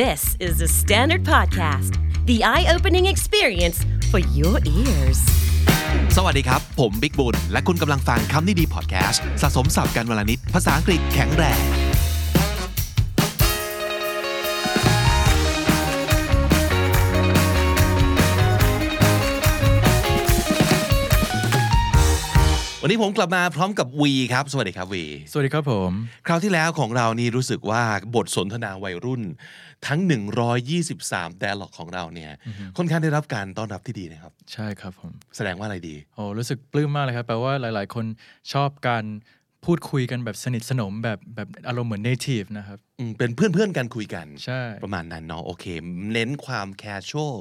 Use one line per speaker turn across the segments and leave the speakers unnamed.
This is the Standard Podcast, the eye opening experience for your ears.
สวัสดีครับ ผมบิ๊กบุญ และคุณกำลังฟังคำนี้ดีพอดแคสต์สะสมสับกันวลนิด ภาษาอังกฤษแข็งแรง วันนี้ผมกลับมาพร้อมกับวีครับ สวัสดีครับวี
สวัสดีครับผม
คราวที่แล้วของเรานี่รู้สึกว่าบทสนทนาวัยรุ่น ทั้ง 123 d ด a l o g ของเราเนี่ยค่อนข้างได้รับการต้อนรับที่ดีนะครับ
ใช่ครับผม
แสดงว่าอะไรดี
โอ้รู้สึกปลื้มมากเลยครับ แปลว่าหลาย ๆ คนชอบการพูดคุยกันแบบสนิทสนมแบบแบบอารมณ์เหมือน native นะครับ
อืมเป็นเพื่อนเพื่อนๆกันคุยกัน
ใช่
ประมาณนั้นเนาะโอเค เน้นความแคชช a ล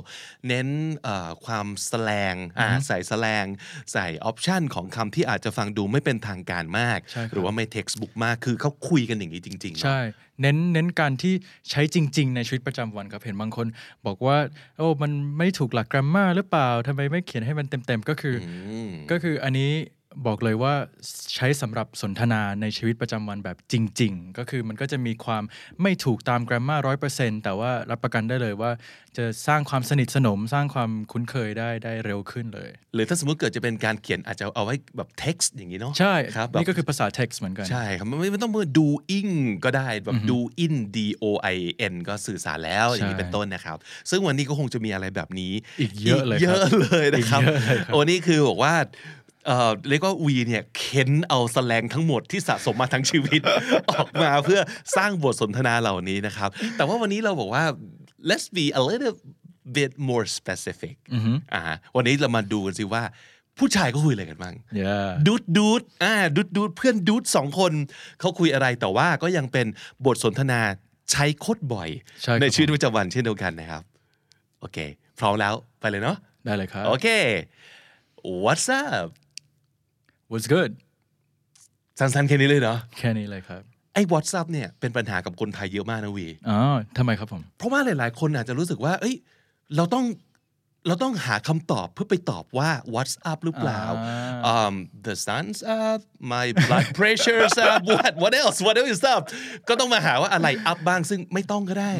เน้นเอ่อความสแลงอ่าใส่สแลง ใส่ออปชันของคำที่อาจจะฟังดูไม่เป็นทางการมาก
ใช่ครับ
หรือว่าไม่เท็กซ์บุ๊กมากคือเขาคุยกันอย่างนี้จริงๆเนาะ
ใช่ เน้นเน้นการที่ใช้จริง ๆ ในชีวิตประจำวันครับ เห็นบางคน บอกว่า โอ้มันไม่ถูกหลักกร a มมาหรือเปล่าทำไมไม่เขียนให้มันเต็ม ๆ ก็คือ
อืม
ก็คืออันนี้บอกเลยว่าใช้สำหรับสนทนาในชีวิตประจำวันแบบจริง ๆ ก็คือมันก็จะมีความไม่ถูกตามกร a มมาร้อยเปอร์เซ็นแต่ว่ารับประกันได้เลยว่า จะสร้างความสนิทสนมสร้างความคุ้นเคยได้ได้เร็วขึ้นเลย
หรือถ้าสมมติเกิดจะเป็นการเขียนอาจจะเอาไว้แบบเท็กซ์อย่างนี้เนาะ
ใช่
ครับแบบ
นี่ก็คือภาษา text เหมือนกัน
ใช่ครับไม่ไม่ต้องมือดูอิงก็ได้แบบดูอิน D O I N ก็สื่อสารแล้วอย่างนี้เป็นต้นนะครับ ซึ่งวันนี้ก็คงจะมีอะไรแบบนี้
อีกเยอะเลยครับ
เยอะเลยนะครับ
อีกเยอะเลยครับ
โอ้นี่คือบอกว่าเอ่อเรียกว่าวีเนี่ยเค้นเอาสแลงทั้งหมดที่สะสมมาทั้งชีวิต ออกมาเพื่อสร้างบทสนทนาเหล่านี้นะครับ แต่ว่าวันนี้เราบอกว่า let's be a little bit more specific อ่าวันนี้เรามาดูกันสิว่าผู้ชายก็คุยอะไรกันบ้าง
Yeah
ดูดดูดอ่าดูดดูดเพื่อนดูดสองคน เขาคุยอะไรแต่ว่าก็ยังเป็นบทสนทนาใช้โคตรบ่อย
ใช่ครับ
ชีวิตประจำวันเช่นเดียวกันนะครับ โอเค พร้อมแล้วไปเลยเนาะ
ได้เลยครับ
โอเค what's up
What's good
สั้นๆแค่นี้เลยเนาะ
แค่นี้เลยครับ
ไอ้ what's up เนี่ยเป็นปัญหากับคนไทยเยอะมากนะวี
อ๋อทำไมครับผม
เพราะว่าหลาย ๆ คนอาจจะรู้สึกว่า เอ้ย เราต้อง เราต้องหาคำตอบเพื่อไปตอบว่า what's up หรือเปล่า Um, the sun's up my blood pressure's up what what else what else is up ก็ต้องมาหาว่าอะไร up บ้างซึ่งไม่ต้องก็ได้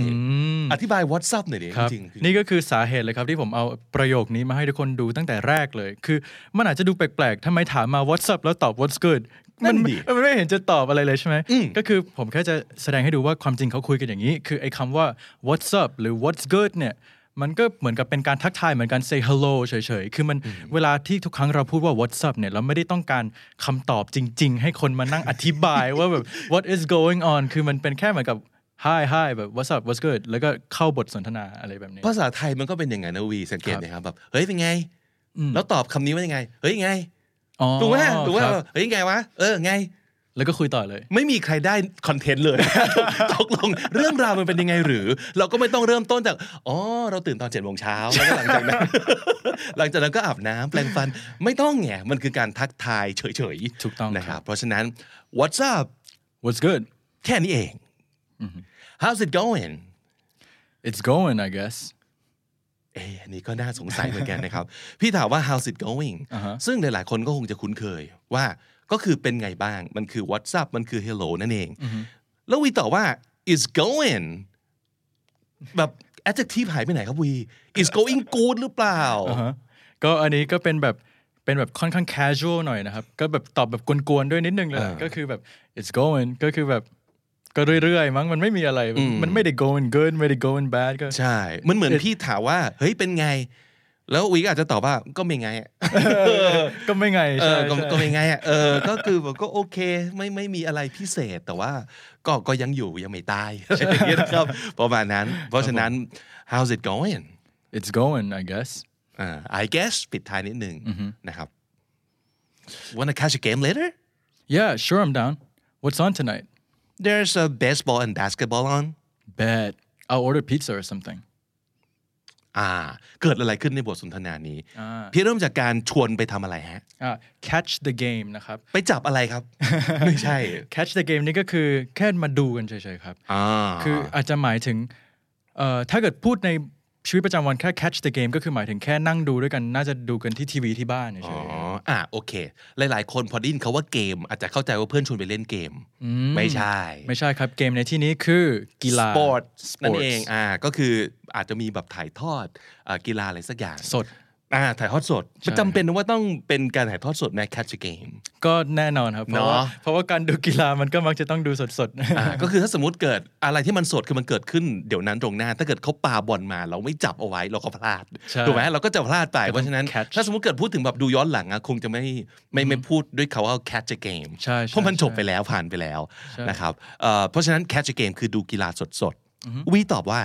อธิบาย what's up หน่อยดิ
ครับ
จริงๆ
นี่ก็คือสาเหตุเลยครับที่ผมเอาประโยคนี้มาให้ทุกคนดูตั้งแต่แรกเลย คือมันอาจจะดูแปลกๆทำไมถามมา what's up แล้วตอบ what's good
นั่
มันน
ดิ
มันไม่เห็นจะตอบอะไรเลยใช่ไหมก็คือผมแค่จะแสดงให้ดูว่าความจริงเขาคุยกันอย่างนี้ คือไอ้คำว่า what's up หรือ what's good เนี่ยมันก็เหมือนกับเป็นการทักทายเหมือนการ say hello เฉยๆ คือมันเวลาที่ทุกครั้งเราพูดว่า what's up เนี่ยเราไม่ได้ต้องการคำตอบจริง ๆ ให้คนมานั่งอธิบายว่าแบบ what is going on คือมันเป็นแค่เหมือนกับ hi hi แบบ what's up what's good แล้วก็เข้าบทสนทนาอะไรแบบนี้
ภาษาไทยมันก็เป็นอย่างไงนะวี สังเกตไหมครับแบบ เฮ้ย เป็นไง แล้วตอบคำนี้ว่ายังไง เฮ้ยไง
อ๋อ
ถูกไหมถูกไหม
ครับ
เฮ้ยไงวะ เออไง
แล้วก็คุยต่อเลย
ไม่มีใครได้คอนเทนต์เลย ตกลงเรื่องราวมันเป็นยังไงหรือ เราก็ไม่ต้องเริ่มต้นจาก อ๋อ เราตื่นตอนเจ็ดโมงเช้าแล้วก็หลังจากนั้น หลังจากนั้นก็อาบน้ำแปรงฟันไม่ต้องแงมันคือการทักทายเฉยๆ
ถูกต้องครับ
นะครับ เพราะฉะนั้น what's up
What's good
แค่นี้เอง how's it going
It's going I guess
เอยอันนี้ก็น่าสงสัยเหมือนกันนะครับ พี่ถามว่า how's it going ซึ่งหลายๆ คนก็คงจะคุ้นเคยว่าก็คือเป็นไงบ้าง มันคือ what's up มันคือ hello นั่นเอง แล้ววีตอบว่า is going แบบ adjective หายไปไหนครับวี is going good หรือเปล่า
ก็อันนี้ก็เป็นแบบเป็นแบบค่อนข้าง casual หน่อยนะครับ ก็แบบตอบแบบกวนๆด้วยนิดนึงเลยนะก็คือแบบ It's going ก็คือแบบก็เรื่อยๆมั้งมันไม่มีอะไร มันไม่ได้ going good ไม่ได้ going bad ก็
ใช่ มันเหมือนพี่ถามว่า เฮ้ย เป็นไง แล้ววีก็อาจจะตอบว่าก็ไม่ไงอะ
ก็ไม่ไง
เอ
ใช่
อก็
ใช่
ก็เป็นไงอ่ะ เออ ก็คือแบบก็โอเค ไม่ไม่มีอะไรพิเศษ แต่ว่าก็ก็ยังอยู่ยังไม่ตาย อะไรอย่างเงี้ยนะครับ ประมาณนั้น เพราะฉะนั้น how's it going
It's going I guess
อ่า I guess ปิดท้ายนิดหนึ่งนะครับ wanna catch a game later
Yeah sure I'm down What's on tonight
there's a baseball and basketball on
Bet I'll order pizza or something
อ่า เกิดอะไรขึ้นในบทสนทนานี้ พี่เริ่มจากการชวนไปทำอะไรฮะ
อ่า catch the game นะครับ
ไปจับอะไรครับ ไม่ ใช่
catch the game นี่ก็คือแค่มาดูกันเฉยๆครับ
อ่า
คืออาจจะหมายถึงเอ่อถ้าเกิดพูดใน ชีวิตประจำวันแค่ catch the game ก็คือหมายถึงแค่นั่งดูด้วยกันน่าจะดูกันที่ทีวีที่บ้านเฉ
อ๋อย อ่ะโอเค หลายๆ คนพอได้ยินเขาว่าเกม อาจจะเข้าใจว่าเพื่อนชวนไปเล่นเกม
ๆอืม
ไม่ใช่
ไม่ใช่ครับเกมในที่นี้คือกีฬา
สปอร์ต
Sports
นั่นเองอ่าก็คืออาจจะมีแบบถ่ายทอดอ่ากีฬาอะไรสักอย่าง
สด
อ่าถ่ายทอดสดมันจำเป็นว่าต้องเป็นการถ่ายทอดสดใน catch the game
ก็แน่นอนครับ เพราะว่า
เนอะ
เพราะว่าการดูกีฬามันก็มักจะต้องดูสดๆ
อ่า ก็คือถ้าสมมติเกิดอะไรที่มันสดคือมันเกิดขึ้นเดี๋ยวนั้นตรงหน้า ถ้าเกิดเขาปาบอลมา เราไม่จับเอาไว้เราก็พลาด
ใช่
ถูกไหมเราก็จะพลาดไปเพ
ก็ต้อง
ราะฉะนั้น
catch
ถ้าสมมติเกิดพูดถึงแบบดูย้อนหลังอะคงจะไม่ไม่ไม่พูดด้วยคาว่า catch a game
ใช่ใช่
เพราะมัน
ใช่
จบไปแล้วผ่านไปแล้ว
ใช่
นะครับเอ่อเพราะฉะนั้น catch a game คือดูกีฬาสดสดวีตอบว่า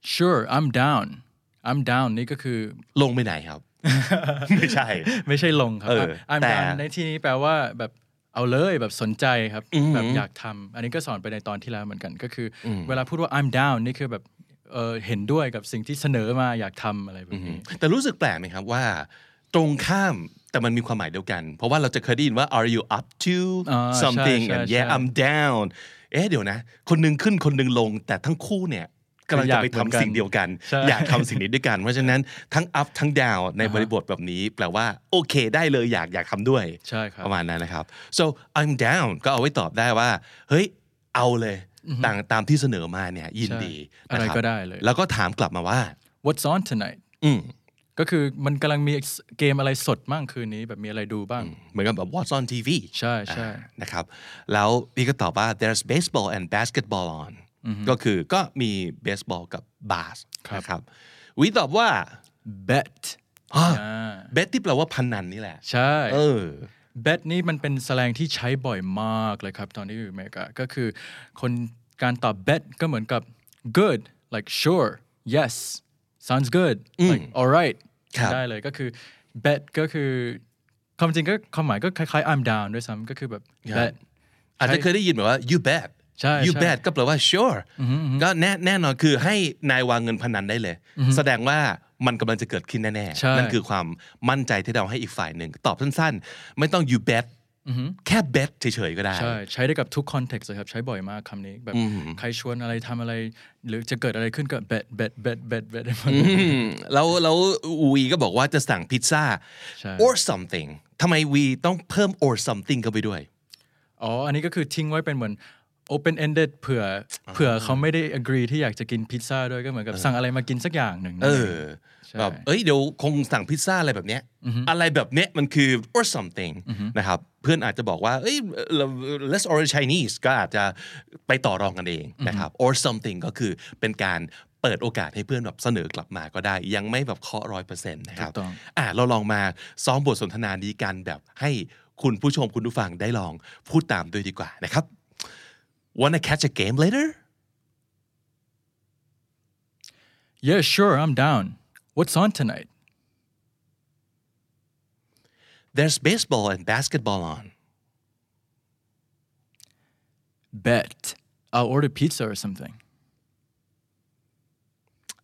Sure I'm down I'm down นี่ก็คือ
ลงไปไหนครับ ไม่ใช่
ไม่ใช่ลงครับ
เออ
I'm
แต่
down ในที่นี้แปลว่าแบบเอาเลยแบบสนใจครับ แบบอยากทำอันนี้ก็สอนไปในตอนที่แล้วเหมือนกันก็คืออเวลาพูดว่า I'm down นี่คือแบบเออเห็นด้วยกับสิ่งที่เสนอมาอยากทำอะไรแบบนี้
แต่รู้สึกแปลกไหมครับว่า ตรงข้ามแต่มันมีความหมายเดียวกัน เพราะว่าเราจะเคยได้ยินว่า are you up to
อ่าใช่
something
ใช่
and
ใช่
yeah I'm down เอ๊ะเดี๋ยวนะ คนหนึงขึ้นคนหนึงลง แต่ทั้งคู่เนี่ยกำลังจะไปทำสิ่งเดียวกัน
ใช่
อยากทำสิ่งนี้ด้วยกัน เพราะฉะนั้นทั้ง up ทั้ง down ในบริบทแบบนี้ แปลว่า โอเคได้เลยอยากอยากทำด้วย
ใช่ครับ
ประมาณนั้นนะครับ so I'm down ก็เอาไว้ตอบได้ว่า เฮ้ย เอาเลยต่างตามที่เสนอมาเนี่ยยินดี
ใช่อะไร
นคบ
ก็ได้เลย
แล้วก็ถามกลับมาว่า
What's on tonight
อืม
ก็คือมันกำลังมีเกมอะไรสดบ้างคืนนี้แบบมีอะไรดูบ้าง
เหมือนกับแบบ what's on TV
ใช่ใช่
อ่านะครับ แล้วพี่ก็ตอบว่า there's baseball and basketball on ก็คือก็มีเบสบอลกับบาสนะครับวิตอบว่า
bet
อ้อ
อ่า
เบสที่แปลว่าพนันนี่แหละ
ใช่
เออ
เบดนี่มันเป็นแสแลงที่ใช้บ่อยมากเลยครับ ตอนที่อยู่อเมริกา ก็คือ คนการตอบเบดก็เหมือนกับ good like sure yes sounds good like alright
ครับ
ได้เลยก็คือเบดก็คือความจริงก็ความหมายก็คล้ายๆ I'm down ด้วยซ้ำก็คือแบบ bet
อาจจะเคยได้ยินแบบว่า you bet
ใช่
you
ใช่
bet ก็แปลว่า sure ก็แน่แน่นอนคือให้นายวางเงินพนันได้เลย แสดงว่ามันกำลังจะเกิดขึ้นแน่
ใช่
ๆ นั่นคือความมั่นใจที่เราให้อีกฝ่ายหนึ่ง ตอบสั้นๆ ไม่ต้อง you bet แค่ bet เฉยๆก็ได้
ใช่ ใช้ได้กับทุกคอนเท็กซ์เลยครับ ใช้บ่อยมากคำนี้ แบบใครชวนอะไรทำอะไร หรือจะเกิดอะไรขึ้นก็ bet bet bet bet bet ได้หมดเลย
อืมแล้วแล้ววีก็บอกว่าจะสั่งพิซซ่า
ใช่
or something ทำไมวีต้องเพิ่ม or something เข้าไปด้วย
อ๋อ อันนี้ก็คือทิ้งไว้เป็นเหมือน open ended เผื่อเผื่อเขาไม่ได้ agree ที่อยากจะกินพิซซ่าด้วยก็เหมือนกับสั่งอะไรมากินสักอย่างหนึ่ง
เออ
ใช่
แบบเอ้ยเดี๋ยวคงสั่งพิซซ่าอะไรแบบเนี้ยอะไรแบบเนี้ยมันคือ or something นะครับ เพื่อนอาจจะบอกว่าเอ้ยเรา let's order Chinese ก็อาจจะไปต่อรองกันเองนะครับ or something ก็คือเป็นการเปิดโอกาสให้เพื่อนแบบเสนอกลับมาก็ได้ ยังไม่แบบเคาะร้อยเปอร์เซ็นต์นะครับ
ถูกต้อง
อ่ะเราลองมาซ้อมบทสนทนานี้กันแบบให้คุณผู้ชมคุณผู้ฟังได้ลองพูดตามด้วยดีกว่านะครับ Wanna catch a game later?
yeah sure I'm down what's on tonight
There's baseball and basketball on.
bet I'll order pizza or something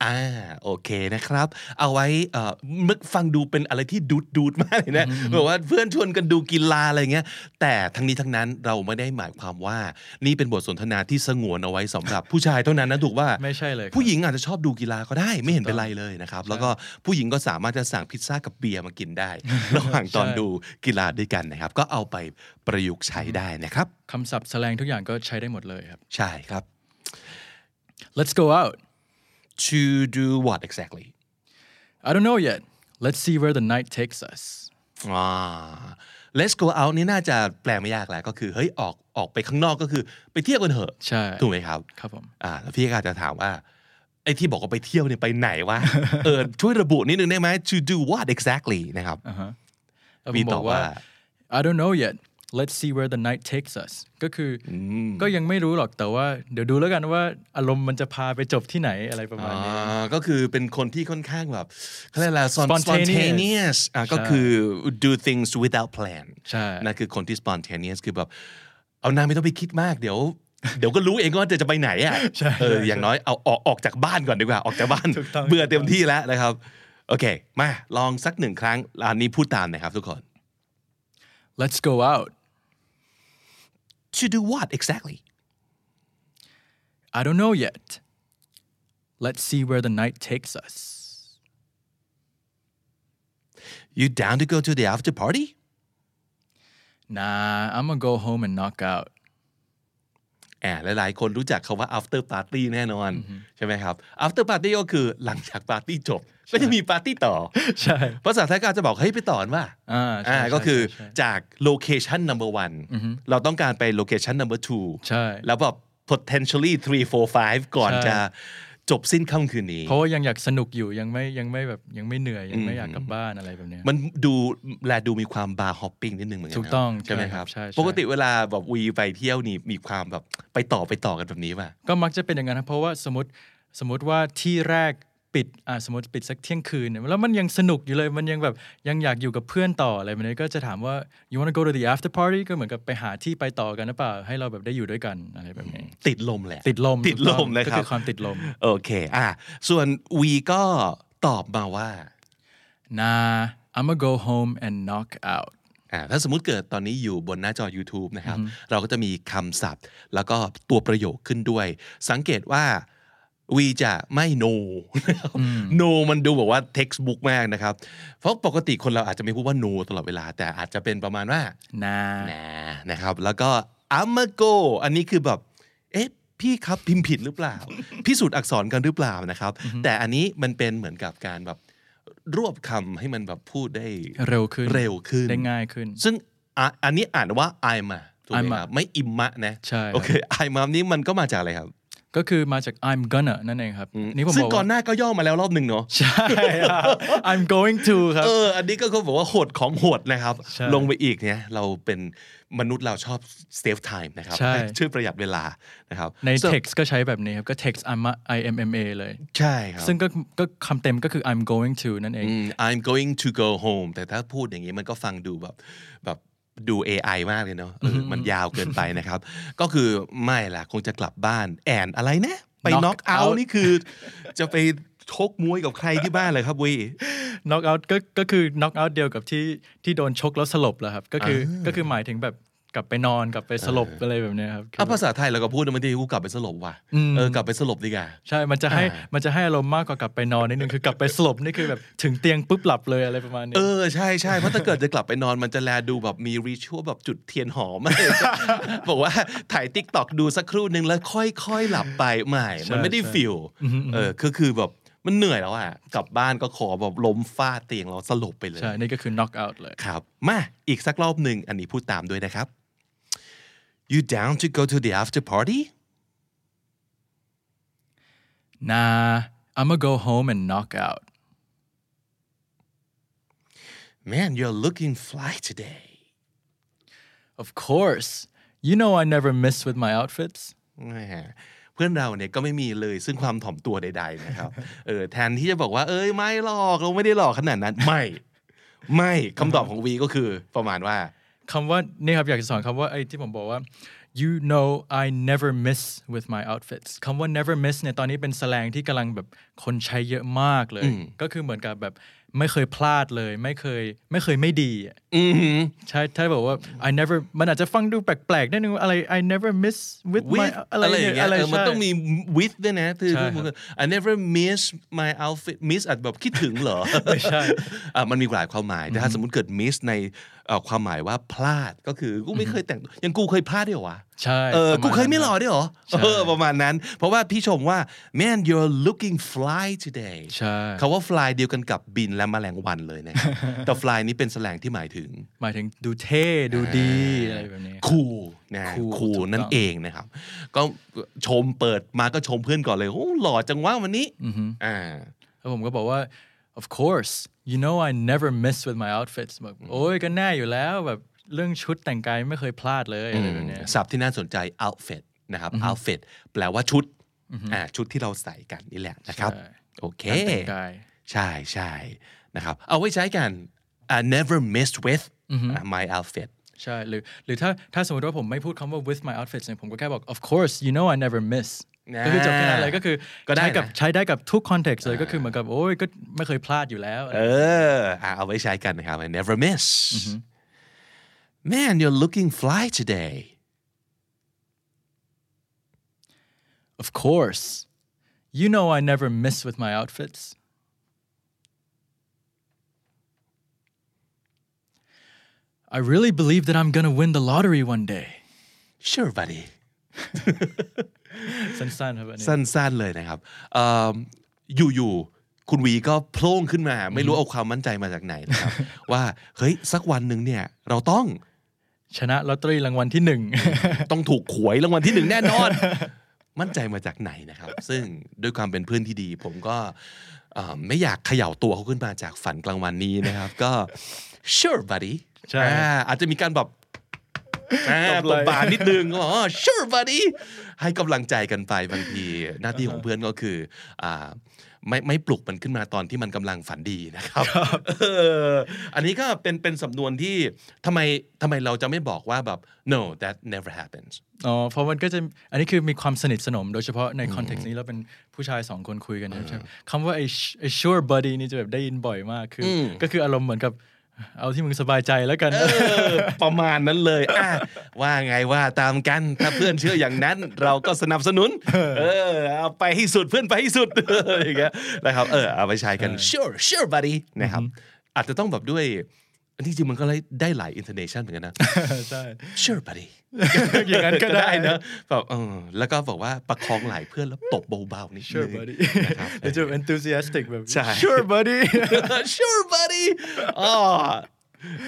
อ่าโอเคนะครับ เอาไว้เอ่อมึกฟังดูเป็นอะไรที่ดูดดูดมากเลยนะแบบว่าเพื่อนชวนกันดูกีฬาอะไรเงี้ย แต่ทั้งนี้ทั้งนั้นเราไม่ได้หมายความว่า นี่เป็นบทสนทนาที่สงวนเอาไว้สำหรับผู้ชายเท่านั้นนะถูกว่า
ไม่ใช่เลยครับ
ผู้หญิงอาจจะชอบดูกีฬาก็ได้ไม่เห็นเป็นไรเลยนะครับ แล้วก็ผู้หญิงก็สามารถจะสั่งพิซซ่ากับเบียร์มากิน ได้ ระหว่างตอนดูกีฬาด้วยกันนะครับ ก็เอาไปประยุกต์ใช้ได้นะครับ
คำศัพท์แสลงทุกอย่างก็ใช้ได้หมดเลยครับ
ใช่ครับ
let's go out
to do what exactly
I don't know yet let's see where the night takes us
อ่า let's go out นี่น่าจะแปลไม่ยากแหละก็คือเฮ้ยออกออกไปข้างนอกก็คือไปเที่ยวกันเถอะ
ใช่
ถูกไหมครับ
ครับผม
อ่าแล้วพี่ก็อาจจะถามว่าไอ้ที่บอกว่าไปเที่ยวเนี่ยไปไหน วะ เออช่วยระบุนิดนึงได้ไหม to do what exactly นะครับ
แล้ว
มี
ผม
ต่
บ
อ
อก
ว่า
ว่า I don't know yet let's see where the night takes us ก็คืออก็ยังไม่รู้หรอกแต่ว่า เดี๋ยวดูแล้วกันว่าอารมณ์มันจะพาไปจบที่ไหนอะไรประมาณนี้
อ่าก็คือเป็นคนที่ค่อนข้างแบบเขาเรียกอะไร
Spontaneous
spontaneous อ่ะก็คือ do things without plan
ใช่
นั่นคือคนที่ spontaneous คือแบบ เอานาไม่ต้องไปคิดมากเดี๋ยว เดี๋ยวก็รู้เองว่าจะไปไหนอ่ะเอออย่างน้อยเอาออกออกจากบ้านก่อนดีกว่า ออกจากบ้าน เบื่อเต็มที่แล้วนะครับ โอเค มาลองสักหนึ่งครั้งอันนี้พูดตามนะครับทุกคน
let's go out
to do what exactly
I don't know yet let's see where the night takes us
You down to go to the after party?
nah I'm gonna go home and knock out
แอบหลายๆ คนรู้จักคาว่า after party แน่นอนใช่ไหมครับ after party ก็คือหลังจากปาร์ตี้จบ ก็จะมีปาร์ตี้ต่อ
ใช่
ภาษาไทยก็อาจจะบอกเฮ้ยไปต่อว่า
อ่าใช่
อ่า
ใช่
ก็คือ
ใช่ใช่
จาก location number one เราต้องการไป location number two
ใช่
แล้วแบบ potentially three four five ก่อนจะจบสิ้นค่ำคืนนี้
เพราะว่ายังอยากสนุกอยู่ยังไม่ยังไม่แบบยังไม่เหนื่อยยังไม่อยากกลับบ้านอะไรแบบเนี้ย
มันดูแลดูมีความบาร์ฮอปปิ้งนิดนึงเหมือนกัน
ถู
นะ
กต้อง
ใช่ไหมครับ
ใช่ใช่
ปกติเวลาแบบวีไปเที่ยวนี่มีความแบบไปต่อไปต่อกันแบบนี้ป่ะ
ก็มักจะเป็นอย่างนั้นครับเพราะว่าสมมติสมมติว่าที่แรกปิดอ่าสมมติปิดสักเที่ยงคืนเนี่ยแล้วมันยังสนุกอยู่เลยมันยังแบบยังอยากอยู่กับเพื่อนต่ออะไรแบบนี้ก็จะถามว่า you wanna go to the after party ก็เหมือนกับไปหาที่ไปต่อกันหรือเปล่า ให้เราแบบได้อยู่ด้วยกันอะไรแบบนี้
ติดลมแหละ
ติดลม
ติดลมนะ
ก็
ครับ
คือความติดลม
โอเค อ่ะ ส่วนวีก็ตอบมาว่า
nah I'ma go home and knock out
อ่า ถ้าสมมติเกิดตอนนี้อยู่บนหน้าจอ YouTube นะครับ เราก็จะมีคำศัพท์ แล้วก็ตัวประโยคขึ้นด้วย สังเกตว่าวีจะไม่ no นะครับ no มันดูแบบว่า textbook มากนะครับ เพราะปกติคนเราอาจจะไม่พูดว่า no ตลอดเวลา แต่อาจจะเป็นประมาณว่า
nah
นะนะครับ แล้วก็ I'ma go อันนี้คือแบบ เอ๊ะ พี่ครับพิมพ์ผิดหรือเปล่า พิสูจน์อักษรกันหรือเปล่านะครับ แต่อันนี้มันเป็นเหมือนกับการแบบรวบคำให้มันแบบพูดได้
เร็วขึ้น
เร็วขึ้น
ได้ง่ายขึ้น
ซึ่งอ่ะอันนี้อ่านว่า I'm a ถูกไหม
I'm a
ครับไม่อิมมะนะ
ใช่ครับ
โอเค I'm a นี้มันก็มาจากอะไรครับ
ก็คือมาจาก I'm gonna นั่นเองครับนี่ผม
ซึ่ง
บอก
ก่อ
ว่าน
หน้าก็ย่อมาแล้วรอบหนึ่งเนาะ
ใช่ครับ I'm going to ครับ
เออ อันนี้ก็เขาบอกว่าโหดของโหดนะครับ
ใช่
ลงไปอีกเนี่ย เราเป็นมนุษย์เราชอบ save time นะครับ
ใช่
ช่วยประหยัดเวลานะครับ
ใน
So-
text ก็ใช้แบบนี้ครับ ก็ text I'm a- I M M A เลย
ใช่ครับ
ซึ่งก็ก็คำเต็มก็คือ I'm going to นั่นเอง
อืม I'm going to go home แต่ถ้าพูดอย่างนี้มันก็ฟังดูแบบแบบดู AI มากเลยเนาะเออมันยาวเกินไปนะครับ ก็คือไม่ล่ะ คงจะกลับบ้านแอนอะไรนะ ไป
Knock
knock out
out
นี่คือ จะไปชกมวยกับใครที่บ้านเลยครับวี
knock out ก็ก็คือ knock out เดียวกับที่ที่โดนชกแล้วสลบแล้วครับ ก็คือก็คือหมายถึงแบบกลับไปนอนกลับไปสลบอะไรแบบเนี้ยครับคือ
อ่ะภาษาไทยเราก็พูดนะบางทีกูกลับไปสลบว่ะเออกลับไปสลบดีกว่า
ใช่ มันจะให้มันจะให้อารมณ์มากกว่ากลับไปนอนนิดนึง คือกลับไปสลบนี่คือแบบถึงเตียงปุ๊บหลับเลยอะไรประมาณนี้
เออ ใช่ใช่ เพราะถ้าเกิดจะกลับไปนอนมันจะแลดูแบบมีรีชัวแบบจุดเทียนหอม บอกว่าถ่ายติ๊กตอกดูสักครู่นึงแล้วค่อยๆ หลับไปไม่ มันไม่ได้ฟิลเออก็คือแบบมันเหนื่อยแล้วอ่ะ กลับบ้านก็ขอแบบล้มฟาดเตียงเราสลบไปเลย
ใช่ นี่ก็คือ knock out เลย
ครับ มาอีกสักรอบหนึ่งอันนี้พูดตามด้วยนะครับ you down to go to the after party
nah I'ma go home and knock out
man you're looking fly today
of course you know I never miss with my outfits
แหมเพื่อนเราเนี่ยก็ไม่มีเลยซึ่งความถ่อมตัวใด ๆ นะครับ เออแทนที่จะบอกว่า เอ้ยไม่หรอกเราไม่ได้หลอกขนาดนั้น ไม่ ไม่คำตอบของวีก็คือประมาณว่า
คำว่านี่ครับอยากจะสอนคำว่าไอ้ที่ผมบอกว่า you know I never miss with my outfits คำว่า never miss เนี่ยตอนนี้เป็นแสแลงที่กำลังแบบคนใช้เยอะมากเลย ก็คือเหมือนกับแบบไม่เคยพลาดเลย ไม่เคยไม่เคยไม่ดีอะ
อือหือ
ใช่ถ้าบอกว่า I never มันอาจจะฟังดูแปลกๆนิดนึงว่าอะไร I never miss with my
with
อะไร
อะไรอ
เนี่
ย่าย งเงี้ย
อะไร
เออมันต้องมี with ด้วยนะคือ
ใช่ครับ
I never miss my outfit miss อาจแบบคิดถึงเหรอ ไม่ใช่อ่ะมันมีหลายความหมายแต่ถ้าสมมติเกิด miss ในเอ่อความหมายว่าพลาดก็คือกูไม่เคยแต่งยังกูเคยพลาดด้วยเหรอวะ
ใช่
เออ
ประาณ
กูเคยไม่หล่อ
นั้น
ด้วยเหรอ เออ ประมาณนั้น เพราะว่าพี่ชมว่า man you're looking fly today
ใช่
เขาว่า fly เดียวกันกับบินและแมลงวันเลยนะครับ แต่ fly นี้เป็นแสลงที่หมายถึง
หมายถึงดูเท่ดูดีอะไรแบบนี้
คูลนะ
cool
คูล
ถูกต้อง
นั่นเองนะครับ ก็ชมเปิดมาก็ชมเพื่อนก่อนเลย โอ้ หล่อจังวะวันนี้ อ่า
แล้วผมก็บอกว่า of course you know I never miss with my outfits แบบโอ้ยก็แน่อยู่แล้วแบบเรื่องชุดแต่งกายไม่เคยพลาดเลยอะไรแบบเนี้ย
ศัพท์ที่น่าสนใจ outfit นะครับ outfit แปลว่าชุด อ่า ชุดที่เราใส่กันนี่แหละนะครับ
ใช่
โอเค
การแต่งกาย
ใช่ใช่นะครับ เอาไว้ใช้กัน I never messed with my outfit
ใช่หรือหรือถ้าถ้าสมมติว่าผมไม่พูดคำว่า with my outfits เนี่ยผมก็แค่บอก of course you know I never miss
อ่า
ก็คือจบแค่นั้นเลยก็คือ
ก็ได้
ใช้กับ
นะ
ใช้ได้กับทุก context เลยก็คือเหมือนกับโอ้ยก็ไม่เคยพลาดอยู่แล้ว
เอออ่ะเอาไว้ใช้กันนะครับ I never miss man you're looking fly today
of course you know I never miss with my outfits I really believe that I'm gonna win the lottery one day
sure buddy
สั้นๆครับอันนี้
สั้นๆเลยนะครับเอิ่มอยู่ๆคุณวีก็โพล่งขึ้นมา ไม่รู้เอาความมั่นใจมาจากไหนนะครับ ว่าเฮ้ยสักวันหนึ่งเนี่ย เราต้อง
ชนะลอตเตอรี่รางวัลที่ หนึ่ง
ต้องถูกหวยรางวัลที่หนึ่งแน่นอน มั่นใจมาจากไหนนะครับ ซึ่งด้วยความเป็นเพื่อนที่ดี ผมก็เอิ่มไม่อยากเขย่าตัวเขาขึ้นมาจากฝันกลางวันนี้นะครับ ก็ sure buddy
ใช่
อ่าอาจจะมีการแบบ อ่าต
ตบไหล่
บบานิดนึง ก็บอกอ๋อ sure buddy ให้กำลังใจกันไปบางที หน้าที่ของเพื่อนก็คืออ่าไม่ไม่ปลุกมันขึ้นมาตอนที่มันกำลังฝันดีนะครับเอออันนี้ก็เป็นเป็นสำนวนที่ทำไมทำไมเราจะไม่บอกว่าแบบ no that never happens
อ๋อเพราะมันก็จะอันนี้คือมีความสนิทสนม โดยเฉพาะในคอนเท็กซ์นี้เราเป็นผู้ชายสองคนคุยกันใช่ไหมคำว่าไอ้ sh- ไอ้ sure buddy นี่จะแบบได้ยินบ่อยมากคืออก็คืออารมณ์เหมือนกับเอาที่มึงสบายใจแล้วกัน
เออประมาณนั้นเลยอ่ะว่าไงว่าตามกันถ้าเพื่อนเชื่ออย่างนั้น เราก็สนับสนุน เออเอาไปให้สุดเพื่อนไปให้สุด อย่างเงี้ยนะครับเออเอาไปใช้กัน sure sure buddy นะครับอาจจะต้องแบบด้วยอันที่จริงมันก็ได้หลาย intonation เหมือนกันนะ
ใช่
sure buddy
อย่างนั้นก็ได้
น
นะ
แบบเออแล้วก็บอกว่าประคองไหลเพื่อนแล้วตบเบาๆนิดนึ
sure
ง
buddy
นะครับ
แล้วจะแบบ enthusiastic แบบ
ใช่
sure buddy
sure buddy อ๋อ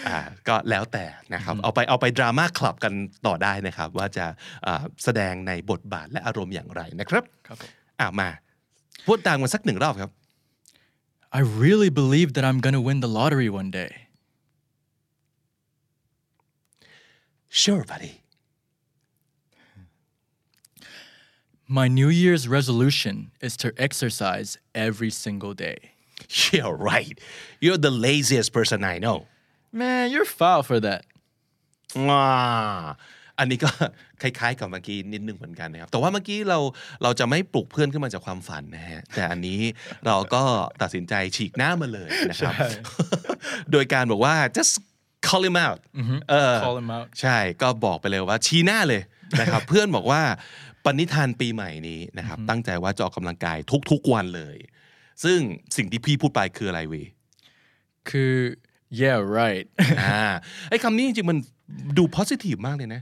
อ่าก็แล้วแต่นะครับ เอาไปเอาไปดราม่าคลับกันต่อได้นะครับ ว่าจะอ่าแสดงในบทบาทและอารมณ์อย่างไรนะครับ
ครับผม
อ่ามา พูดตามกันสักหนึ่งรอบครับ
I really believe that I'm gonna win the lottery one day
sure buddy
my New Year's resolution is to exercise every single day
you're right you're the laziest person I know
man you're foul for that
ว้าอันนี้ก็ คล้ายๆกับเมื่อกี้นิดนึงเหมือนกันนะครับ แต่ว่าเมื่อกี้เราเราจะไม่ปลุกเพื่อนขึ้นมาจากความฝันนะฮะ แต่อันนี้เราก็ตัดสินใจฉีกหน้ามาเลยนะครับ โดยการบอกว่า just call him out เออ
Call him out
ใช่ ก็บอกไปเลยว่าชี้หน้าเลย นะครับ เพื่อนบอกว่าปณิธานปีใหม่นี้นะครับ ตั้งใจว่าจะออกกำลังกายทุกๆวันเลย ซึ่งสิ่งที่พี่พูดไปคืออะไรวี
คือ yeah right
อ่าไอ้คำนี้จริงๆมันดู positive มาก เลยนะ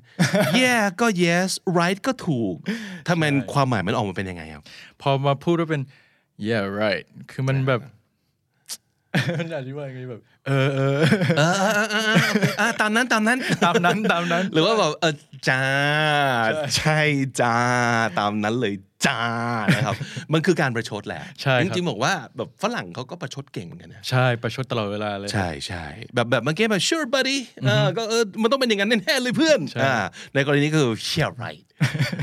yeah ก็ yes right ก็ถูก ถ้ามันความหมายมันออกมาเป็นยังไงครับ
พอมาพูดว่าเป็น yeah right คือมันแบบ มันอธิบายไงแบบ เอ อเออ
เออเออเออเอออ่ะตามนั้นตามนั้น
ตามนั้นตามนั้น
หรือว่าแบบเออจ้า ใช่จ้า ตามนั้นเลยจ้านะครับ มันคือการประชดแหละ
ใช่ครับ
จริงๆบอกว่าแบบฝรั่งเขาก็ประชดเก่งเหมือนกันนะ
ใช่ประชดตลอดเวลาเลย
ใช่ใช่แบบแบบเมื่อกี้แบบ sure buddy เออก็เออมันต้องเป็นอย่างนั้นแน่ๆเลยเพื่อนอ่าในกรณีนี้ก็คือ yeah right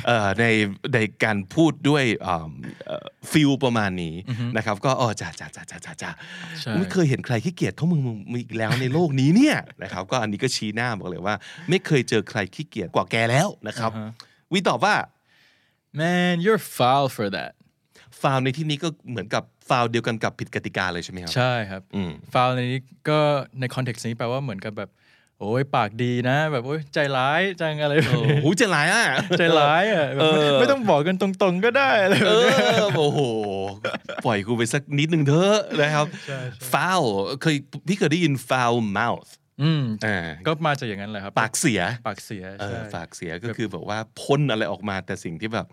เออในในการพูดด้วยฟิลประมาณนี้นะครับ ก็อ๋อจ้าจ้าจ้าจ้าจ้าจ้า
ใช่
ไม่เคยเห็นใครขี้เกียจเท่ามึงมึงมึงอีกแล้วในโลกนี้ เนี่ย นะครับก็อันนี้ก็ชี้หน้าบอกเลยว่า ไม่เคยเจอใครขี้เกียจกว่าแกแล้วนะครับวิตอบว่า
man you're foul for that
ฟาวในที่นี้ก็เหมือนกับฟาวเดียวกันกับผิดกติกาเลยใช่ไหมครับ
ใช่ครับ foul ในนี้ก็ในคอนเท็กซ์นี้แปลว่าเหมือนกับแบบ โอ้ยปากดีนะ แบบโอ้ยใจร้ายจังอะไรแบบ
โอ้
นี้
โหใจร้ายอ่ะ
ใจร้ายอ่ะแบบไม่ไม่ต้องบอกกันตรงๆก็ได้อะไรแบบ
เอ
นี้
อโอ้โห ปล่อยกูไปสักนิดหนึ่งเถอะนะครับ foul เคยพี่เคยได้ยิน foul mouth
อืม
อ่า
ก็มาจากอย่างนั้นแหละครับ
ปากเสีย
ปากเสีย
เออ
ใช่
ปากเสียก็คือแบบว่าพ่นอะไรออกมาแต่สิ่งที่แบบ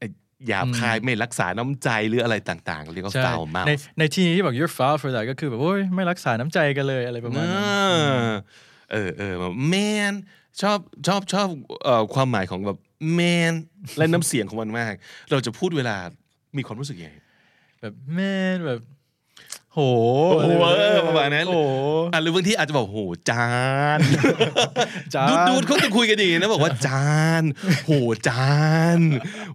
ไอ้หยาบคายไม่รักษาน้ำใจหรืออะไรต่างๆ เรียกว่า
ใช่
foul
ใน
mouth
ในที่นี้ที่บอก you're foul for that ก็คือแบบโอ้ยไม่รักษาน้ำใจกันเลยอะไรประมาณนั้น
เออเออแบบ man ชอบชอบชอบเอ่อความหมายของแบบ man และน้ำเสียงของมันมาก เราจะพูดเวลามีความรู้สึกยังไง
แบบแม่นแบบโห
โอ้โหเออประมาณนั้น
โอ้โห
อ่ะหรือบางทีอาจจะบอกโหจาน
จาน
ดูดดูดเขาจะคุยกันดีนะบอกว่าจ านโหจาน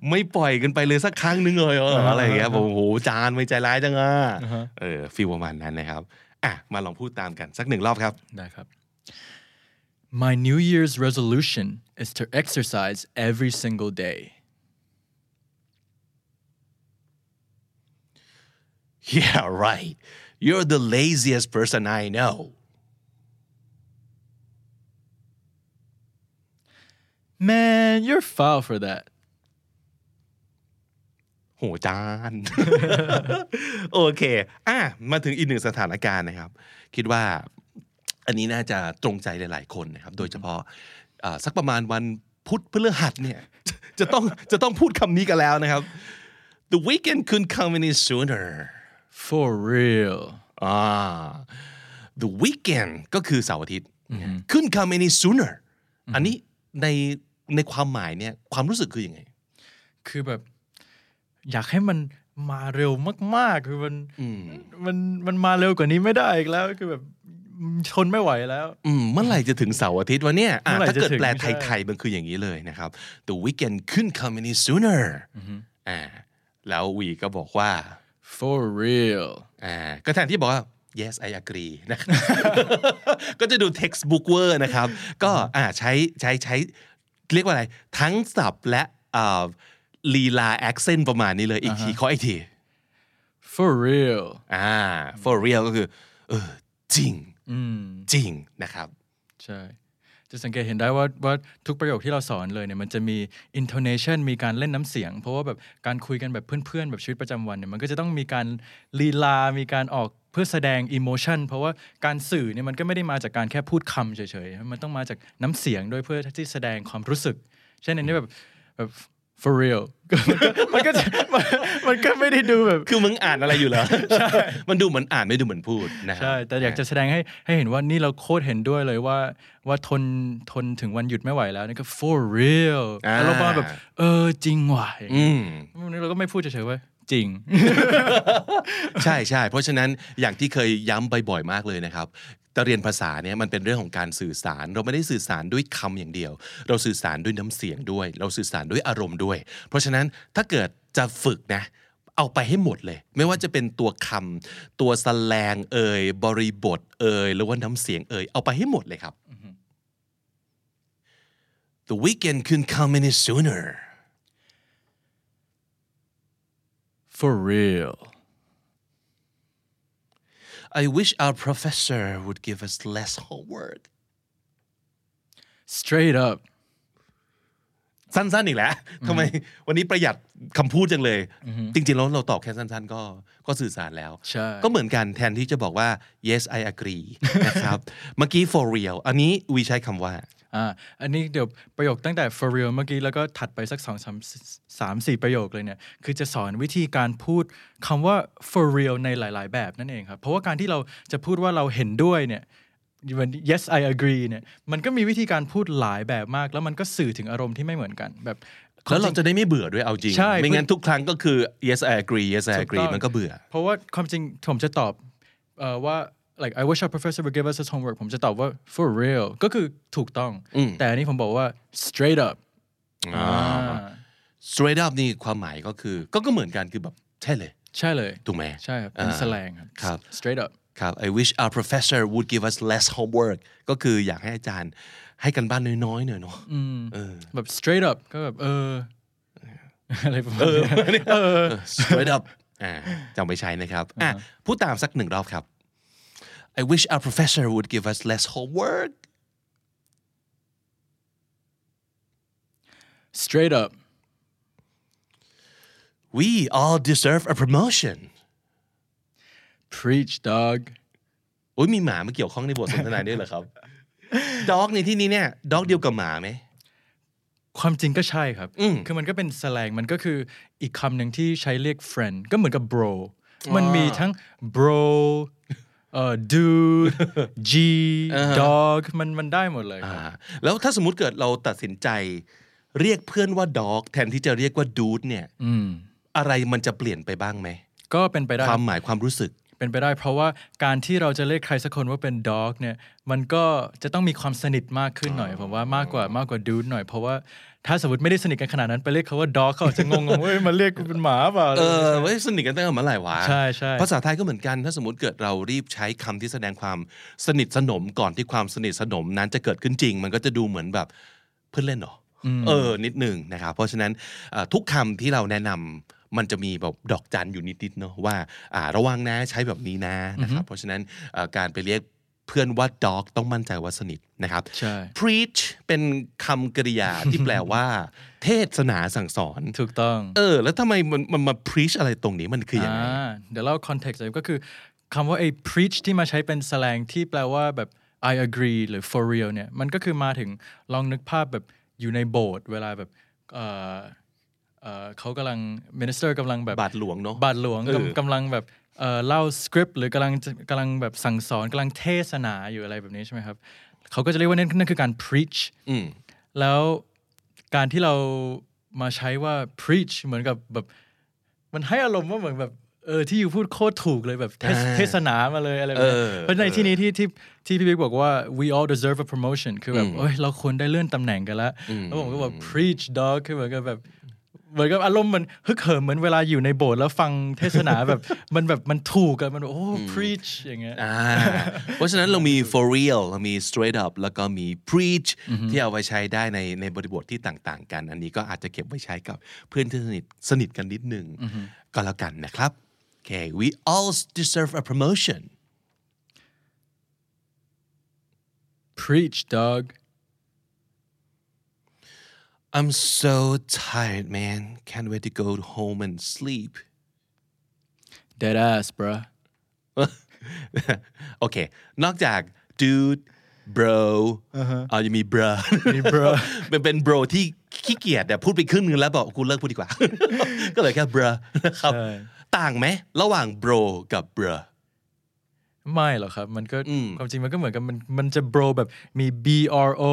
ไม่ปล่อยกันไปเลยสักครั้งนึงเลยเหรออะไรอย่างเงี้ยบอกโหจานไม่ใจร้ายจังอ่ะเออฟีลประมาณนั้นนะครับอ่ะมาลองพูดตามกันสักหนึ่งรอบครับ
ได้ครับ My New Year's resolution is to exercise every single day
Yeah right you're the laziest person I know
Man you're foul for that
โห โหจาน โอเค อ่ะ มาถึงอีกหนึ่งสถานการณ์นะครับ คิดว่าอันนี้น่าจะตรงใจหลาย ๆ คนนะครับ โดยเฉพาะอ่าสักประมาณวันพุธพฤหัสเนี่ย จะต้องจะต้องพูดคำนี้กันแล้วนะครับ The weekend could come any sooner
for real
อ่า the weekend ก็คือเสาร์อาทิตย์ couldn't come any sooner อันนี้ในในความหมายเนี่ยความรู้สึกคือยังไง
คือแบบ อยากให้มันมาเร็วมาก ๆ คือมันมันมันมาเร็วกว่านี้ไม่ได้อีกแล้วคือแบบทนไม่ไหวแล้ว
อืมเมื่อไหร่จะถึงเสาร์อาทิตย์วะเนี่ยอ่ะ
เมื่อไหร่
ถ้า
จะ
เกิด
ถึง
แปล
ใช่
ไทยๆมันคืออย่างนี้เลยนะครับ the weekend couldn't come any sooner อ่าแล้ววีก็บอกว่า
for real
อ่าก็แทนที่บอกว่า yes I agree นะครับ ก็จะดู textbook เวอร์นะครับ ก็อ่าใช้ใช้ใช้เรียกว่าอะไร ทั้งศัพท์และอ่าลีลา accent ประมาณนี้เลย อีกทีขออีกที
for real
อ่า for real ก็คือเออจริง
อืม
จริงนะครับ
ใช่ จะสังเกตเห็นได้ว่าว่าทุกประโยคที่เราสอนเลยเนี่ยมันจะมี intonation มีการเล่นน้ำเสียง เพราะว่าแบบการคุยกันแบบเพื่อนๆ แบบชีวิตประจำวันเนี่ยมันก็จะต้องมีการลีลา มีการออกเพื่อแสดง emotion เพราะว่าการสื่อเนี่ยมันก็ไม่ได้มาจากการแค่พูดคำเฉยๆ มันต้องมาจากน้ำเสียงด้วยเพื่อที่แสดงความรู้สึก เช่นอันนี้แบบแบบ for real ก็มันก็จะมันมันก็ไม่ได้ดูแบบ
คือมึงอ่านอะไรอยู่เหรอ ใช่ มันดูเหมือนอ่านไม่ดูเหมือนพูดนะ
ใช่ แต่อยากจะแสดงให้ให้เห็นว่านี่เราโคตรเห็นด้วยเลยว่า ว่าทนทนถึงวันหยุดไม่ไหวแล้วนี่ก็ for real
อ่า
อารมณ์ประมาณแบบ เออ จริงว่ะอย่างเงี้ย
อืม
วันนี้เราก็ไม่พูดเฉยๆว่า จริง
ใช่ใช่เพราะฉะนั้นอย่างที่เคยย้ำบ่อยๆมากเลยนะครับการเรียนภาษาเนี่ยมันเป็นเรื่องของการสื่อสาร เราไม่ได้สื่อสารด้วยคำอย่างเดียว เราสื่อสารด้วยน้ำเสียงด้วย เราสื่อสารด้วยอารมณ์ด้วย เพราะฉะนั้นถ้าเกิดจะฝึกนะเอาไปให้หมดเลย ไม่ว่าจะเป็นตัวคำตัวสแลงเอ่ยบริบทเอ่ยหรือว่าน้ำเสียงเอ่ยเอาไปให้หมดเลยครับ The weekend couldn't come any sooner
for real
I wish our professor would give us less homework
straight up
สั้นๆอีกแล้วทำไมวันนี้ประหยัดคำพูดจังเลย จริงๆแล้วเราตอบแค่สั้นๆ ก็ก็สื่อสารแล้ว
ใช่
ก็เหมือนกันแทนที่จะบอกว่า yes I agree นะครับ เมื่อกี้ for real อันนี้วีใช้คำว่า
อ่าอันนี้เดี๋ยวประโยคตั้งแต่ for real เมื่อกี้ แล้วก็ถัดไปสักสองสามสามสี่ประโยคเลยเนี่ย คือจะสอนวิธีการพูดคำว่า for real ในหลาย ๆ แบบนั่นเองครับ เพราะว่าการที่เราจะพูดว่าเราเห็นด้วยเนี่ยมัน yes I agree เนี่ยมันก็มีวิธีการพูดหลายแบบมาก แล้วมันก็สื่อถึงอารมณ์ที่ไม่เหมือนกันแบบ
แล้ว
ค
เรา
มจง
จะได้ไม่เบื่อด้วยเอาจริง
ใช่
ไม่งั้นทุกครั้งก็คือ yes I agree yes I
ถูต้
agree
ง
มันก็เบื่อ
เพราะว่าความจริงผมจะตอบเอ่อว่า like I wish our professor would give us his homework ผมจะตอบว่า for real ก็คือถูกต้อง แต่อันนี้ผมบอกว่า straight up อ่า
straight up นี่ความหมายก็คือ ก็ก็เหมือนกันคือแบบใช่เลย
ใช่เลย
ถูกไหม
ใช่ครับเป็น
อ่า
แสแลงครับ
ครับ
straight up
ครับ I wish our professor would give us less homework ก็คืออยากให้อาจารย์ให้กันบ้านน้อยๆหน่อยเนาะ
แบบ straight up ก็แบบเออ อะไรประมาณ
เออ
นี้
เออ straight up อ่าจำไปใช้นะครับอ่ะพูดตามสักหนึ่งรอบครับ I wish our professor would give us less homework
straight up
we all deserve a promotion
preach dog
โอ้ยมีหมามาเกี่ยวข้องในบทสนทนาด้วยเหรอครับ ด็อกในที่นี้เนี่ยด็อกเดียวกับหมาไหม
ความจริงก็ใช่ครับ
อืม
คือมันก็เป็นแสแลงมันก็คืออีกคำหนึ่งที่ใช้เรียก friend ก็เหมือนกับ bro มันมีทั้ง bro เอ่อ dude G dog มันมันได้หมดเลยครับ
อ่าแล้วถ้าสมมติเกิดเราตัดสินใจ เรียกเพื่อนว่าด็อกแทนที่จะเรียกว่าดูดเนี่ยอะไรมันจะเปลี่ยนไปบ้างไหม
ก็เป็นไปได้
ความหมายความรู้สึก
เป็นไปได้เพราะว่าการที่เราจะเรียกใครสักคนว่าเป็นด็อกเนี่ยมันก็จะต้องมีความสนิทมากขึ้นหน่อยผมว่ามากกว่ามากกว่าดูดหน่อย เพราะว่าถ้าสมมติไม่ได้สนิทกันขนาดนั้นไปเรียกเขาว่าด็อกเขาอาจจะงงๆ เฮ้ยมันเรียกกูเป็นหมาเปล่า
เออเว้ยสนิทกันตั้งแต่เมื่อไหร่วะ
ใช่ใช่
ภาษาไทยก็เหมือนกันถ้าสมมติเกิดเรารีบใช้คำที่แสดงความสนิทสนมก่อนที่ความสนิทสนมนั้นจะเกิดขึ้นจริง มันก็จะดูเหมือนแบบเพื่อนเล่นเหรออเออ นิดหนึ่งนะครับเพราะฉะนั้นเอ่อทุกคำที่เราแนะนำมันจะมีแบบดอกจันอยู่นิดๆเนาะว่าอ่าระวังนะใช้แบบนี้นะนะครับเพราะฉะนั้นเอ่อการไปเรียก เพื่อนว่า dog ต้องมั่นใจว่าสนิทนะครับ
ใช่
preach เป็นคำกริยาที่แปลว่า เทศนาสั่งสอน
ถูกต้อง
เออ แล้วทำไมมันมันมา preach อะไรตรงนี้มันคืออย่างไร
อ่าเดี๋ยวเล่าคอนเท็กซ์เลยก็คือคำว่าไอ้ preach ที่มาใช้เป็นแสลงที่แปลว่าแบบ I agree หรือ for real เนี่ยมันก็คือมาถึงลองนึกภาพแบบอยู่ในโบสถ์เวลาแบบเอ่อเอ่อเขากำลัง minister กำลังแบบ
บาทหลวงเนอะ
บาทหลวงกำกำลังแบบเอ่อเล่าสคริปต์หรือกำลังจะกำลังแบบสั่งสอนกำลังเทศนาอยู่อะไรแบบนี้ใช่ไหมครับเขาก็จะเรียกว่านั่นนั่นคือการ preach แล้วการที่เรามาใช้ว่า preach เหมือนกับแบบ มันให้อารมณ์ว่าเหมือนแบบเออที่อยู่พูดโคตรถูกเลยแบบเทศเทศนามาเลยอะไรแบบนี้
เออ
เพราะในที่นี้ที่ที่ที่พี่บิ๊กบอกว่า we all deserve a promotion คือแบบเอ้ยเราควรได้เลื่อนตำแหน่งกันแล้วแล้วผมก็บอก preach dog คือเหมือนกับแบบเหมือนกับอารมณ์มันฮึกเหิมเหมือนเวลาอยู่ในโบสถ์แล้วฟังเทศนาแบบ มันแบบมันถูกกันมันแบบโอ้ preach อย่างเงี้ย
อ่าเพราะฉะนั้นเรามี for real เรามี straight up แล้วก็มี preach ที่เอาไว้ใช้ได้ในในบริบทที่ต่างๆ กัน อันนี้ก็อาจจะเก็บไว้ใช้กับเพื่อนที่สนิทสนิทกันนิดนึงก็แล้วกันนะครับโอเค we all deserve a promotion
preach dog
I'm so tired man can't wait to go home and sleep
dead ass bruh
โอเค นอกจาก dude bro เอายังมี bro
มี bro
มัน เป็น bro ที่ขี้เกียจแต่พูดไปครึ่งนึงแล้วบอกกูเลิกพูดดีกว่า ก็เลยแค่ bro นะครับ
ใช่
ต่างไหม ระหว่าง bro กับ bro
ไม่หรอกครับ มันก็ความจริงมันก็เหมือนกันมันมันจะ bro แบบมี b r o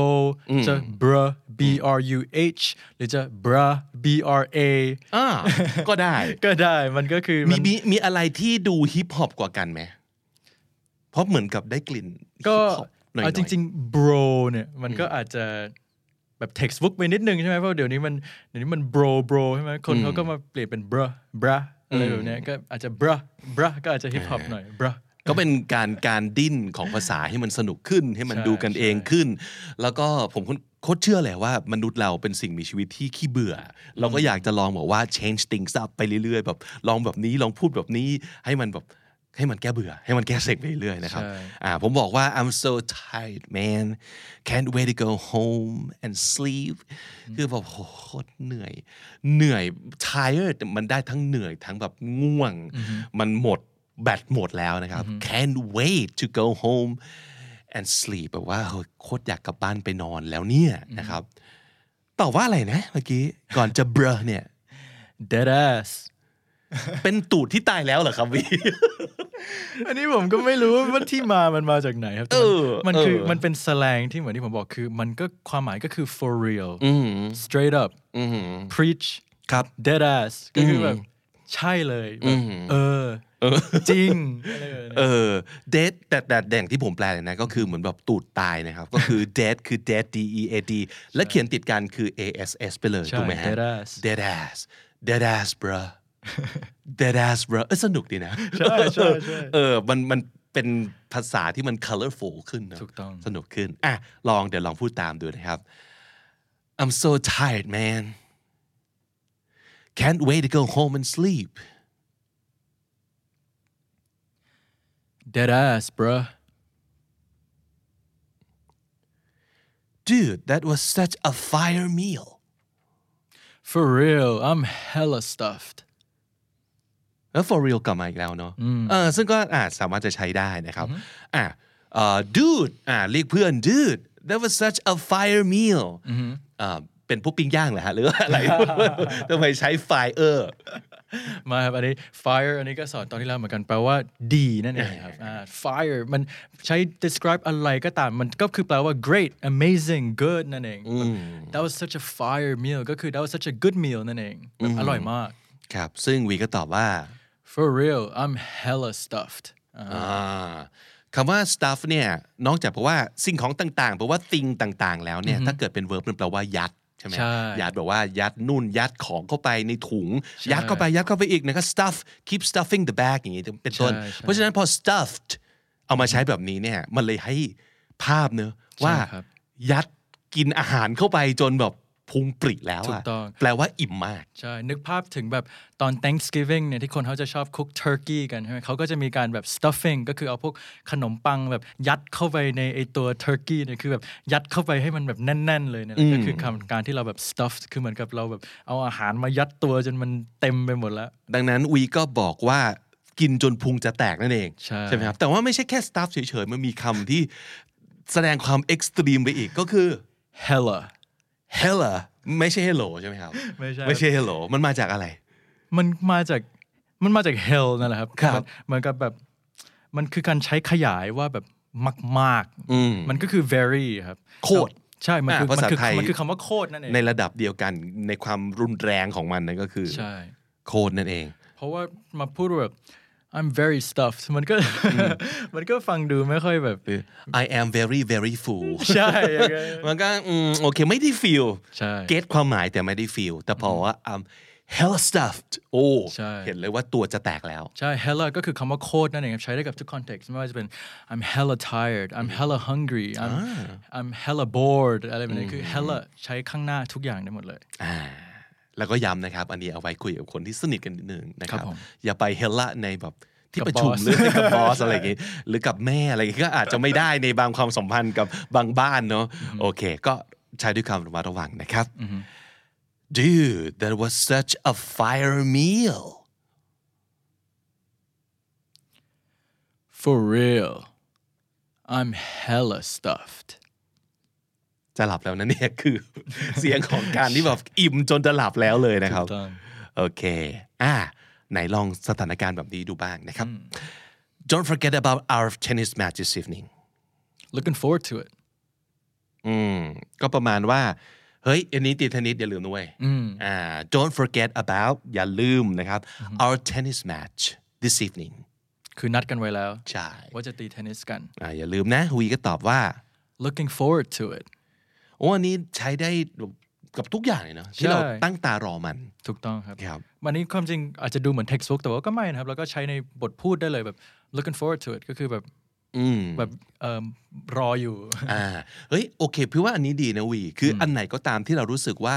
จะ br b r u h หรือจะ bra b r a
อ่าก็ได้
ก็ได้มันก็คือ
มี
น
มีมีอะไรที่ดูฮิปฮอปกว่ากันไหมเพราะเหมือนกับได้กลิ่น
ก็
ฮิปฮอปหน่อยๆ
เอาจริง ๆ bro เนี่ยมันก็อาจจะแบบ textbook ไปนิดนึงใช่ไหมเพราะเดี๋ยวนี้มันเดี๋ยวนี้มัน bro bro ใช่ไหมคนเขาก็มาเปลี่ยนเป็น bra bra อะไรแบบเนี้ยก็อาจจะ bra bra ก็อาจจะ hip hop หน่อย bra
ก็เป็นการการดิ้นของภาษาให้มันสนุกขึ้น ให้มันดูกันเองขึ้น แล้วก็ผมโคตรเชื่อเลยว่ามนุษย์เราเป็นสิ่งมีชีวิตที่ขี้เบื่อ เราก็อยากจะลองแบบว่า change things up ไปเรื่อยๆแบบลองแบบนี้ลองพูดแบบนี้ให้มันแบบให้มันแก้เบื่อ ให้มันแก้เซ็งไปเรื่อยๆนะครับ
ใช่
อ่าผมบอกว่า I'm so tired man can't wait to go home and sleep คือแบบโหโคตรเหนื่อย เหนื่อย tired มันได้ทั้งเหนื่อยทั้งแบบง่วง มันหมดแบตหมดแล้วนะครับ can't wait to go home and sleep แบบว่าโหโคตรอยากกลับบ้านไปนอนแล้วเนี่ยนะครับตอบว่าอะไรนะเมื่อกี้ ก่อนจะเบรอเนี่ย
dead ass
เป็นตูดที่ตายแล้วเหรอครับ วี
อันนี้ผมก็ไม่รู้ว่าที่มามันมาจากไหนครับแต่มัน
เออ
มันคือ
เออ
มันเป็นแสแลงที่เหมือนที่ผมบอกคือ มันก็ความหมายก็คือ for real straight up preach
ครับ
dead ass ก็คือแบบใช่เลยแบบเออ จริงอะไรแบบนี้
เออ dead แต่แต่แต่อย่างที่ผมแปลเลยนะ ก็คือเหมือนแบบตูดตายนะครับ ก็ คือ dead คือ dead d e a d และเขียนติดกันคือ a s s ไปเลย
ใช่
ถูกไหมฮะ
dead ass
dead ass dead ass bro dead ass bro เออสนุกดีนะ
ใช่ใช่ใช่
เออมันมันเป็นภาษาที่มัน colorful ขึ้นนะ
ถูกต้อง
สนุกขึ้น อ่ะ ลองเดี๋ยวลองพูดตามดูนะครับ I'm so tired man can't wait to go home and sleep
dead ass bruh
dude that was such a fire meal
for real I'm hella stuffed
แล้ว for real กลับมาอีกแล้วเนาะเออซึ่งก็อาจสามารถจะใช้ได้นะครับอ่ะเอ่อ dude อ่ะเรียกเพื่อน dude that was such a fire meal อ่าเป็นพวกปิ้งย่างเหรอฮะ หรือว่า อะไร ทำไมใช้ fire
มาครับอันนี้ fire อันนี้ก็สอนตอนที่แล้วเหมือนกันแปลว่าดีนั่นเองครับอ่า fire มันใช้ describe อะไรก็ตาม มันก็คือแปลว่า great amazing good นั่นเองแบบ that was such a fire meal ก็คือ that was such a good meal นั่นเองแบบอร่อยมาก
ครับ ซึ่งวีก็ตอบว่า
for real I'm hella stuffed อ่า
อ่าคำว่า stuff เนี่ย นอกจากแปลว่าสิ่งของต่างๆแปลว่า thing ต่างๆ แล้วเนี่ย ถ้าเกิดเป็น verb มันแปลว่ายัดใช่ไหม
ใช่
ยัดแบบว่ายัดนู่นยัดของเข้าไปในถุง ยัดเข้าไปยัดเข้าไปอีกนะก็ stuff keep stuffing the bag อย่างนี้เป็นต้น
ใช่ใช่
เพราะฉะนั้นพอ stuffed เอามาใช้แบบนี้เนี่ย มันเลยให้ภาพเนอะว่า
ครับ
ยัดกินอาหารเข้าไปจนแบบ พุงปริแล้ว
ถู
อะ
กต้อง
แปลว่าอิ่มมาก
ใช่ นึกภาพถึงแบบตอน Thanksgiving เนี่ยที่คนเขาจะชอบคุก turkey กันใช่ไหมเขาก็จะมีการแบบ stuffing ก็คือเอาพวกขนมปังแบบยัดเข้าไปในไอตัว turkey เนี่ยคือแบบยัดเข้าไปให้มันแบบแน่น ๆ เลยเนี่ยก็คือคำการที่เราแบบ stuff คือเหมือนกับเราแบบเอาอาหารมายัดตัวจนมันเต็มไปหมดแล้ว
ดังนั้นวีก็บอกว่ากินจนพุงจะแตกนั่นเอง
ใช่
ไหมครับ แต่ว่าไม่ใช่แค่สตาฟเฉยๆ มันมีคำที่แสดงความเอ็กซ์ตรีมไปอีกก็คือ
hella
hella ไม่ใช่ hello ใช่ไหมครับ
ไม่ใช่
ไม่ใช่ hello มันมาจากอะไร
มันมาจากมันมาจาก hell นั่นแหละครับ
ครับ
มันเหมือนกับแบบมันคือการใช้ขยายว่าแบบมาก
อืม
มันก็คือ very ครับ
โคตร
ใช่มันคือ
อ่าภา
มั
ษา
คือ
ไทย
มันคือคำว่าโคตรนั่นเอง
ในระดับเดียวกันในความรุนแรงของมันนั่นก็คือ
ใช่
โคตรนั่นเอง
เพราะว่ามาพูดแบบ I'm very stuffed มันก็ มันก็ฟังดูไม่ค่อยแบบ
I am very very full
ใช่ยังไง
มันก็อืมโอเคไม่ได้ฟีล
ใช่
เก็ตความหมายแต่ไม่ได้ฟีลแต่พอว่า I'm hella stuffed โอ้
ใช่
เห็นเลยว่าตัวจะแตกแล้ว
ใช่ hella ก็คือคำว่าโคตรนั่นเองครับใช้ได้กับทุก context ไม่ว่าจะเป็น I'm hella tired I'm hella hungry I'm I'm hella bored อะไรแบบนี้คือ hella ใช้ข้างหน้าทุกอย่างได้หมดเลย
อ่าแล้วก็ย้ำนะครับ อันนี้เอาไว้คุยกับคนที่สนิทกันนิดนึงนะครับ
ครับผม
อย่าไปเฮล่าในแบบที่
กับ
ประชุม
boss
หรือกับบอ สอะไรอย่างงี้ หรือกับแม่อะไรอย่างงี้ก็อาจจะไม่ได้ในบางความสัมพันธ์กับบางบ้านเนาะโอเค ก็ใช้ด้วยความระมัดระวังนะครับ Dude that was such a fire meal
For real I'm hella stuffed
จะหลับแล้วนะเนี่ยคือ เสียงของการที่แบบอิ่มจนจะหลับแล้วเลยนะครับ
ถูกต้อง
โอเค อ่า ไหนลองสถานการณ์แบบนี้ดูบ้างนะครับ Don't forget about our tennis match this evening
looking forward to it
อืมก็ประมาณว่า เฮ้ย อันนี้ตีเทนนิสอย่าลืมด้วยอ่า don't forget about อย่าลืมนะครับ our tennis match this evening
คือนัดกันไว้แล้ว
ใช่
ว่าจะตีเทนนิสกัน
อ่าอย่าลืมนะฮุยก็ตอบว่า
looking forward to it
โอ้อันนี้ใช้ได้กับทุกอย่างเลยเนาะที่เรา
ใช่
ตั้งตารอมัน
ถูกต้องครับ
ครับ
วันนี้ความจริงอาจจะดูเหมือน textbook แต่ว่าก็ไม่นะครับ แล้วก็ใช้ในบทพูดได้เลยแบบ looking forward to it ก็คือแบบ
อืม
แบบเอิ่มรออยู่
อ่าเฮ้ยโอเคพี่ว่าอันนี้ดีนะวี คือออันไหนก็ตามที่เรารู้สึกว่า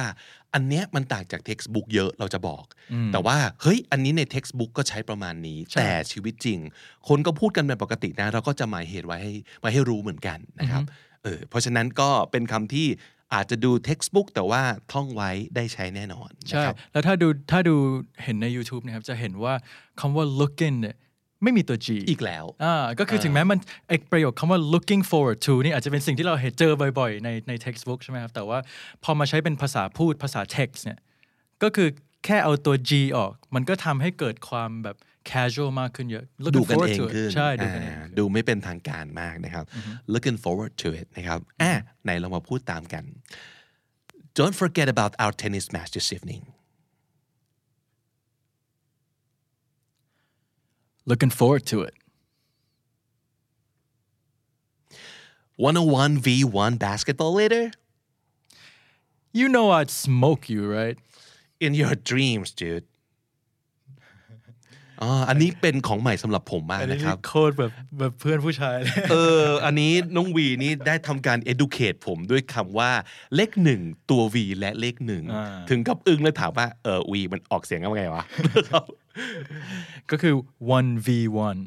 อันเนี้ยมันต่างจากเท็กซ์บุ๊กเยอะเราจะบอก แต่ว่าเฮ้ยอันนี้ในเท็กซ์บุ๊กก็ใช้ประมาณนี้ แต่ชีวิตจริง คนก็พูดกันเป็นปกตินะ เราก็จะหมายเหตุไว้ให้ไว้ให้รู้เหมือนกันนะครับเออเพราะฉะนั้นก็เป็นคำที่อาจจะดูเท็กซ์บุ๊กแต่ว่าท่องไว้ได้ใช้แน่นอนนะ
ใช่
ครับ
แล้วถ้าดูถ้าดูเห็นใน YouTube นะครับ จะเห็นว่าคำว่า looking เนี่ยไม่มีตัว G
อีกแล้ว
อ่าก็คือถึงแม้มันไอประโยคคำว่า looking forward to นี่อาจจะเป็นสิ่งที่เราเห็นเจอบ่อยๆ ในใน textbook ใช่ไหมครับ แต่ว่าพอมาใช้เป็นภาษาพูดภาษา text เนี่ย ก็คือแค่เอาตัว G ออก มันก็ทำให้เกิดความแบบ casual มากขึ้นเยอะ
ดู
looking
กัน
forward
เอง
to it
ขึ้น
ใช่ดูกันเอง
อ่าดูไม่เป็นทางการมากนะครับ looking forward to it นะครับอ่ะไหนเรามาพูดตามกัน don't forget about our tennis match this evening
looking forward to it
101 v 1 basketball later
You know I'd smoke you, right?
in your dreams dude อ๋ออันนี้เป็นของใหม่สำหรับผมมากนะครับ
โคตรแบบแบบเพื่อนผู้ชายเลย
เออ อันนี้น้องวีนี่ได้ทำการ educate ผมด้วยคำว่าเลขหนึ่งตัว V และเลขหนึ่ง
อ่า
ถึงกับอึ้งแล้วถามว่าเออวีมันออกเสียงกันว่าไงวะ
ก็คือ one v one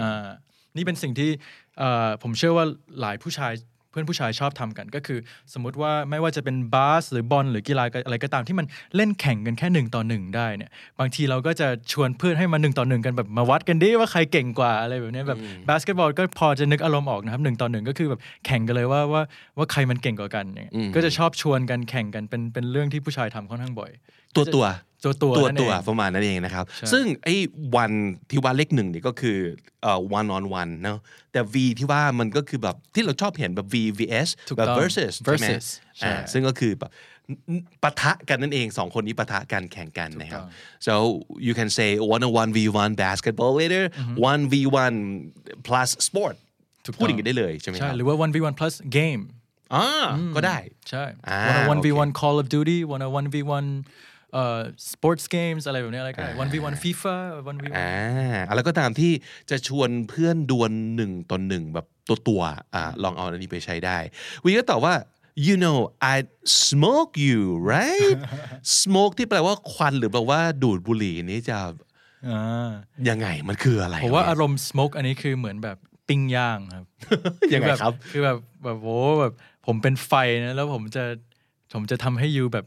อ่า นี่เป็นสิ่งที่เอ่อผมเชื่อว่าหลายผู้ชายเพื่อนผู้ชายชอบทำกัน ก็คือสมมุติว่าไม่ว่าจะเป็นบาสหรือบอลหรือกีฬาอะไรก็ตามที่มันเล่นแข่งกันแค่หนึ่งต่อหนึ่งได้เนี่ย บางทีเราก็จะชวนเพื่อนให้มาหนึ่งต่อหนึ่งกันแบบมาวัดกันดิว่าใครเก่งกว่าอะไรแบบเนี้ยแบบบาสเกตบอลก็พอจะนึกอารมณ์ออกนะครับหนึ่งต่อหนึ่งก็คือแบบแข่งกันเลยว่าว่าว่าใครมันเก่งกว่ากันเนี่ยก็จะชอบชวนกันแข่งกันเป็นเป็นเรื่องที่ผู้ชายทำค่อนข้างบ่อย
ตัวตัว
ตัวตัว
ตัว
นั่นเอง
ตัวประมาณนั้นเองนะครับ ซึ่งไอ้วันที่ว่าเลขหนึ่งเนี่ยก็คือเอ่อ one on one เนาะแต่ V ที่ว่ามันก็คือแบบที่เราชอบเห็นแบบ V vs
ถูก
แบบ
ต้อง
versus ใช่ไหม
versus ใช่
อ่าซึ่งก็คือแบบปะทะกันนั่นเองสองคนนี้ปะทะกันแข่งกันนะครับ so you can say one on one v one basketball later one v one plus sport
ถูกต้อง
พูดอย่างนี้ได้เลยใช่ไหมค
ใช่
รับ
หรือว่า 1v1 plus game
อ่าก็ได้
ใช่
อ่า
1 1v1 Call of Duty 1 1v1 เอ่อ sports games อะไรแบบเนี้ยอะไรก็ได้1 1v1 FIFA 1 1v1
อ่าอะไรก็ตามที่จะชวนเพื่อนดวลหนึ่งต่อหนึ่งแบบตัวตัวๆอ่าลองเอาอันนี้ไปใช้ได้วีก็ตอบว่า you know I smoke you right smoke ที่แปลว่าควันหรือแปลว่าดูดบุหรี่นี้จะ
อ่า
ยังไงมันคืออะไร
ผมว่าอารมณ์ smoke อันนี้คือเหมือนแบบปิ้งย่างครับ
ยังไง
อแ
ครับ
คือแบบแบบโหแบบผมเป็นไฟนะแล้วผมจะผมจะทำให้ยูแบบ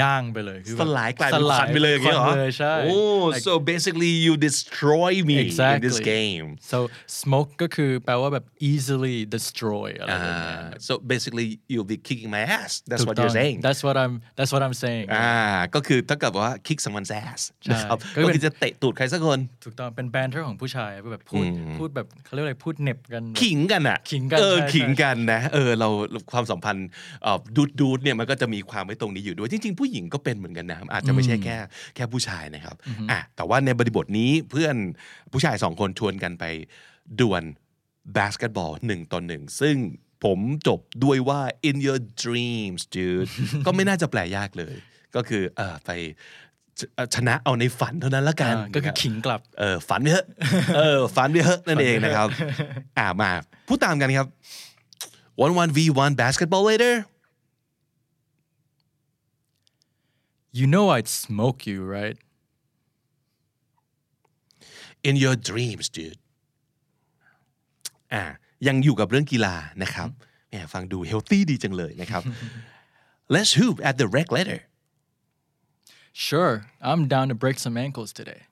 ย่างไปเลยคือแบบ
สลายกลายเป็นควันไปเลยอย่างเงี้ยเหรอ
ควันเลยใช่
โอ้ so basically you destroy me in this
Exactly.
game
so smoke ก็คือแปลว่าแบบ easily destroy อะไร
อ่า
แบบเนี้ย
so basically you'll be kicking my ass
ถู
that's
ก
what
ต้อง
you're saying
that's what I'm that's what I'm saying
อ่าก็คือถ้ากับว่า kick someone's ass
ใช่
นะครับ
ก็
ก็
เป็น
คือจะเตะตูดใครสักคน
ถูกต้องเป็นแบนเทอร์ของผู้ชายแบบพูดพูดแบบเขาเรียกอะไรพูดเหน็บกัน
ขิงกันอ่ะ
ขิงกัน
เออ
ใช่ใช่
ขิงกันนะเออเราความสัมพันธ์ดูดดูดๆเนี่ยมันก็จะมีความไว้ตรงนี้อยู่ด้วยจริง ๆ ผู้หญิงก็เป็นเหมือนกันนะอาจจะไม่ใช่แค่แค่ผู้ชายนะครับอ่ะแต่ว่าในบริบทนี้เพื่อนผู้ชายสองคนชวนกันไปดวลบาสเกตบอลหนึ่งต่อหนึ่งซึ่งผมจบด้วยว่า in your dreams dude ก็ไม่น่าจะแปลยากเลย ก็คือเออไปชนะเอาในฝันเท่านั้นละกัน
อ่าก็คือขิงกลับ
เออฝันไปเถอะ เออฝันไปเถอะนั่นเองนะครับ อ่ามาพูดตามกันครับ one one v one basketball later
you know I'd smoke you right
in your dreams dude อ่ายังอยู่กับเรื่องกีฬานะครับแหมฟังดูเฮลตี้ดีจังเลย นะครับ let's hoop at the rec later
sure I'm down to break some ankles today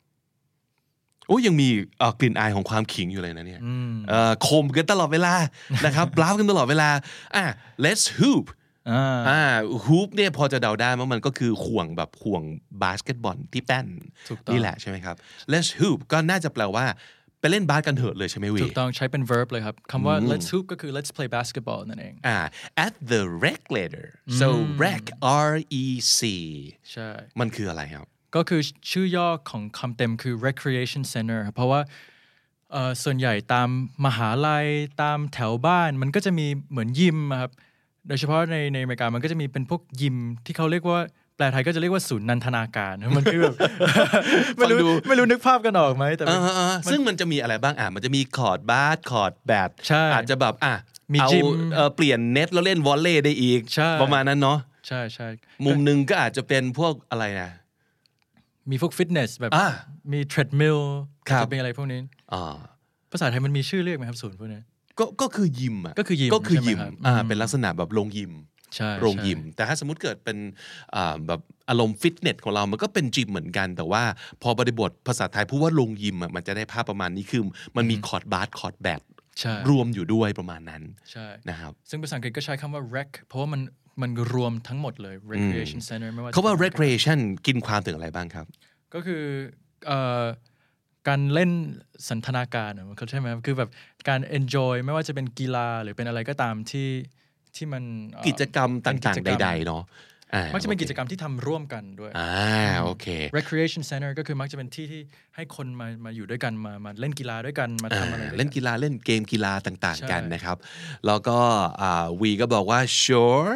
โอ้ยยังมีเอ่อกลิ่นอายของความขิงอยู่เลยนะเนี่ยเอ่อข่มกันตลอดเว ลา นะครับบลาฟกันตลอดเวลาอ่ะ let's hoop
อ่า
อ่าฮูปเนี่ยพอจะเดาได้ว่ามันก็คือห่วงแบบห่วงบาสเกตบอลที่แป้น
ถูกต้อง
นี่แหละใช่ไหมครับ let's hoop ก็น่าจะแปลว่าไปเล่นบาสกันเถอะเลยใช่ไหมวี
ถูกต้องใช้เป็น verb เลยครับคำว่า let's hoop ก็คือ let's play basketball นั่นเอง
อ่า at the rec later so rec R E C
ใช่
มันคืออะไรครับ
ก็คือชื่อย่อของคำเต็มคือ recreation center ครับเพราะว่าเอ่อส่วนใหญ่ตามมหาลัยตามแถวบ้านมันก็จะมีเหมือนยิมอะครับ โดยเฉพาะในในอเมริกามันก็จะมีเป็นพวกยิมที่เขาเรียกว่าแปลไทยก็จะเรียกว่าศูนย์นันทนาการ มันคือแบบ ไม่รู้
ฟังดู
ไม่รู้นึกภาพกันออกไหมแต่มัน
อ่าๆซึ่งมันจะมีอะไรบ้างอ่ะมันจะมีคอร์ดบาสคอร์ดแบด
ใช่
อาจจะแบบอ่ะ
มี
เอา
จิม
เอ่อเปลี่ยนเน็ตแล้วเล่นวอลเลย์ได้อีก
ใช่
ประมาณนั้นเนาะ
ใช่ใช่
มุมหนึ่งก็อาจจะเป็นพวกอะไรนะ
มีพวกฟิตเนสแบบ
อ่า
มีเทรดมิล
ครับ
จะเป็นอะไรพวกนี้
อ่า
ภาษาไทยมันมีชื่อเรียกไหมครับศูนย์พวกนี้
ก็ก็คือยิมอ่ะ
ก็คือยิม
ก็คือ
ใช่
ยิม
ไหมครับ
อ่า
อืม
เป็นลักษณะแบบโรงยิม
ใช่
โรงยิม
ใช่
แต่ถ้าสมมติเกิดเป็นอ่าแบบอารมณ์ฟิตเนสของเรา มันก็เป็นจิมเหมือนกัน แต่ว่าพอบริบทภาษาไทยพูดว่าโรงยิมอ่ะมันจะได้ภาพประมาณนี้คือ มันมีคอร์ดบาสคอร์ดแบด
ใช่
รวมอยู่ด้วยประมาณนั้น
ใช่
นะครับ
ซึ่งภาษาอังกฤษก็ใช้คำว่า rec เพราะว่ามันมันรวมทั้งหมดเลย recreation center ไม่ว่าจะ
เขาว่า
ป็น
recreation กินความถึงอะไรบ้างครับ
ก็คือเอ่อการเล่นสันทนาการอะมันเขาใช่ไหมครับคือแบบการ enjoy ไม่ว่าจะเป็นกีฬาหรือเป็นอะไรก็ตามที่ที่มันเอ่อ
กิจกรรมต่าง
เป็น
ๆ
กิจกรรม
ใดๆเนาะอ่า
มักจะเป็นกิจกรรมที่ทำร่วมกันด้วย
อ่าโอเค
recreation center ก็คือมักจะเป็นที่ที่ให้คนมามาอยู่ด้วยกันมามาเล่นกีฬาด้วยกันมาทำอะไรด้วยกั
เล่นกีฬาเล่นเกมกีฬาต่าง
ใช่
ๆ กันนะครับ แล้วก็อ่าวีก็บอกว่า sure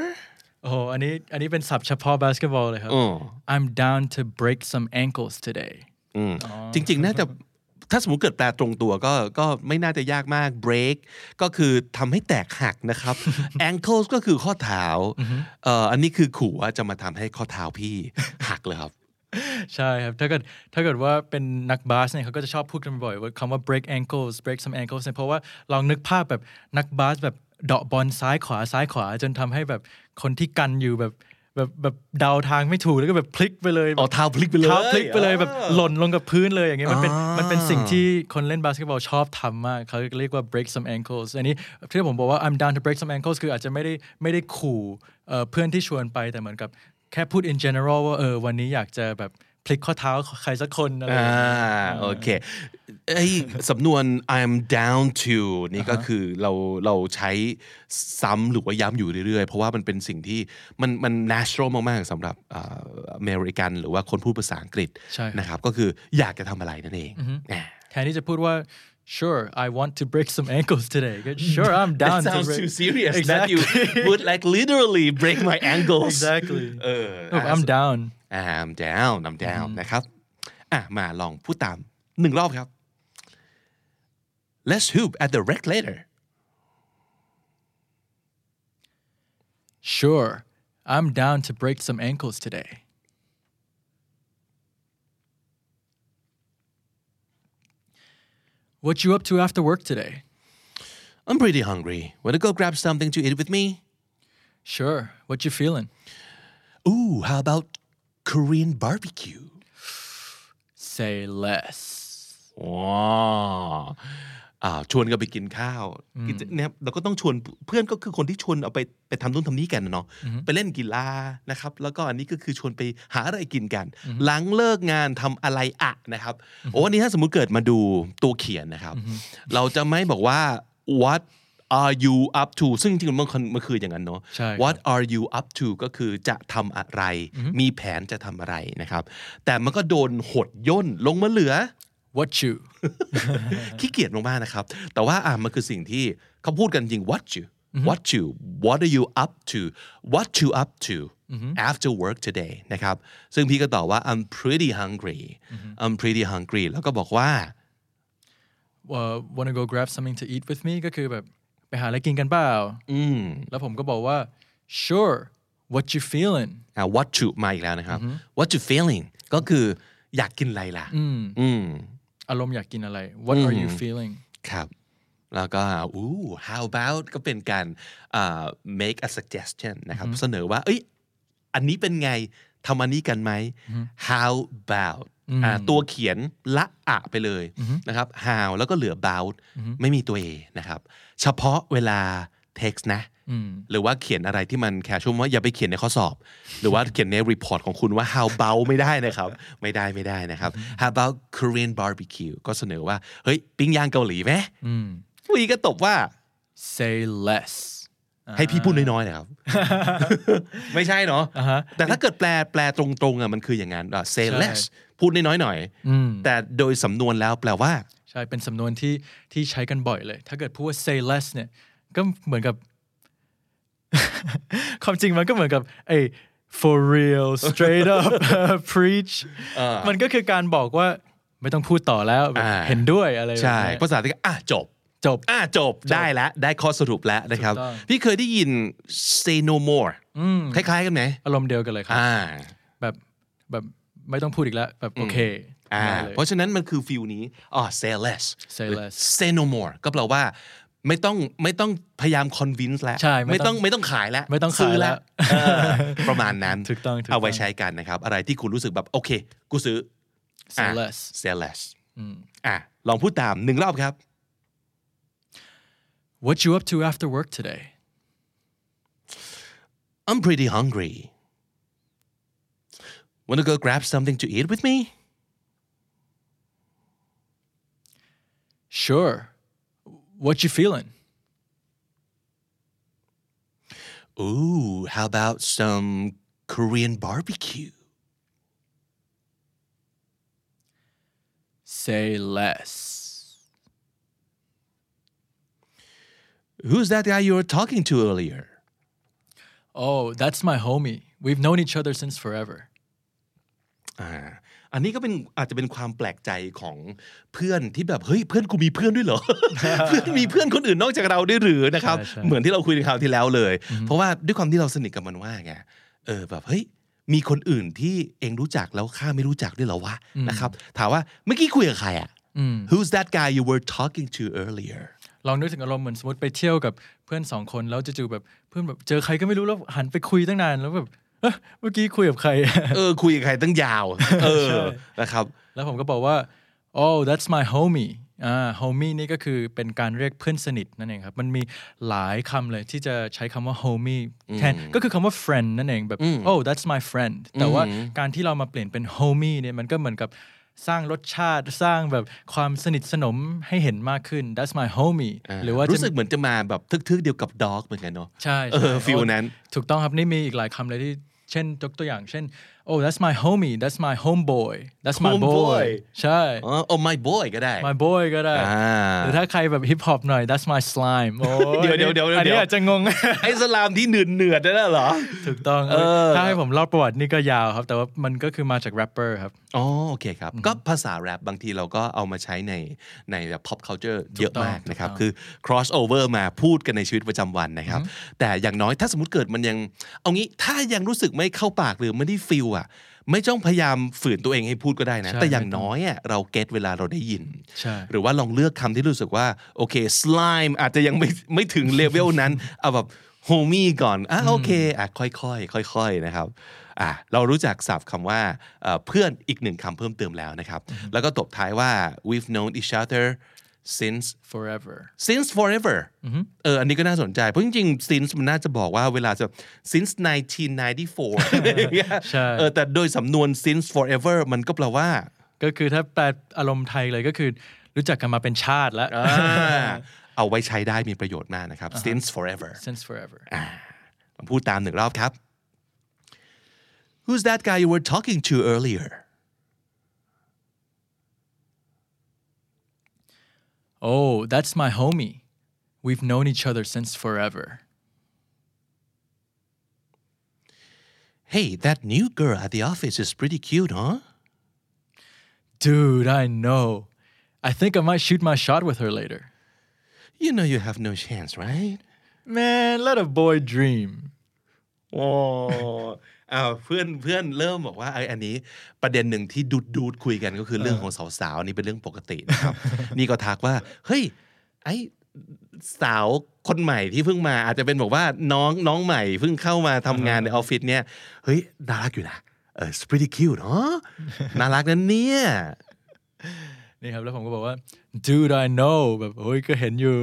โอ้โหอันนี้อันนี้เป็นศัพท์เฉพาะบาสเกตบอลเลยครับ
อืม
I'm down to break some ankles today
อืมจริงๆ น่าจะถ้าสมมติเกิดแปลตรงตัวก็ก็ไม่น่าจะยากมาก break ก็คือทำให้แตกหัก นะครับ ankles ก็คือข้อเท้าเอ่ออันนี้คือขู่ว่าจะมาทำให้ข้อเท้าพี่ หักเลยครับ
ใช่ครับ ถ้าเกิดถ้าเกิดว่าเป็นนักบาสเนี่ยเขาก็จะชอบพูดกันบ่อยว่าคำว่า break ankles break some ankles เนี่ยเพราะว่าลองนึกภาพแบบนักบาสแบบเดาะบอลซ้ายขวาซ้ายขวา จนทำให้แบบคนที่กันอยู่แบบแบบแบบเดาทางไม่ถูกแล้วก็แบบพลิกไปเลย
อ๋อเท้าพลิกไปเลย
เท้าพลิกไปเลย
อ่า
แบบหล่นลงกับพื้นเลยอย่างเงี้ยมันเป็น
อ่ามั
มันเป็นสิ่งที่คนเล่นบาสเกตบอลชอบทำมากเขาเรียกว่า break some ankles อันนี้ที่ผมบอกว่า I'm down to break some ankles คืออาจจะไม่ได้ไม่ได้ขู่เอ่อเพื่อนที่ชวนไปแต่เหมือนกับแค่พูด in general ว่าเออวันนี้อยากจะแบบพลิกข้อเท้าใครสักคนอะไรอ
อ่า
ย่างเงี้ย
โอเคไอ้สำนวน I'm down to นี่ก็คือเราเราใช้ซ้ำหรือว่าย้ำอยู่เรื่อยๆ เพราะว่ามันเป็นสิ่งที่มันมัน natural มากๆสำหรับอ่าอเมริกันหรือว่าคนพูดภาษาอังกฤษ
ใช่ครับ
นะครับ ก็คืออยากจะทำอะไรนั่นเองอ่า
แทนที่จะพูดว่า sure I want to break some ankles today ก็ sure I'm down
That
to
sounds
break
too serious that
exactly
you would like literally break my ankles
exactly
เออ
แบบ I'm down
I'm down I'm down นะครับ อ่ะ มาลองพูดตามหนึ่งรอบครับ Let's hoop at the rec later
sure I'm down to break some ankles today what you up to after work today
I'm pretty hungry. Want to go grab something to eat with me?
sure what you feeling
Ooh, how about Korean barbecue?
say less
ว้าวอ่าชวนกันไปกินข้าวกิจเนี่ยเราก็ต้องชวนเพื่อนก็คือคนที่ชวนเอาไปไปทำนู่นทำนี้กันนะเนาะไปเล่นกีฬานะครับ แล้วก็อันนี้ก็คือชวนไปหาอะไรกินกัน หลังเลิกงานทำอะไรอะนะครับโอ้วันนี้ถ้าสมมุติเกิดมาดูตัวเขียนนะครับ เราจะไม่บอกว่า what are you up to ซึ่งจริงๆมันคือมันคืออย่างนั้นเนาะ
ใช่ครับ
what are you up to ก็คือจะทำอะไร มีแผนจะทำอะไรนะครับ แต่มันก็โดนหดย่นลงมาเหลือ
what you
ขี้เกียจมากๆนะครับ แต่ว่าอ่ะมันคือสิ่งที่เขาพูดกันจริง what you what you what are you up to what you up to after work today นะครับ ซึ่งพี่ก็ตอบว่า I'm pretty hungry I'm pretty hungry แล้วก็บอกว่า
uh, wanna go grab something to eat with me ก็คือแบบไปหาอะไรกินกันเปล่าแล้วผมก็บอกว่า sure what you feeling
อ่ะ what you มาอีกแล้วนะครับ what you feeling ก็คืออยากกินอะไรล่ะ อืม
อารมณ์อยากกินอะไร what are you feeling
ครับ แล้วก็อู้ how about ก็เป็นการอ่า make a suggestion นะครับ เสนอว่า เอ้ย อันนี้เป็นไงทำอันนี้กันไหม how about อ่าตัวเขียนละอะไปเลยนะครับ how แล้วก็เหลือ about ไม่มีตัว a นะครับ เฉพาะเวลา text นะ หรือว่าเขียนอะไรที่มันแคชชวลว่าอย่าไปเขียนในข้อสอบ หรือว่าเขียนในรีพอร์ตของคุณว่า how about ไม่ได้นะครับ ไม่ได้ไม่ได้นะครับ how about Korean barbecue ก็เสนอว่า เฮ้ย ปิ้งย่างเกาหลีไหมวีก็ตบว่า
say less
ให้พี่พูดน้อยๆนะครับ ไม่ใช่เนาะแต่ถ้าเกิดแปลแปลตรงๆอ่ะมันคืออย่างนั้นอ่ะ say
ใช่
less พูดน้อยๆหน่อย แต่โดยสำนวนแล้วแปลว่า
ใช่ เป็นสำนวนที่ที่ใช้กันบ่อยเลย ถ้าเกิดพูดว่า say less เนี่ย ก็เหมือนกับ ความจริงมันก็เหมือนกับไอ้ for real straight up preach มันก็คือการบอกว่าไม่ต้องพูดต่อแล้วแบบ
อ่า
เห็นด้วยอะไรแบบ
ใช่
เนี้ย
ภาษาที่ก็อ่ะจบ
จบ
อ่ะจบได้แล้วได้ข้อสรุปแล้วนะครับ
ถูกต้อง
พี่เคยได้ยิน say no more คล้ายๆกันไหม
อารมณ์เดียวกันเลยครับ
อ่า
แบบแบบไม่ต้องพูดอีกแล้ว แบบโอเค
อ่า
ได้เลย
เพราะฉะนั้นมันคือฟิลนี้อ๋อ say less
Say less
say no more ก็แปลว่า ไม่ต้องไม่ต้องพยายาม convince แล้ว
ใช่ไม่
ไม่
ต้
ต้อ
องง
ไม่ต้องขายแล้ว
ไม่ต้องขาย
ซื้
แล้ว
เออประมาณนั้น
ถูกต้องถูกต้อง
เอาไว้ใช้กันนะครับ อะไรที่คุณรู้สึกแบบโอเค กูซื้อ
Say
อ่ะ
less
say less อ่ะลองพูดตามหนึ่งรอบครับ
what you up to after work today
I'm pretty hungry. Wanna go grab something to eat with me?
sure what you feeling
Ooh, how about some Korean barbecue?
say less
Who's that guy you were talking to earlier?
oh that's my homie we've known each other since forever
อ่า อันนี้ก็เป็นอาจจะเป็นความแปลกใจของเพื่อนที่แบบเฮ้ยเพื่อนกูมีเพื่อนด้วยเหรอ เพื่อนมีเพื่อนคนอื่นนอกจากเราด้วยหรือนะครับ
ใช่ใช่
เหมือนที่เราคุยในคราวที่แล้วเลย เพราะว่าด้วยความที่เราสนิทกับมันว่ากไงเออแบบเฮ้ยมีคนอื่นที่เองรู้จักแล้วข้าไม่รู้จักด้วยเหรอวะนะครับถามว่าเมื่อกี้คุยกับใครอะ Who's that guy you were talking to earlier
ลองนึกถึงอารมณ์เหมือนสมมติไปเที่ยวกับเพื่อนสองคนแล้วจู่ๆแบบเพื่อนแบบเจอใครก็ไม่รู้แล้วหันไปคุยตั้งนานแล้วแบบเอ๊ะเมื่อกี้คุยกับใคร
เออคุยกับใครตั้งยาวเออนะครับ
แล้วผมก็บอกว่า oh that's my homie อ่า homie นี่ก็คือเป็นการเรียกเพื่อนสนิทนั่นเองครับ มันมีหลายคำเลยที่จะใช้คำว่า homie แทน ก็คือคำว่า friend นั่นเองแบบ oh that's my friend แต่ว่าการที่เรามาเปลี่ยนเป็น homie เนี่ยมันก็เหมือนกับสร้างรสชาติสร้างแบบความสนิทสนมให้เห็นมากขึ้น that's my homie หรือว่าจะ
รู้สึกเหมือนจะมาแบบทึกๆเดียวกับด็อกเหมือนกันเนาะ
ใช่
เอ
ใช่
อฟีลนั้น
ถูกต้องครับ นี่มีอีกหลายคำเลยที่ เช่นยกตัวอย่าง เช่น oh that's my homie that's my homeboy that's my boy
Homeboy
ใช่
อ๋อ oh my boy ก็ได้
my boy ก็ได้
อ่า
หรือถ้าใครแบบฮิปฮอปหน่อย that's my slime โอ้
เดี๋ยวเดี๋ยวเดี๋ยวเดี๋ยว
อันนี้อาจจะงง
ไอ้สลามที่เนืดเนือดๆนั่นนะเหรอ
ถูกต้อง
เออ
ถ้าให้ผมเล่าประวัตินี่ก็ยาวครับ แต่ว่ามันก็คือมาจากแรปเปอร์ครับ
อ๋อโอเคครับ ก็ภาษาแรปบางทีเราก็เอามาใช้ในในแบบ pop culture เยอะมากนะครับ คือ cross over มาพูดกันในชีวิตประจำวันนะครับ แต่อย่างน้อยถ้าสมมติเกิดมันยัง เอางี้ถ้ายังรู้สึกไม่เข้าปากหรือไม่ได้ฟิลอ่ะ ไม่ต้องพยายามฝืนตัวเองให้พูดก็ได้นะ
ใช่
แต่อย่างน้อยอ่ะเราเก็ตเวลาเราได้ยิน
ใช่
หรือว่าลองเลือกคำที่รู้สึกว่า โอเค slime อาจจะยังไม่ไม่ถึงเลเวลนั้น เอาแบบ homie ก่อนอ่ะโอเคอ่ะค่อยๆค่อยๆนะครับอ่ะเรารู้จักศัพท์คำว่าเอ่อเพื่อนอีกหนึ่งคำเพิ่มเติมแล้วนะครับ แล้วก็ตบท้ายว่า we've known each other since
forever
since forever เอออันนี้ก็น่าสนใจ เพราะจริงๆ since มันน่าจะบอกว่าเวลาจะ since 1994
ใช่
เออแต่โดยสำนวน since forever มันก็แปลว่า
ก็คือถ้าแปลอารมณ์ไทยเลยก็คือรู้จักกันมาเป็นชาติแล้ว
อ่าเอาไว้ใช้ได้มีประโยชน์มากนะครับ since forever
since forever
ผมพูดตามหนึ่งรอบครับ Who's that guy you were talking to earlier
oh that's my homie we've known each other since forever
Hey that new girl at the office is pretty cute huh
dude I know I think I might shoot my shot with her later
You know you have no chance right
man let a boy dream
โอ้อ้าวเพื่อนเพื่อนเริ่มบอกว่าไอ้อันนี้ประเด็นหนึ่งที่ดูดดูดคุยกันก็คือเรื่องของสาวๆอันนี่เป็นเรื่องปกตินะครับ นี่ก็ทักว่า เฮ้ย ไอ้สาวคนใหม่ที่เพิ่งมา อาจจะเป็นบอกว่าน้องน้องใหม่เพิ่งเข้ามาทำงานในออฟฟิศเนี่ย เฮ้ย น่ารักอยู่นะเออ it's pretty cute เนาะน่ารักนะเนี่ย
นี่ครับแล้วผมก็บอกว่า dude I know แบบโอ้ยก็เห็นอยู่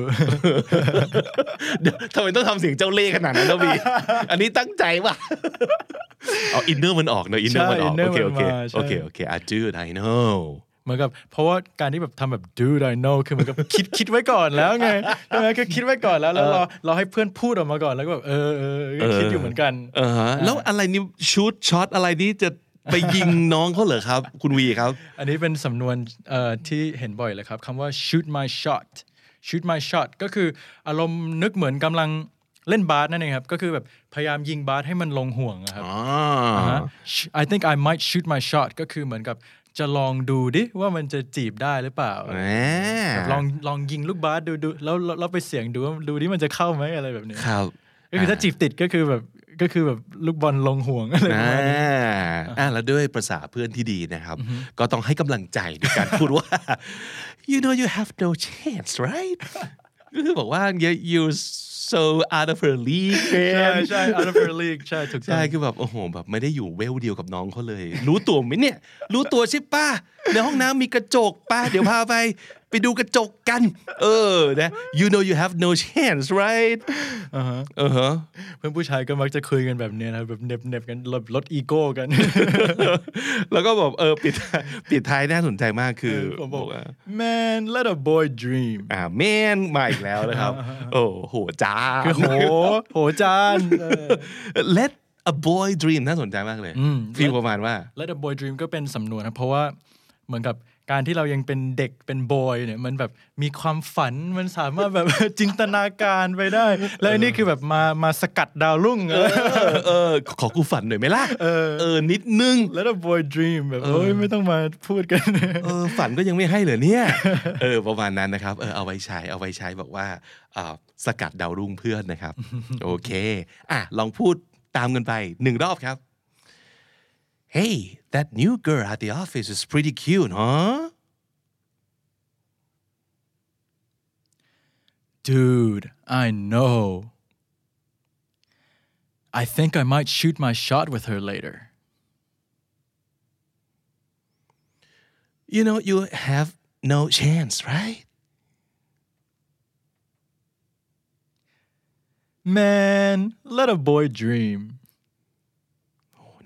เดี๋ยวทำไมต้องทำเสียงเจ้าเล่ห์ขนาดนั้นนะบี อันนี้ตั้งใจว่ะ เอาอินเนอร์มันออกเนอะอินเนอร์มันออก
ใช่ inner
โอเคโอเค
มันมาใช่
โอเคโอเคอาจูดไอโน่
เหมือนกับเพราะว่าการที่แบบทำแบบ dude I know คือเหมือนกับ คิดคิดไว้ก่อนแล้วไงใช่ไหมคือคิดไว้ก่อนแล้วแล้วรอรอให้เพื่อนพูดออกมาก่อนแล้วก็แบบเออเออก็คิดอยู่เหมือนกัน
เออฮะแล้วอะไรนี่ชูดช็อตอะไรนี่จะไปยิง น้องเขาเหรอครับ คุณวีครับ
อันนี้เป็นสำนวนเอ่อที่เห็นบ่อยเลยครับคำว่า shoot my shot shoot my shot ก็คืออารมณ์นึกเหมือนกำลังเล่นบาสนั่นเองครับ ก็คือแบบพยายามยิงบาสให้มันลงห่วงอะครับ
อ๋อ
ฮะ I think I might shoot my shot ก็คือเหมือนกับจะลองดูดิว่ามันจะจีบได้หรือเปล่า
แหม
แบบลองลองยิงลูกบาสดูดูแล้วแล้วแล้วไปเสี่ยงดูว่าดูนี่มันจะเข้าไหมอะไรแบบนี้
ครับ
ก็คือถ้าจีบติดก็คือแบบก็คือแบบลูกบอลลงห่วงอะไรประ
อ่า
มาณนี้
อ่าแล้วด้วยภาษาเพื่อนที่ดีนะครับ ก็ต้องให้กำลังใจด้วยการพูดว่า you know you have no chance right ก็คือบอกว่า you- you so out of her league
ใช่
man
ใช่ out of her league ใช่ถูกต้อ
ใช่
ง
คือแบบโอ้โหแบบไม่ได้อยู่เวลเดียวกับน้องเขาเลย รู้ตัวไหมเนี่ย รู้ตัวใช่ป้าในห้องน้ำมีกระจกป้าเดี๋ยวพาไป ไปดูกระจกกัน เออนะ you know you have no chance right เออฮะ
เพื่อนผู้ชายก็มักจะคุยกันแบบเนี้ยนะครับแบบเน็บเน็บกันลดลดอีโก้กัน
แล้วก็แบบเออปิดท้ายปิดท้ายน่าสนใจมากคือ
ผมบอก
ว่า
man let a boy dream
อ่าแมนมาอีกแล้วนะครับ โอ้โหจ้า
คือโห โหจาน
let a boy dream น่าสนใจมากเลยฟีลประมาณว่า
let a boy dream ก็เป็นสำนวนนะเพราะว่าเหมือนกับการที่เรายังเป็นเด็กเป็นบอยเนี่ยมันแบบมีความฝันมันสามารถแบบ จินตนาการไปได้ และอันนี่คือแบบมามาสกัดดาวรุ่ง
เออเออขอกูฝันหน่อยไหมล่ะเออนิดนึง
let a boy dream แบบโอ้ยไม่ต้องมาพูดกัน
เออฝันก็ยังไม่ให้เหรอเนี่ย เออประมาณนั้นนะครับ เออเอาไว้ใช้เอาไว้ใช้บอกว่าอ่าสกัดดาวรุ่งเพื่อนนะครับ โอเค อ่ะ ลองพูดตามกันไปหนึ่งรอบครับ Hey that new girl at the office is pretty cute huh
dude I know I think I might shoot my shot with her later
you know you have no chance right
man let a boy dream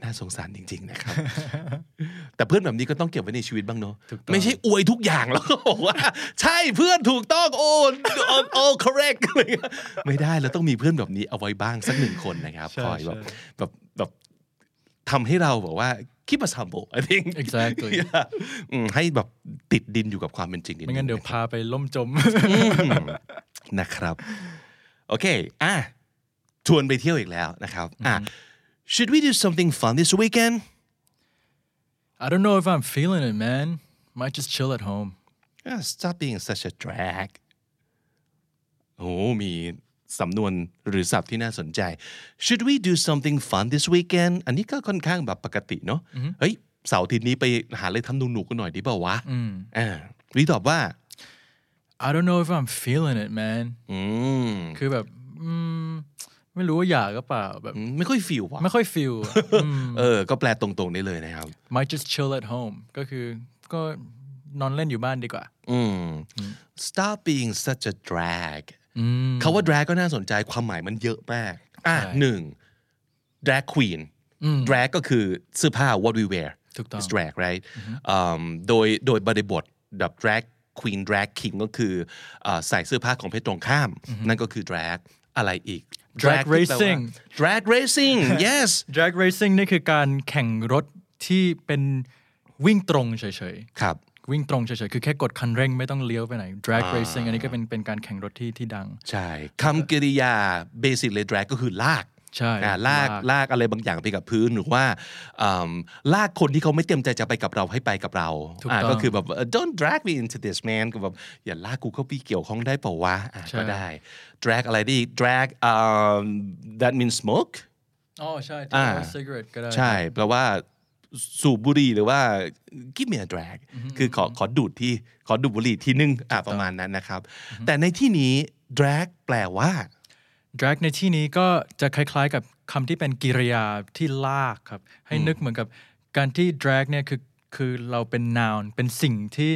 น่าสงสารจริง ๆ นะครับ แต่เพื่อนแบบนี้ก็ต้องเก็บไว้ในชีวิตบ้างเนาะไม่ใช่อวยทุกอย่างแล้วก็ บอกว่า ใช่เพื่อนถูกต้องโอ้โอ้โอ้ correct อะไรเงี้ยไม่ได้เราต้องมีเพื่อนแบบนี้เอาไว้บ้างสักหนึ่งคนนะครับ คอยแบบแบบแบบ ทำให้เราแบบว่า keep us humble I think
exactly
Yeah อืมให้แบบติดดินอยู่กับความเป็นจริงนิด
ไม่งั้นเดี๋ยวพาไปล่ม จม
นะครับ โอเค อ่ะ ชวนไปเที่ยวอีกแล้วนะครับ อ่ะ should we do something fun this weekend
I don't know if I'm feeling it man might just chill at home
Ah, stop being such a drag โอ้มีสำนวนหรือศัพท์ที่น่าสนใจ should we do something fun this weekend อันนี้ก็ค่อนข้างแบบปกติเนอะเฮ้ย เสาร์อาทิตย์นี้ไปหาอะไรทำหนุกๆกันหน่อยดีเปล่าวะอ่าวีตอบว่า
I don't know if I'm feeling it man
อืม
คือแบบอืมไม่รู้ว่าอยากก็เปล่าแบบ
อืมไม่ค่อยฟิลว่ะ
ไม่ค่อย ฟิลอะอืม
เออ ก็แปลตรงๆได้เลยนะครับ
might just chill at home ก็คือก็นอนเล่นอยู่บ้านดีกว่า
อืม stop being such a drag คาว่า drag ก็น่าสนใจความหมายมันเยอะมาก อ่ะหนึ่ง drag queen drag ก็คือเสื้อผ้า what we wear
ถูกต้อง
is drag right อืมโดยโดยบริบทแบบ drag queen drag king ก็คืออ่าใส่เสื้อผ้าของเพศตรงข้าม นั่นก็คือ drag อะไรอีก
Drag
ที่แปลว่า
racing
drag racing yes
drag racing นี่คือการแข่งรถที่เป็นวิ่งตรงเฉย
ครับ
ๆ วิ่งตรงเฉยๆ คือแค่กดคันเร่งไม่ต้องเลี้ยวไปไหน drag racing อันนี้ก็เป็นเป็นการแข่งรถที่ที่ดัง
ใช่คำกริยาเบสิ c เลย drag ก็คือลาก
ใช่
อ่าลาก
ลาก
ลากอะไรบางอย่างไปกับพื้นหรือว่าอืมลากคนที่เขาไม่เต็มใจจะไปกับเราให้ไปกับเรา
ถูก
อ่า
ต้อง
ก็คือแบบ don't drag me into this man ก็แบบอย่าลากกูเข้าไปเกี่ยวข้องได้เปล่าวะอ่า
ใช่
ก็ได้ drag อะไรดี drag um, that means smoke
อ๋อใช่
อ่า
cigarette ก็ได้
ใช่แปลว่าสูบบุหรี่หรือว่า give me a drag คือขอขอดูดที่ขอดูดบุหรี่ทีนึงอ่าประมาณนั้นนะครับ แต่ในที่นี้ drag แปลว่า
drag ในที่นี้ก็จะคล้ายๆ กับคำที่เป็นกิริยาที่ลากครับ ให้นึกเหมือนกับการที่ drag เนี่ยคือคือเราเป็น noun เป็นสิ่งที่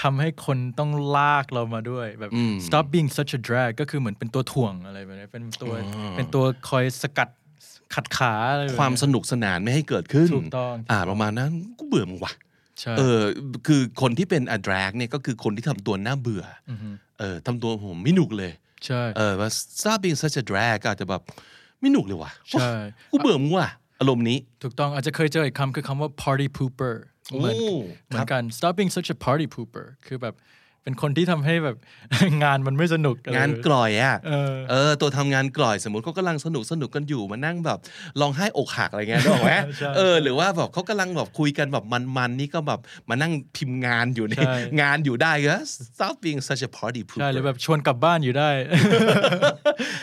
ทำให้คนต้องลากเรามาด้วยแบบ stop being such a drag ก็คือเหมือนเป็นตัวถ่วงอะไรแบบนี้เป็นตัวเป็นตัวคอยสกัดขัดขาอะไรแบบนี้
ความสนุกสนานไม่ให้เกิดขึ้น
ถูกต้อง
ประมาณนั้นกูเบื่อมึงว่ะ
ใช่
เออ คือคนที่เป็นอดรากเนี่ยก็คือคนที่ทำตัวน่าเบื่ออเออทำตัวผมไม่หนุกเลย
ใช่
เออว่า stop being such a drag ก็อาจจะแบบไม่หนุกเลยว่ะ
ใช่
กูเบื่อมึงว่ะ อารมณ์นี้
ถูกต้องอาจจะเคยเจออีกคำคือคำว่า party pooper เหมือน
โอ้
เหมือนกัน stop being such a party pooper คือแบบเป็นคนที่ทำให้แบบ งานมันไม่สนุกอะไร
งาน
แบบ
กล่อยอ่ะ
เออ
เออ ตัวทำงานกล่อยสมมติเขากำลังสนุกสนุกกันอยู่มานั่งแบบร้องไห้อกหักอะไรเงี้ยถู กไหมเออ หรือว่าแบบเขากำลังแบบคุยกันแบบมันๆนี่ก็แบบมานั่งพิมพ์งานอยู่ใน
ใช่
งานอยู่ได้ก็ stop being such a party pooper
ใช่หรือแบบชวนกลับบ้านอยู่ได้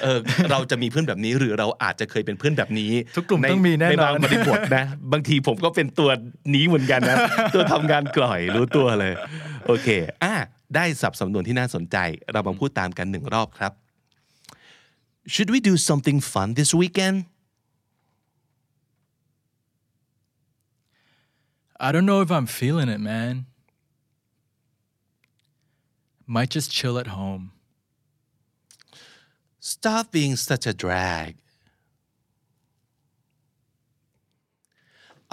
เออเราจะมีเพื่อนแบบนี้หรือเราอาจจะเคยเป็นเพื่อนแบบนี้
ทุกกลุ่ม
ใน
ต้องมีแน่น
ใน
อน
บางบริบทนะ บางทีผมก็เป็นตัวนี้เหมือนกันนะ ตัวทำงานกล่อยรู้ตัวเลย โอเค อ่ะ ได้สับสำนวนที่น่าสนใจ เรามาพูดตามกันหนึ่งรอบครับ Should we do something fun this weekend
I don't know if I'm feeling it man might just chill at home
Stop being such a drag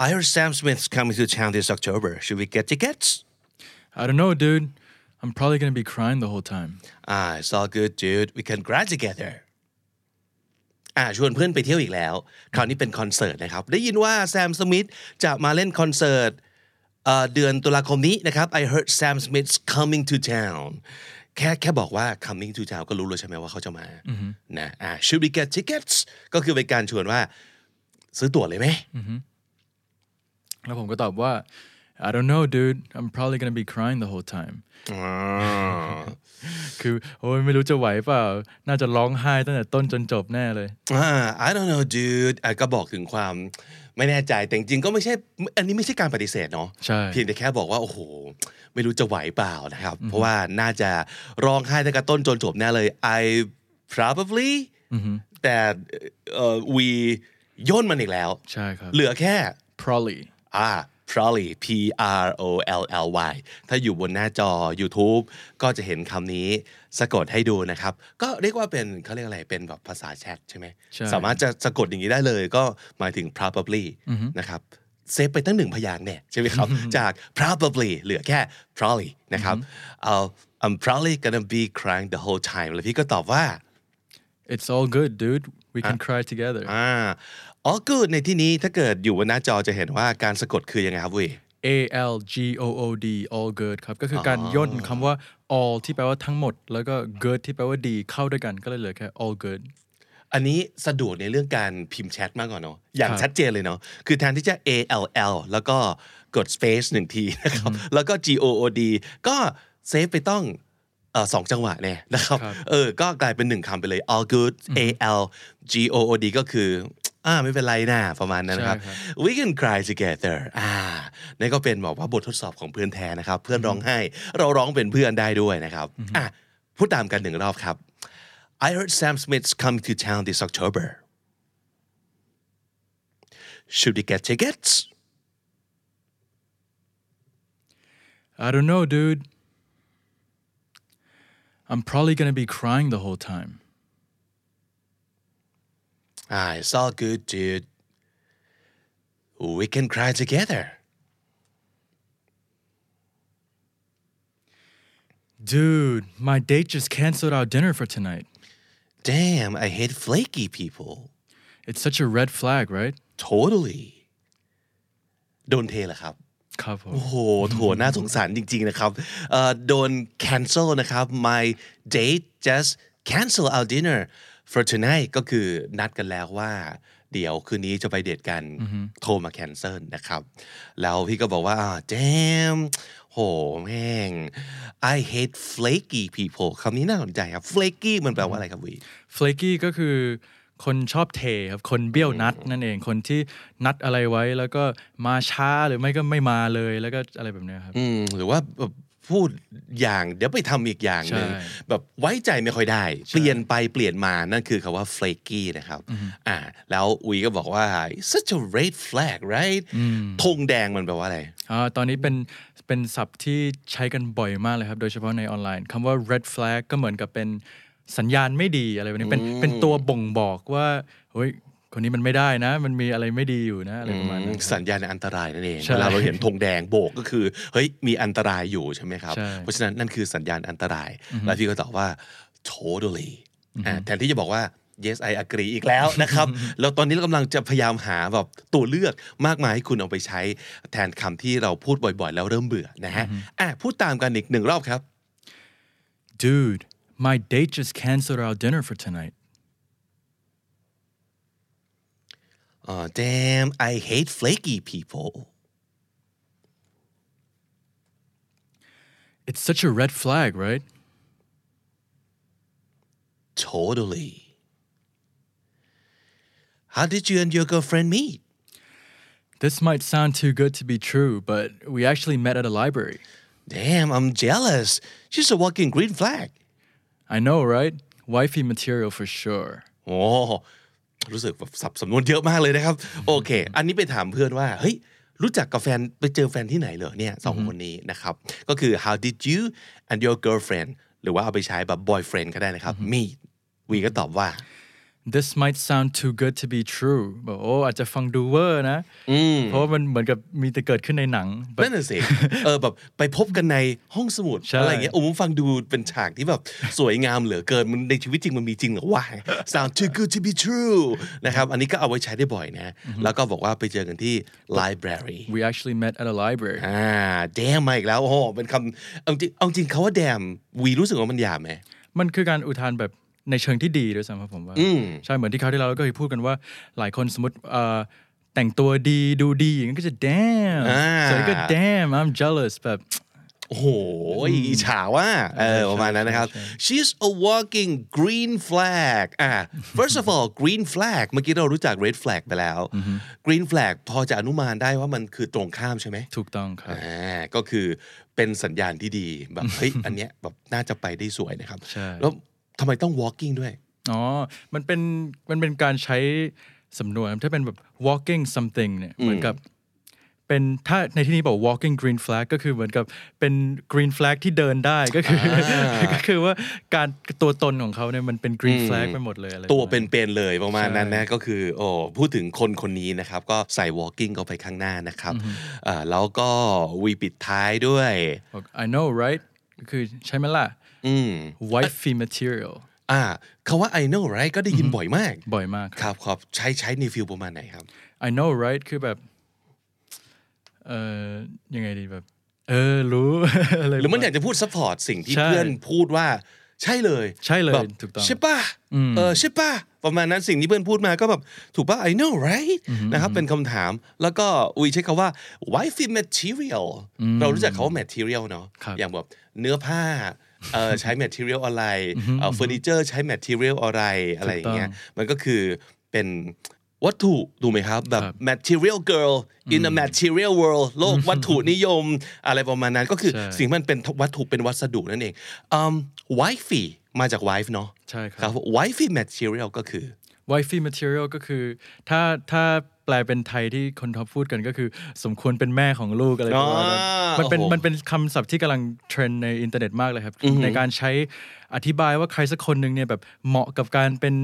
I heard Sam Smith's coming to town this October. Should we get tickets?
I don't know dude I'm probably gonna be crying the whole time
Ah, it's all good, dude. We can grad together. อ่าชวนเพื่อนไปเที่ยวอีกแล้ว คราวนี้เป็นคอนเสิร์ตนะครับ ได้ยินว่าแซมสมิธจะมาเล่นคอนเสิร์ตเอ่อเดือนตุลาคมนี้นะครับ I heard Sam Smith's coming to town แค่แค่บอกว่า coming to town ก็รู้แล้วใช่ไหมว่าเขาจะมานะอ่า should we get tickets ก็คือเป็นการชวนว่าซื้อตั๋วเลยไหม
แล้วผมก็ตอบว่า I don't know dude I'm probably gonna be crying the whole time คือโอ้ยไม่รู้จะไหวเปล่า น่าจะร้องไห้ตั้งแต่ต้นจนจบแน่เลย
อ่า I don't know dude อ่ะก็บอกถึงความไม่แน่ใจ แต่จริงๆก็ไม่ใช่ อันนี้ไม่ใช่การปฏิเสธเนาะ
ใช่
เพียงแต่แค่บอกว่า โอ้โห ไม่รู้จะไหวเปล่านะครับ เพราะว่าน่าจะร้องไห้ตั้งแต่ต้นจนจบแน่เลย I probably แต่เอ่อ we ย่นมันอีกแล้ว
ใช่ครับ
เหลือแค่
probably
อ่า probably P R O L L Y ถ้าอยู่บนหน้าจอ YouTube ก็จะเห็นคำนี้สะกดให้ดูนะครับ ก็เรียกว่าเป็นเขาเรียกอะไรเป็นแบบภาษาแชทใช่ไหม
ใช่
สามารถจะสะกดอย่างนี้ได้เลยก็หมายถึง probably นะครับ เซฟไปตั้งหนึ่งพยางค์เนี่ยใช่ไหมครับ จาก probably เหลือแค่ probably นะครับเอา I'm probably gonna be crying the whole time แล้วพี่ก็ตอบว่า
it's all good dude we can cry together
อ่า อ๋อ good ในที่นี้ถ้าเกิดอยู่บนหน้าจอจะเห็นว่าการสะกดคือยังไงครับเวย
A L G O O D all good ครับ ก็คือการย่นคำว่า all ที่แปลว่าทั้งหมด แล้วก็ good ที่แปลว่าดีเข้าด้วยกันก็เลยเหลือแค่ all good
อันนี้สะดวกในเรื่องการพิมพ์แชทมากกว่าเนาะอย่างชัดเจนเลยเนาะคือแทนที่จะ A L L แล้วก็กด space หนึ่งทีนะครับแล้วก็ G O O D ก็เซฟไปต้องเอ่อสองจังหวะเนี่ยนะครับ
ครับ
เออก็กลายเป็นหนึ่งคำไปเลย all good A L G O O D ก็คืออ่าไม่เป็นไรนะประมาณนั้นนะครับ we can cry together อ่านี่ก็เป็นบอกว่าบททดสอบของเพื่อนแท้นะครับ เพื่อนร้องไห้ เราร้องเป็นเพื่อนได้ด้วยนะครับอ่ะพูดตามกันหนึ่งรอบครับ I heard Sam Smith's coming to town this October. Should we get tickets?
I don't know dude I'm probably gonna be crying the whole time
Ah, it's all good, dude. We can cry together.
dude my date just canceled our dinner for tonight
Damn, I hate flaky people.
it's such a red flag right
Totally. โดนเทเหรอครับ
ครับผม
โอ้โหโถน่าสงสารจริง ๆ นะครับเอ่อโดน cancel นะครับ my date just cancel our dinner for tonight ก็คือนัดกันแล้วว่า เดี๋ยวคืนนี้จะไปเดทกัน โทรมา cancel นะครับ แล้วพี่ก็บอกว่าอ่า damn โหแม่ง I hate flaky people คำนี้น่าสนใจครับ flaky มันแปลว่าอะไรครับวี
flaky ก็คือคนชอบเทครับ คนเบี้ยวนัดนั่นเอง คนที่นัดอะไรไว้แล้วก็มาช้าหรือไม่ก็ไม่มาเลยแล้วก็อะไรแบบเนี้ยครับ
อืมหรือว่าแบบพูดอย่างเดี๋ยวไปทำอีกอย่างหนึ่ง
ใช่
แบบไว้ใจไม่ค่อยได้ เปลี่ยนไปเปลี่ยนมานั่นคือคำว่า flaky นะครับอ่าแล้ววีก็บอกว่า It's such a red flag right ธงแดงมันแปลว่าอะไร
อ่าตอนนี้เป็นเป็นศัพท์ที่ใช้กันบ่อยมากเลยครับ โดยเฉพาะในออนไลน์คำว่า red flag ก็เหมือนกับเป็นสัญญาณไม่ดีอะไรแบบนี้เป็นเป็นตัวบ่งบอกว่าเฮ้ยคนนี้มันไม่ได้นะ มันมีอะไรไม่ดีอยู่นะอะไรประมาณนั้น
สัญญาณอันตรายนั่นเอง
ใช่
เวลาเราเห็นธงแดงโบกก็คือเฮ้ยมีอันตรายอยู่ใช่ไหมครับ
ใช่
เพราะฉะนั้นนั่นคือสัญญาณอันตราย แล้วพี่ก็ตอบว่า totally อ่าแทนที่จะบอกว่า yes I agree อีกแล้วนะครับ แล้วตอนนี้เรากำลังจะพยายามหาแบบตัวเลือกมากมายให้คุณเอาไปใช้แทนคำที่เราพูดบ่อยๆ แล้วเริ่มเบื่อนะฮะอ่ะพูดตามกันอีกหนึ่งรอบครับ
dude my date just canceled our dinner for tonight
Uh, damn I hate flaky people
it's such a red flag right
totally How did you and your girlfriend meet
This might sound too good to be true, but we actually met at a library.
Damn, I'm jealous. She's a walking green flag.
I know, right? Wifey material for sure.
โอ้รู้สึกแบบสับสำนวนเยอะมากเลยนะครับ โอเค อันนี้ไปถามเพื่อนว่า เฮ้ย รู้จักกับแฟนไปเจอแฟนที่ไหนเหรอเนี่ยสองคนนี้นะครับ ก็คือ how did you and your girlfriend หรือว่าเอาไปใช้แบบ boyfriend ก็ได้นะครับ meet วีก็ตอบว่า
This might sound too good to be true แบบโอ้อาจจะฟังดูเวอร์นะเพราะว่ามันเหมือนกับมีแต่เกิดขึ้นในหนัง but
นั่นน่ะสิ เออแบบไปพบกันในห้องสมุด
ใช่
อะไรอย่างเงี้ยโอ้ผมฟังดูเป็นฉากที่แบบสวยงามเหลือเกินมันในชีวิตจริงมันมีจริงเหรอวะ sound too good to be true นะครับ อันนี้ก็เอาไว้ใช้ได้บ่อยนะ แล้วก็บอกว่าไปเจอกันที่ library
we actually met at a library
อ่า แดมมาอีกแล้ว โอ้โห เป็นคำเอาจริงเอาจริงเขาว่าแดมวีรู้สึกว่ามันหยาบไหม
มันคือการอุทานแบบในเชิงที่ดีด้วยซ้ำครับผมว่าใช่เหมือนที่คราวที่เราก็เคยพูดกันว่าหลายคนสมมติเอ่อแต่งตัวดีดูดีอย่างนั้นก็จะ damn
อ่า
ส่วนนี้ก็ damn I'm jealous แบบ
โอ้โหอิจฉาว่าเออประมาณนั้นนะครับ she's a walking green flag อ่า first of all green flag เมื่อกี้เรารู้จัก red flag ไปแล้ว green flag พอจะอนุมานได้ว่ามันคือตรงข้ามใช่ไหม
ถูกต้องครับ
อ่าก็คือเป็นสัญญาณที่ดีแบบ เฮ้ย อันเนี้ยแบบน่าจะไปได้สวยนะครับ
ใช่
แล้วทำไมต้อง walking ด้วย
อ๋อ มันเป็น มันเป็นการใช้สำนวนครับถ้าเป็นแบบ walking something เนี่ย เหมือนกับ เป็น ถ้าในที่นี้บอก walking green flag ก็คือเหมือนกับ เป็น green flag ที่เดินได้ ก็คืออก็คือว่าการตัวตนของเขาเนี่ย มันเป็น green flag ไปหมดเลยอะไร
ตัว
ประมาณ
เป็นๆเลยประมาณนั้นนะก็คือโอ้พูดถึงคนคนนี้นะครับ ก็ใส่ walking เข้าไปข้างหน้านะครับอ่าแล้วก็วีปิดท้ายด้วย
I know right ก็คือใช่ไหมล่ะ
อืม
wifey material
อ อ่าคำว่า I know right ก็ได้ยินบ่อยมาก
บ่อยมากค
ครับ รับครับใช้ใช้ในฟิลประมาณไหนครับ
I know right คือแบบ เอ่อ ยังไงดีแบบ เออ รู้ อะไร
หรือมันอยากจะพูดซัพพอร์ตสิ่งที่
ใช่
เพื่อนพูดว่าใช่เลย
ใช่เลย
แบบ
ถูกต้อง
ใช่ป่ะเออใช่ป่ะประมาณนั้นสิ่งที่เพื่อนพูดมาก็แบบถูกป่ะ I know right นะครับเป็นคำถาม แล้วก็อุ้ยใช้คำว่า wifey material เรารู้จักคำว่า material เนาะ
ครับ
อย่างแบบเนื้อผ้าเออใช้ material อะไรเฟอร์นิเจอร์ใช้ material อะไรอะไรอย่างเงี้ยมันก็คือเป็นวัตถุถูกไหมครับ แบบ material girl in a material world โลกวัตถุนิยม อะไรประมาณนั้นก็คือ
ใช่
สิ่งมันเป็นวัตถุเป็นวัสดุนั่นเองอืม wifey มาจาก wife เนาะ
ใช่ค
ครั
รับ บ
wifey material ก็คือ
wifey material ก็คือ ถ้าถ้าแปลเป็นไทยที่คนท็อปพูดกันก็คือ สมควรเป็นแม่ของลูกอะไรประมาณนั้น
อ่ามั
มันเป็น
โอ้โห
มันเป็นคำศัพท์ที่กำลังเทรนด์ในอินเทอร์เน็ตมากเลยครับ ในการใช้อธิบายว่าใครสักคนหนึ่งเนี่ยแบบเหมาะกับการเป็น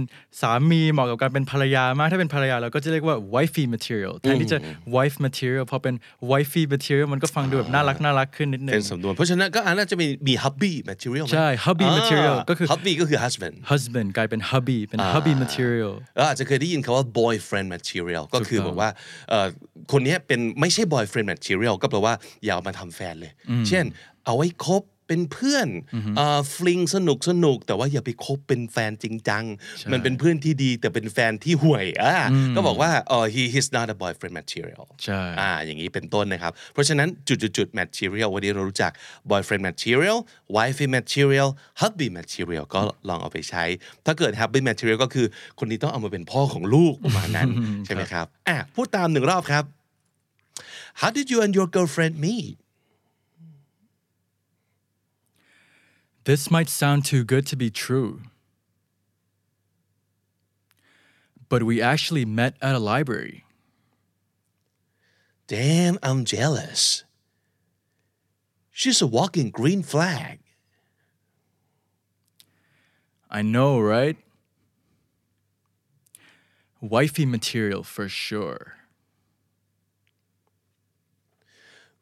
สามีเหมาะกับการเป็นภรรยามาก ถ้าเป็นภรรยาเราก็จะเรียกว่า wifey material แทนที่จะ wife material พอเป็น wifey material มันก็ฟังดูแบบน่ารักน่ารักขึ้นนิดนึ
เป็
ง
นสำนวน เพราะฉะนั้นก็อาจจะมีมี hubby material ไหม
ใช่ hubby
อ่า
material ก็คือ
hubby ก็คือ husband
husband กลายเป็น hubby เป็น hubby material
เราอาจจะเคยได้ยินคำว่า boyfriend material ก็คือ
ถูกต้อง
แบบว่าเอ่อคนเนี้ยเป็นไม่ใช่ boyfriend material ก็แปลว่าอย่าเอามาทำแฟนเลย เช่น เอาไว้คบเป็นเพื่อนฟลิงสนุกสนุกแต่ว่าอย่าไปคบเป็นแฟนจริงจัง มันเป็นเพื่อนที่ดีแต่เป็นแฟนที่ห่วยอ่าก็บอกว่าเออ he is not a boyfriend material
ใช่
อ่าอย่างนี้เป็นต้นนะครับ เพราะฉะนั้นจุดๆๆ material วันนี้เรารู้จัก boyfriend material wifey material hubby material ก็ลองเอาไปใช้ ถ้าเกิด hubby material ก็คือคนนี้ต้องเอามาเป็นพ่อของลูกประมาณนั้น ใช่ไหม ครับอ่ะพูดตามหนึ่งรอบครับ how did you and your girlfriend meet
This might sound too good to be true. But we actually met at a library.
damn I'm jealous she's a walking green flag
I know, right? Wifey material for sure.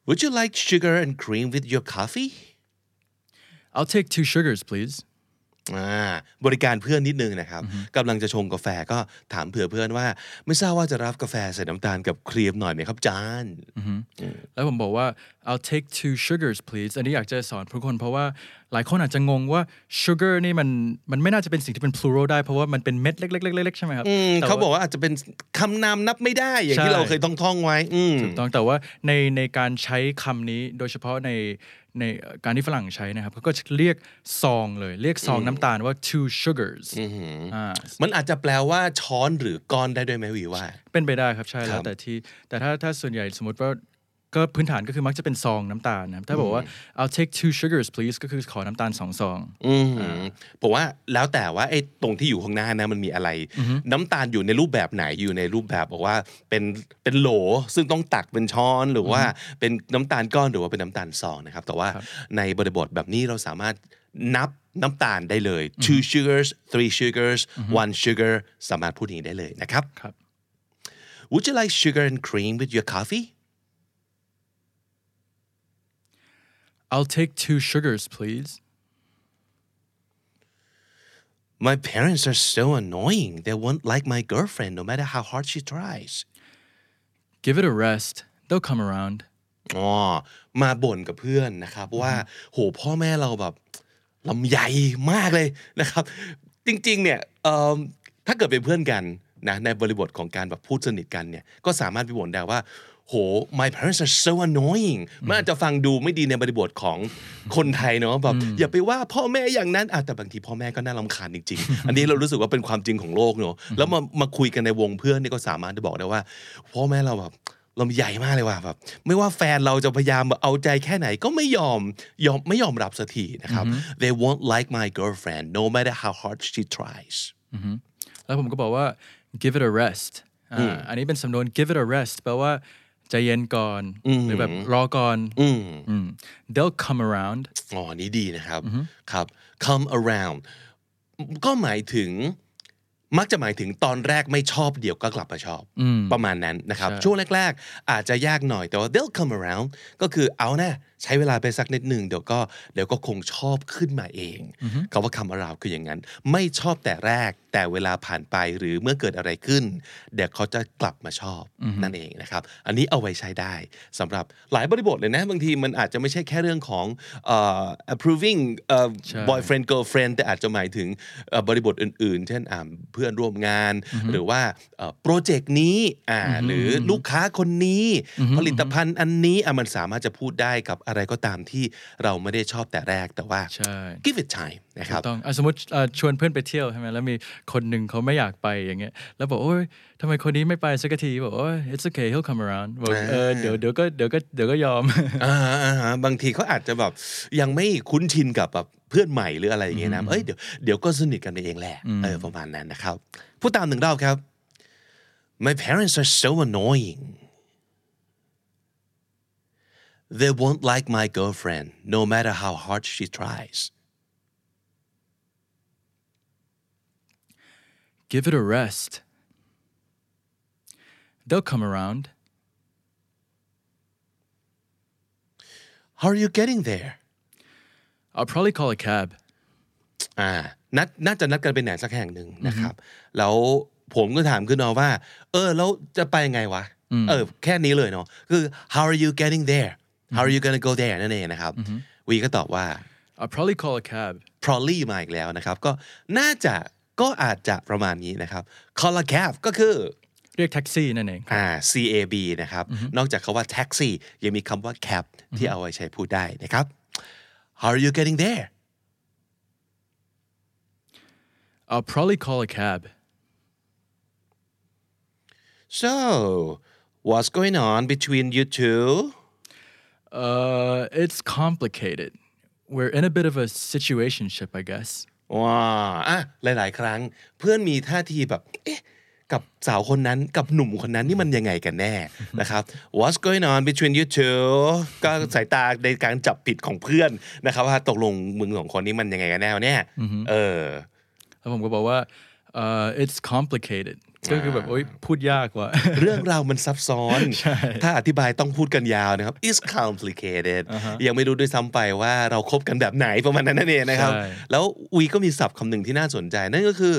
would you like sugar and cream with your coffee
I'll take two sugars, please.
อ่าบริการเพื่อนนิดนึงนะครับกำลังจะชงกาแฟก็ถามเผื่อเพื่อนว่า ไม่ทราบว่าจะรับกาแฟใส่น้ำตาลกับครีมหน่อยไหมครับจาน
แล้วผมบอกว่า I'll take two sugars please อันนี้อยากจะสอนทุกคนเพราะว่าหลายคนอาจจะงงว่า sugar นี่มันมันไม่น่าจะเป็นสิ่งที่เป็น plural ได้เพราะว่ามันเป็นเม็ดเล็กๆๆๆใช่ไหมครับ
อืมเขาบอกว่าอาจจะเป็นคำนามนับไม่ได้อย่างที่
ใช่
เราเคยต้องท่องๆไว้ อืม
ถูกต้องแต่ว่าในในการใช้คำนี้โดยเฉพาะในในเอ่อการที่ฝรั่งใช้นะครับเขาก็จะเรียกซองเลยเรียกซองน้ำตาลว่า two sugars อ่า
มันอาจจะแปลว่าช้อนหรือก้อนได้ด้วยไหมวีว่า
เป็นไปได้ครับใช่แล้วแต่ที่แต่ถ้าถ้าส่วนใหญ่สมมติว่าก็พื้นฐานก็คือมักจะเป็นซองน้ำตาลนะครับถ้าบอกว่า I'll take two sugars please ก็คือขอน้ำตาลสองซอง
อืมผมว่าแล้วแต่ว่าไอ้ตรงที่อยู่ข้างหน้านะมันมีอะไร น้ำตาลอยู่ในรูปแบบไหนอยู่ในรูปแบบบอกว่าเป็นเป็นโหลซึ่งต้องตักเป็นช้อนหรือว่าเป็นน้ำตาลก้อนหรือว่าเป็นน้ำตาลซองนะครับ แต่ว่าในบริบทแบบนี้เราสามารถนับน้ำตาลได้เลย two sugars three sugars one sugar สามารถพูดอย่างนี้ได้เลยนะครับ
ครับ
Would you like sugar and cream with your coffee
I'll take two sugars please
My parents are so annoying they won't like my girlfriend no matter how hard she tries
give it a rest they'll come around
อ๋อมาบ่นกับเพื่อนนะครับว่าโหพ่อแม่เราแบบลำใหญ่มากเลยนะครับ จริงๆเนี่ยเอิ่มถ้าเกิดเป็นเพื่อนกันนะในบริบทของการแบบพูดสนิทกันเนี่ยก็สามารถไปบ่นได้ว่าโห my parents are so annoying มันอาจจะฟังดูไม่ดีในบริบทของคนไทยเนาะแบบอย่าไปว่าพ่อแม่อย่างนั้นอ่ะแต่บางทีพ่อแม่ก็น่ารำคาญจริง ๆ อันนี้เรารู้สึกว่าเป็นความจริงของโลกเนาะแล้วมามาคุยกันในวงเพื่อนนี่ก็สามารถจะบอกได้ว่าพ่อแม่เราแบบ เราใหญ่มากเลยว่ะแบบไม่ว่าแฟนเราจะพยายามแบบเอาใจแค่ไหนก็ไม่ยอมยอมไม่ยอมรับสักทีนะครับ they won't like my girlfriend no matter how hard she tries
แล้วผมก็บอกว่า give it a rest อ่าอันนี้เป็นสำนวน give it a rest แปลว่าใจเย็นก่อน หรือแบบรอก่อนอืม they'll come around
อ๋ออันนี้ดีนะครับครับ come around ก็หมายถึงมักจะหมายถึงตอนแรกไม่ชอบเดี๋ยวก็กลับมาชอบ ประมาณนั้นนะครับ ช่วงแรก ๆ อาจจะยากหน่อยแต่ว่า they'll come around ก็คือเอานะ ใช้เวลาไปสักนิดหนึ่งเดี๋ยวก็เดี๋ยวก็คงชอบขึ้นมาเองคำว่าคำ around คืออย่างนั้น ไม่ชอบแต่แรกแต่เวลาผ่านไปหรือเมื่อเกิดอะไรขึ้น เดี๋ยวเขาจะกลับมาชอบนั่นเองนะครับ อันนี้เอาไว้ใช้ได้สำหรับหลายบริบทเลยนะ บางทีมันอาจจะไม่ใช่แค่เรื่องของเอ่อ approving เอ่อ
ใช่
boyfriend girlfriend แต่อาจจะหมายถึงเอ่อบริบทอื่น ๆ เช่นอ่าเพื่อนร่วมงาน หรือว่าเอ่อโปรเจกต์นี้อ่าหรือลูกค้าคนนี้ ผลิตภัณฑ์อันนี้อ่ะมันสามารถจะพูดได้กับอะไรก็ตามที่เราไม่ได้ชอบแต่แรกแต่ว่า
ใช่
give it time นะครับ
ต้องอ่ะสมมติเอ่อชวนเพื่อนไปเที่ยวใช่ไหมแล้วมีคนหนึ่งเขาไม่อยากไปอย่างเงี้ย แล้วบอกโอ้ยทำไมคนนี้ไม่ไปสักทีบอกโอ้ย it's okay he'll come around บอกเออเดี๋ยวเดี๋ยวก็เดี๋ยวก็เดี๋ยวก็ยอม
อ่าอ่าอ่าบางทีเขาอาจจะแบบยังไม่คุ้นชินกับแบบเพื่อนใหม่หรืออะไรอย่างเงี้ยนะเอ้ยเดี๋ยวเดี๋ยวก็สนิทกันไปเองแหละเออประมาณนั้นนะครับพูดตามหนึ่งรอบครับ my parents are so annoying they won't like my girlfriend no matter how hard she tries
give it a rest they'll come around
how are you getting there
I'll probably call a cab
อ่านัดน่าจะนัดกันไปไหนสักแห่งหนึ่งนะครับ แล้วผมก็ถามขึ้นมาว่า เออ แล้วจะไปยังไงวะ เออ แค่นี้เลยเนาะคือ how are you getting there how are you gonna go there นั่นเองนะครับ วีก็ตอบว่า
I'll probably call a cab
probably มาอีกแล้วนะครับ ก็น่าจะก็อาจจะประมาณนี้นะครับ call a cab ก็คือ
เรียกแท็กซี่นั่นเอง
อ่า cab นะครับ นอกจากคาว่าแท็กซี่ยังมีคำว่า cab ที่เอาไว้ใช้พูดได้นะครับ how are you getting there
I'll probably call a cab
so what's going on between you two
uh it's complicated we're in a bit of a situationship I guess
ว้าอ่ะหลาย ๆ ครั้งเพื่อนมีท่าทีแบบ เอ๊ะ กับสาวคนนั้นกับหนุ่มคนนั้นนี่มันยังไงกันแน่ นะครับ What's going on between you two ก็สายตาในการจับผิดของเพื่อนนะครับ ว่าตกลงมึงสองคนนี้มันยังไงกันแน่วะเนี่ยเออ
แล้วผมก็บอกว่า uh it's complicated ก็คือแบบโอ้ยพูดยากว่ะ
เรื่องราวมันซับซ้อน ถ้าอธิบายต้องพูดกันยาวนะครับ is complicated ยังไม่รู้ด้วยซ้ำไปว่าเราคบกันแบบไหนประมาณนั้นนั่นเองนะครับ
ใช่
แล้ววีก็มีศัพท์คำหนึ่งที่น่าสนใจนั่นก็คือ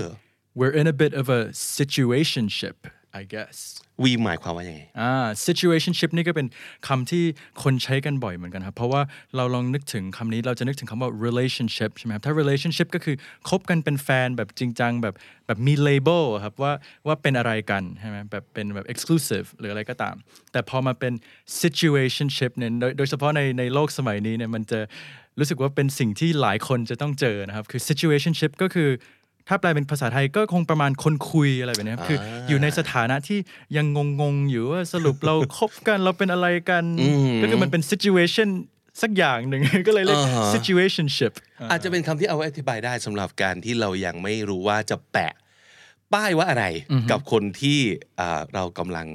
we're in a bit of a situationship I guess
วีหมายความว่ายังไง
อ่า situationship นี่ก็เป็นคำที่คนใช้กันบ่อยเหมือนกันครับ เพราะว่าเราลองนึกถึงคำนี้เราจะนึกถึงคำว่า relationship ใช่ไหมครับ ถ้า relationship ก็คือคบกันเป็นแฟนแบบจริงจังแบบแบบมี label อะครับว่าว่าเป็นอะไรกันใช่ไหมแบบเป็นแบบ exclusive หรืออะไรก็ตาม แต่พอมาเป็น situationship เนี่ยโดยโดยเฉพาะในในโลกสมัยนี้เนี่ยมันจะรู้สึกว่าเป็นสิ่งที่หลายคนจะต้องเจอนะครับ คือ situationship ก็คือ ถ้าแปลเป็นภาษาไทยก็คงประมาณคนคุยอะไรแบบนี้ครับคืออยู่ในสถานะที่ยังงงๆอยู่ว่าสรุปเรา คบกันเราเป็นอะไรกัน ก็คือมันเป็น situation สักอย่างหนึ่ง ก็เลยเรียก situationship
อาจจะเป็นคำที่เอาไว้อธิบายได้สำหรับการที่เรายังไม่รู้ว่าจะแปะ ป้ายว่าอะไรกับคนที่อ่าเรากำลัง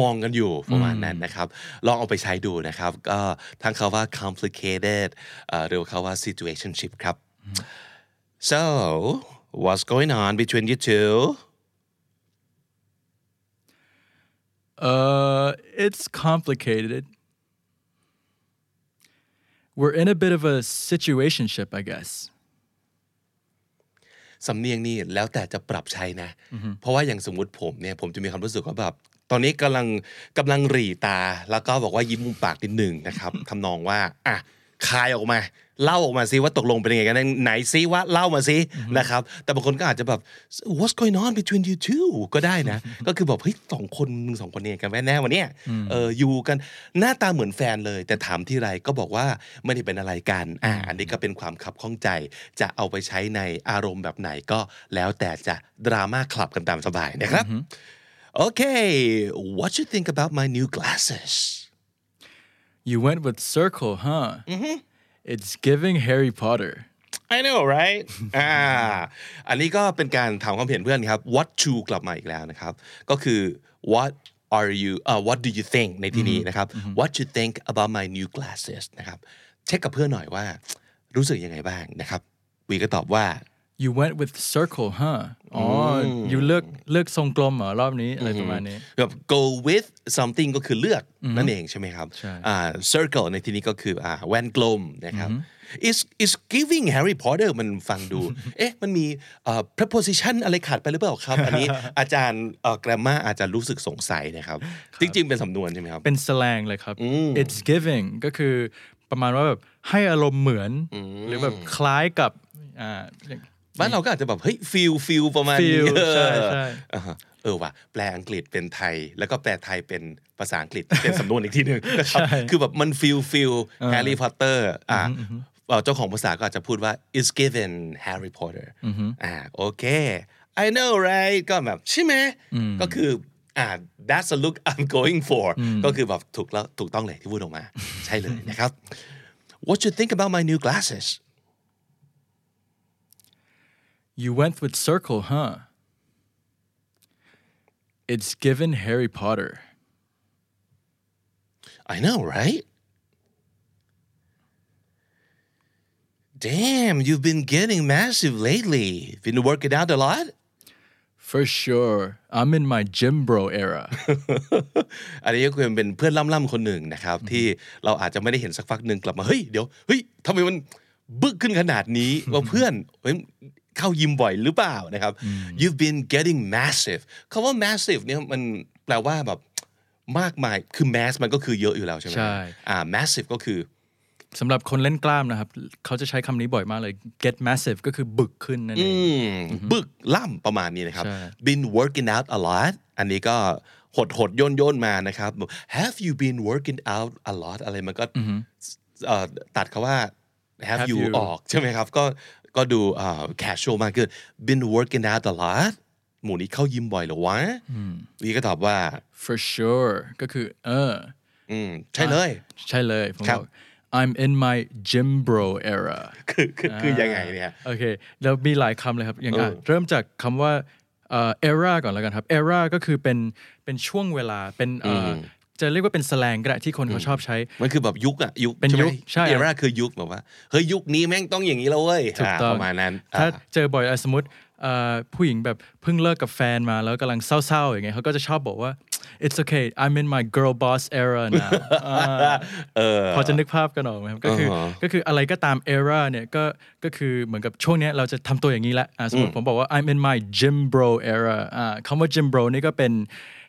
มองกันอยู่ประมาณนั้นนะครับ ลองเอาไปใช้ดูนะครับ ก็ทั้งคาว่า complicated อ่าหรือว่าคาว่า situationship ครับ so what's going on between you two
uh it's complicated we're in a bit of a situationship I guess
สำเนียงนี่แล้วแต่จะปรับใช้นะ เพราะว่าอย่างสมมติผมเนี่ยผมจะมีความรู้สึกว่าแบบ ตอนนี้กำลังกำลังหรี่ตา แล้วก็บอกว่ายิ้มมุมปากนิดหนึ่ง นะครับ ทำนองว่าอ่ะคายออกมา เล่าออกมาซิว่าตกลงเป็นยังไงกันแน่ไหนซิว่าเล่ามาซินะครับ แต่บางคนก็อาจจะแบบ what's going on between you two ก็ได้ นะ ก็คือแบบเฮ้ยสองคนมึงสองคนเนี่ยกันแน่ๆวันเนี้ยเอออยู่กันหน้าตาเหมือนแฟนเลย แต่ถามที่ไรก็บอกว่าไม่ได้เป็นอะไรกันอ่าอันนี้ก็เป็นความขับข้องใจ จะเอาไปใช้ในอารมณ์แบบไหนก็แล้วแต่จะดราม่าคลับกันตามสบายนะครับ โอเค what you think about my new glasses
you went with circle huh it's giving Harry Potter
I know right อ่า อันนี้ก็เป็นการถามความเห็นเพื่อนครับ what to กลับมาอีกแล้วนะครับ ก็คือ what are you เอ่อ what do you think ในที่นี้นะครับ what you think about my new glasses นะครับ เช็คกับเพื่อนหน่อยว่า รู้สึกยังไงบ้างนะครับ วีก็ตอบว่า
you went with circle huh อ๋ออ you เลือกเลือกทรงกลมเหรอรอบนี้อะไรประมาณนี้
แบบ go with something ก็คือเลือกนั่นเองใช่ไหมครับอ่า circle ในที่นี้ก็คืออ่าแว่นกลมนะครับ is is giving Harry Potter มันฟัง ดู เอ๊ะ มันมีเอ่อ preposition อะไรขาดไปหรือเปล่าครับ อันนี้ อาจารย์เอ่อ grammar อาจจะรู้สึกสงสัยนะครับ จริง ๆ เป็นสำนวนใช่ไหมครับ
เป็นสแลงเลยครับ it's giving ก็คือประมาณว่าแบบให้อารมณ์เหมือน หรือแบบคล้ายกับอ่า
บ้านเราก็อาจจะแบบเฮ้ยฟิลฟิลประมาณนี้
feel
เออ
ใช่ใช่
อ่าฮะเออว่ะแปลอังกฤษเป็นไทย แล้วก็แปลไทยเป็นภาษาอังกฤษ เป็นสำนวนอีกที หนึ่งนะครับคือแบบมันฟิลฟิลแฮร์รี่พอตเตอร์อ่าเอ่อเจ้าของภาษาก็อาจจะพูดว่า is given Harry Potter อ่าโอเค I know right ก็แบบใช่ไหมก็คืออ่า that's the look I'm going for ก็คือแบบถูกแล้วถูกต้องเลยที่พูดออกมา ใช่เลยนะครับ What you think about my new glasses
you went with circle huh it's given Harry Potter
I know, right? Damn, you've been getting massive lately. Been working out a lot?
for sure I'm in my gym bro era
อันนี้ก็คือเป็นเพื่อนล่ำๆคนหนึ่งนะครับ ที่เราอาจจะไม่ได้เห็นสักพักหนึ่งกลับมา เฮ้ย เดี๋ยว เฮ้ยทำไมมันบึกขึ้นขนาดนี้ ว่าเพื่อนเฮ้ยเข้ายิมบ่อยหรือเปล่านะครับ you've been getting massive คำว่า massive เนี่ยมันแปลว่าแบบมากมาย คือ mass มันก็คือเยอะอยู่แล้วใช่ไหม
ใช่
อ่า massive ก็คือ
สำหรับคนเล่นกล้ามนะครับ เขาจะใช้คำนี้บ่อยมากเลย get massive ก็คือบึกขึ้นนั่นเอง
อืมบึกล่ำประมาณนี้นะครับ
ใช่
been working out a lot อันนี้ก็หดหดย่นย่นๆมานะครับ have you been working out a lot อะไรมันก็เอ่อตัดคาว่า have
Have
you
you
ออกใช่ไหมครับก็ก็ดูเอ่อ casual มากขึ้น been working out a lot หมู่นี้เข้ายิมบ่อยเหรอวะวีก็ตอบว่า
for sure ก็คือ เออ
อืมใช่เลย
ใช่เลยผม
ค
บ
รั
อบ ก I'm in my gym bro era
คือคือคือยังไงเนี่ย
โอเค แล้วมีหลายคำเลยครับ อย่างอ่ะเริ่มจากคำว่าเอ่อ era ก่อนแล้วกันครับ era ก็คือเป็นเป็นช่วงเวลาเป็นเอ่ออจะเรียกว่าเป็นสแลงก็ได้ที่คนเขาชอบใช้
มันคือแบบยุคอะยุค
เป็น
ไหม
ยุคใช่
เอราคือยุคแบบว่าเฮ้ยยุคนี้แม่งต้องอย่างนี้แล้วเว้ย
ถูก
อ่า
ต้อง
ประมาณนั้นอ่า
ถ้าเจอบ่อยอ่ะสมมติเอ่อผู้หญิงแบบเพิ่งเลิกกับแฟนมาแล้วกำลังเศร้าๆอย่างเงี้ยเขาก็จะชอบบอกว่า it's okay I'm in my girl boss era now อ่าพอจะนึกภาพกันออกไหมครับก็คืออก็คืออะไรก็ตาม era เนี่ยก็ก็คือเหมือนกับช่วงเนี้ยเราจะทำตัวอย่างนี้ละอ่ะสมมติผมบอกว่า I'm in my gym bro era อ่าคำว่า gym bro นี่ก็เป็น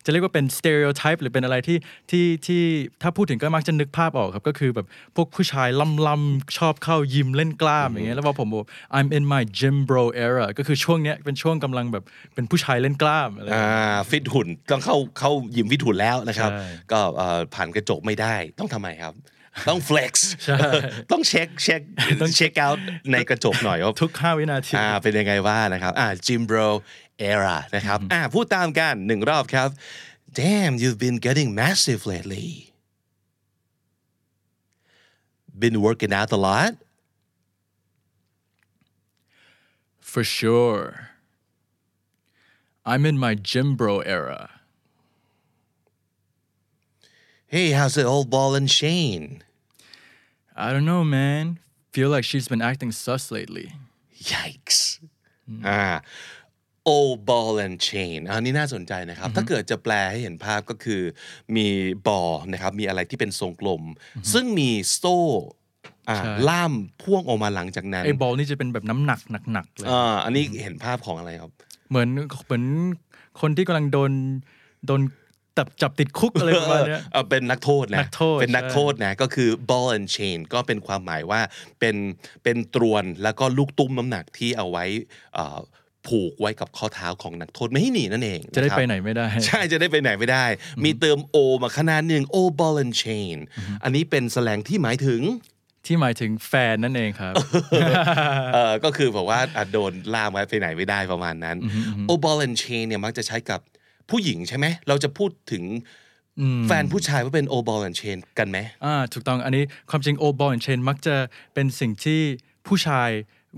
จะเรียกว่าเป็น stereotype หรือเป็นอะไรที่ที่ที่ถ้าพูดถึงก็มักจะนึกภาพออกครับ ก็คือแบบพวกผู้ชายล่ำๆชอบเข้ายิมเล่นกล้ามอย่างเงี้ยแล้วพอผมบอก I'm in my gym bro era ก็คือช่วงเนี้ยเป็นช่วงกำลังแบบเป็นผู้ชายเล่นกล้ามอะไร
อ่าฟิตหุ่นต้องเข้าเข้ายิมฟิตหุ่นแล้วนะครับ
ใช่
ก็เอ่อผ่านกระจกไม่ได้ต้องทำไมครับ ต้อง flex
ใช่
ต้องเช็คเช็คต้องเช็คเอาท์ในกระจกหน่อยว่า
ทุก 5 วินาที
อ่าเป็นยังไงว่านะครับอ่า Jim Bro era นะครับอ่าพูดตามกันหนึ่งรอบครับ Damn you've been getting massive lately been working out a lot
for sure I'm in my gym bro era
hey how's the old ball and chain
I don't know man feel like she's been acting sus lately
yikes อ่า old ball and chain อันนี้น่าสนใจนะครับ ถ้าเกิดจะแปลให้เห็นภาพก็คือ มีบอลนะครับ มีอะไรที่เป็นทรงกลม ซึ่งมีโซ่อ่าล่ามพ่วงออกมาหลังจากนั้น
ไอ้บอลนี่จะเป็นแบบน้ำหนักหนักๆเลย
อ่าอันนี้เห็นภาพของอะไรครับ
เหมือนเหมือนคนที่กำลังโดนโดนจับจับติดคุกอะไรประมาณเนี้ย
เออเป็นนักโทษนะ
นักโทษ
เป็นนักโทษนะก็คือ ball and chain ก็เป็นความหมายว่าเป็นเป็นตรวนแล้วก็ลูกตุ้มน้ำหนักที่เอาไว้เอ่อผูกไว้กับข้อเท้าของนักโทษไม่ให้หนีนั่นเอง
จะได้
ครับ
ไปไหนไม่ได้
ใช่จะได้ไปไหนไม่ได้ มีเติม o มาขางหนาดหนึ่ง o ball and chain อันนี้เป็นแสลงที่หมายถึง
ที่หมายถึงแฟนนั่นเองครับ
เออก็คือบอกว่าอ่ะโดนล่ามไว้ไปไหนไม่ได้ประมาณนั้น o ball and chain เนี่ยมักจะใช้กับผู้หญิงใช่ไหมเราจะพูดถึงแฟนผู้ชายว่าเป็น o ball and chain กันไหม
อ่าถูกต้องอันนี้ความจริงโอบอลเชนมักจะเป็นสิ่งที่ ผู้ชาย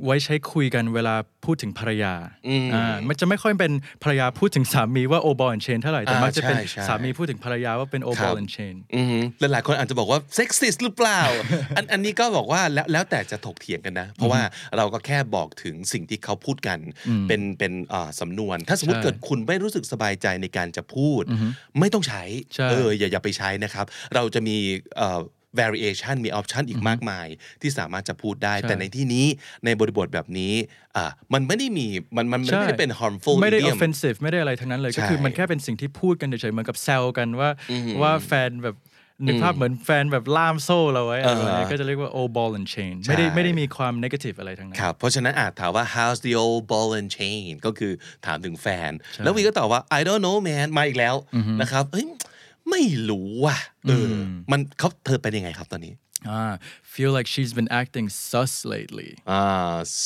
ไว้ใช้คุยกันเวลาพูดถึงภรรยา
อืม
อ่ามันจะไม่ค่อยเป็นภรรยาพูดถึงสามีว่าโอบอลเชนเท่าไหร่แต่
อ่า
มักจะเป็น
ใช่ใช่
สามีพูดถึงภรรยาว่าเป็นโอ
ครับ
อบ ลเชน
อือหือและหลายคนอาจจะบอกว่าเซ็กซิสหรือเปล่า อันอันนี้ก็บอกว่าแล้วแล้วแต่จะถกเถียงกันนะ เพราะว่าเราก็แค่บอกถึงสิ่งที่เขาพูดกัน เป็นเป็นอ่าสำนวน ถ้าสมมติ
ใช่
เกิดคุณไม่รู้สึกสบายใจในการจะพูด ไม่ต้องใช้
ใช่
เอออย่าอย่าไปใช้นะครับ เราจะมีเอ่อ variation มี option อีกมากมาย ที่สามารถจะพูดได้ แต่ในที่นี้ในบริบทแบบนี้อ่ามันไม่ได้มีมันมันมันไม่ได้เป็น harmful
ไม่ได้
idiom
offensive ไม่ได้อะไรทั้งนั้นเลย ก็คือ
ใช่
มันแค่เป็นสิ่งที่พูดกันเฉยๆเหมือนกับแซวกันว่าว่าแฟนแบบนึกภาพเหมือนแฟนแบบล่ามโซ่เราไว้อะไรแบบนี้
เออ
ก็จะเรียกว่า o ball and chain ไม่ได้
ใช่
ไม่ได้มีความ negative อะไรทั้งนั้น
ครับ เพราะฉะนั้นอาจถามว่า how's the old ball and chain ก็คือถามถึงแฟน แล้ววีก็ตอบว่า I don't know man มาอีกแล้วนะครับเอ้ยไม่รู้ว่ะเอออมันเขาเธอเป็นยังไงครับตอนนี้
Ah, feel like she's been acting sus lately.
อ่า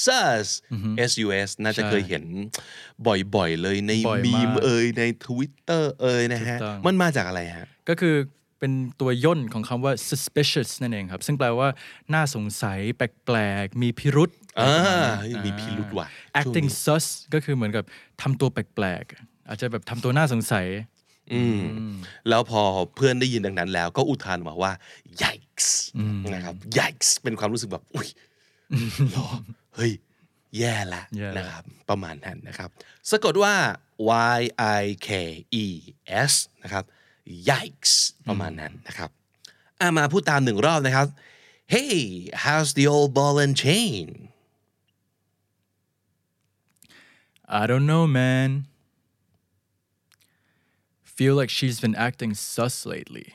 sus sus น่าจะเคยเห็นบ่อยๆเลยใน
บ่อย
มี
มาก
มเอยใน Twitter เอยนะฮะ
ถูกต้อง
มันมาจากอะไรฮะ
ก็คือเป็นตัวย่นของคำว่า suspicious นั่นเองครับ ซึ่งแปลว่า น่าสงสัย แปลกๆ มีพิรุษ
อ่าเฮ้ยมีพิรุษว่ะช่วงนี้
acting sus ก็คือเหมือนกับทำตัวแปลกๆ อาจจะแบบทำตัวน่าสงสัย
อืมแล้วพอเพื่อนได้ยินดังนั้นแล้วก็อุทานมาว่า yikes นะครับ yikes เป็นความรู้สึกแบบ อุ้ยหรอเฮ้ย แย่ละ
แย่ละ
นะครับ ประมาณนั้นนะครับ สะกดว่า y i k e s นะครับ yikes ประมาณนั้นนะครับอ่ะมาพูดตามหนึ่งรอบนะครับ hey how's the old ball and chain
I don't know man feel like she's been acting sus lately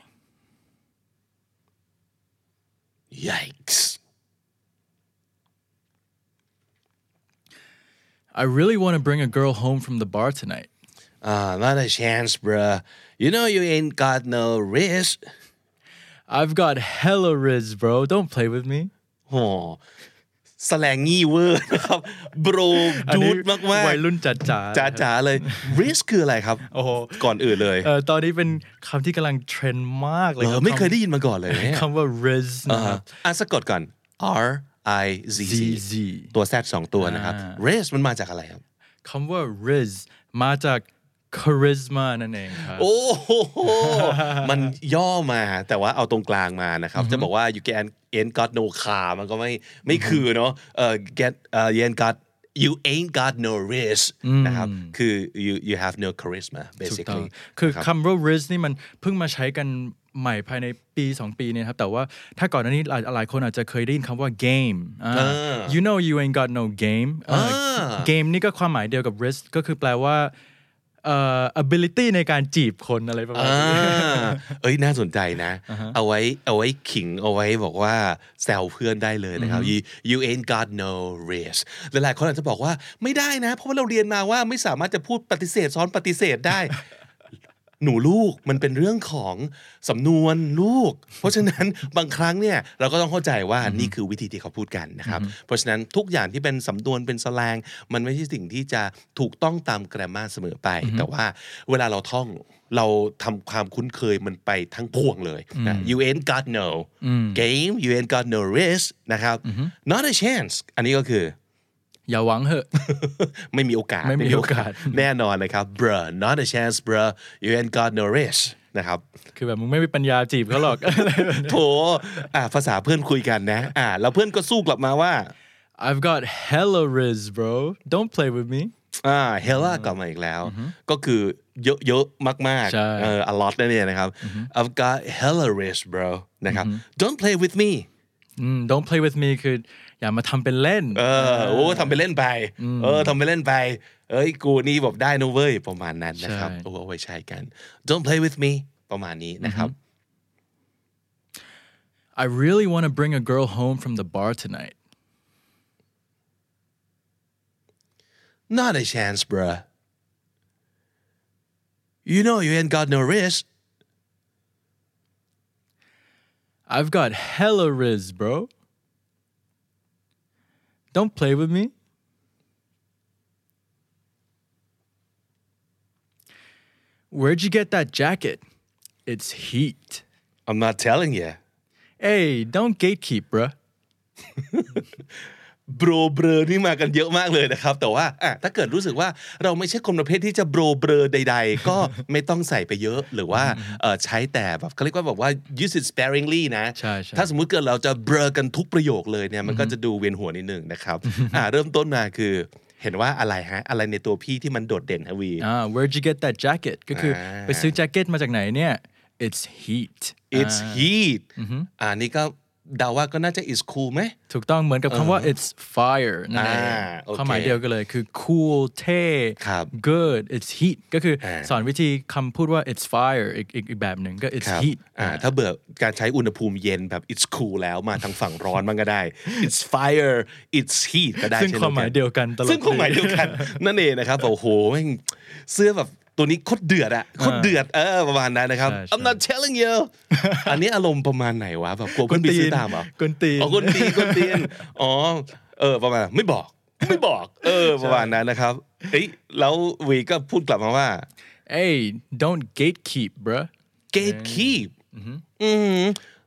yikes
I really want to bring a girl home from the bar tonight
uh, not a chance bruh you know you ain't got no wrist
I've got hella riz bro don't play with me
โหแสแลงงี้เวอร์นะครับโบร
อัน
ดู
นี้
ดมากๆ
วัยรุ่นจ๋าๆ
จ๋าจ๋าๆเลย risk คืออะไรครับ
โอ้โห
ก่อนอื่นเลย
เออตอนนี้เป็นคำที่กำลังเทรนด์มากเลย
เอ
ค
อ
รับ
ไม่เคย
ำ
ได้ยินมาก่อนเลยเนี่ย
คำว่า riz นะ
อ่า
ครับ
อ่ะสะกดก่อน R I Z Z
zz
ตัว Z สองตัวนะครับ risk มันมาจากอะไรครับ
คำว่า riz มาจาก charisma นั่นเองครับ
โอ้โห มันย่อมาแต่ว่าเอาตรงกลางมานะครับ จะบอกว่า you can ain't got no car มันก็ไม่ไม่คือเนาะเอ่อ get เอ่อ you ain't got you ain't got no risk นะครับคือ you you have no charisma
ถูกต้อง
basically
คือ
รับ
คำว่า riz นี่มันเพิ่งมาใช้กันใหม่ภายในปี 2 ปีเนี่ยครับ แต่ว่าถ้าก่อนหน้านี้หลายหลายคนอาจจะเคยได้ยินคำว่า game อ่า you know you ain't got no game เอ่อ game นี่ก็ความหมายเดียวกับ riz ก็คือแปลว่าเอ่อ ability ในการจีบคนอะไรประมาณ
อ่า
นี้
เอ้ยน่าสนใจนะ เอาไว้เอาไว้ขิงเอาไว้บอกว่าแซวเพื่อนได้เลยนะครับ you you ain't got no race หลายๆคนอาจจะบอกว่าไม่ได้นะ เพราะว่าเราเรียนมาว่าไม่สามารถจะพูดปฏิเสธซ้อนปฏิเสธได้ หนูลูกมันเป็นเรื่องของสำนวนลูก เพราะฉะนั้น บางครั้งเนี่ยเราก็ต้องเข้าใจว่านี่คือวิธีที่เขาพูดกันนะครับ เพราะฉะนั้นทุกอย่างที่เป็นสำนวนเป็นสแลง มันไม่ใช่สิ่งที่จะถูกต้องตามแกรมมาเสมอไป แต่ว่าเวลาเราท่องเราทำความคุ้นเคยมันไปทั้งพวงเลยนะ you ain't got no game you ain't got no risk นะครับ not a chance อันนี้ก็คือ
อย่าหวังเหอะ
ไม่มีโอกาส
ไม่มีโอกาส
แน่นอนนะครับ bruh not a chance bruh you ain't got no risk นะครับ
คือแบบมึงไม่มีปัญญาจีบเขาหรอก
โถอ่ะภาษาเพื่อนคุยกันนะ อ่ะแล้วเพื่อนก็สู้กลับมาว่า
I've got hella riz, bro. Don't play with me.
อ่าเฮล่ากลับมาอีกแล้ว ก็คือเยอะๆมาก
ใช่
ๆเออ a lot นั่นเองนะครับ I've got hella rich bro นะครับ don't play with me
อืม Don't play with me คืออย่ามาทำเป็นเล่น
เออโอ้ทำไปเล่นไป เออทำไปเล่นไป เอ้ยกูนี่แบบได้นะเว้ย ประมาณนั้นนะครับ
ใช่
โอ้เอาไว้ใช้กัน don't play with me ประมาณนี้นะครับ
I really want to bring a girl home from the bar tonight.
not a chance bro you know you ain't got no risk
I've got hella riz, bro. Don't play with me. Where'd you get that jacket? It's heat.
I'm not telling you
Hey, don't gatekeep, bruh.
โบรเบรอนี่มากันเยอะมากเลยนะครับ แต่ว่าอ่ะถ้าเกิดรู้สึกว่าเราไม่ใช่คนประเภทที่จะโบรเบรอใด ๆ ก็ ไม่ต้องใส่ไปเยอะห รือว่าเอ่อใช้แต่แบบเขาเรียกว่าแบบว่า use it sparingly นะ
ใช่ใช่
ถ้าสมมุติเกิดเราจะเบรอกันทุกประโยคเลยเนี่ยมันก็จะดูเวียนหัวนิดหนึ่ง นะครับอ่ะเริ่มต้นมาคือ เห็นว่าอะไรฮะ อะไรในตัวพี่ที่มันโดดเด่นฮะวี
อ่า where'd you get that jacket ก็คือไปซื้อแจ็คเก็ตมาจากไหนเนี่ย eh? it's heat
it's heat Ah, อ่านี่ก็เดาว่าก็น่าจะ is cool ไหม
ถูกต้องเหมือนกับคำว่า it's fire นั่นเอง
อ่าโอเค
ความหมายเดียวกันเลยคือ cool เท่
ครับ
good it's heat ก็คืออา สอนวิธีคำพูดว่า it's fire อีกอีกอีกแบบหนึ่งก็ it's
ครับ
heat
อ่า ถ้าเบื่อการใช้อุณหภูมิเย็นแบบ it's cool แล้วมาทางฝั่งร้อนมันก็ได้ it's fire it's heat ก็ได้
ซึ่ง
เช่น
ความหมายเดียวกันตลอด
ซึ่งความหมายเดียว กัน นั่นเองนะครับโอ้โหแม่งเสื้อแบบตัวนี้โคตรเดือดอะโคตรเดือดเออประมาณนั้นนะครับ
ใช่ใช่
I'm not telling you อันนี้อารมณ์ประมาณไหนวะแบบกลัวเพื่อนไปซื้อตามเหรอ
กวนตีน
อ๋อคนตีนคนตีนอ๋อเออประมาณไม่บอกไม่บอก เออประมาณนั้นนะครับเอ้ยแล้ววีก็พูดกลับมาว่า
hey don't gatekeep bruh
gatekeep อืม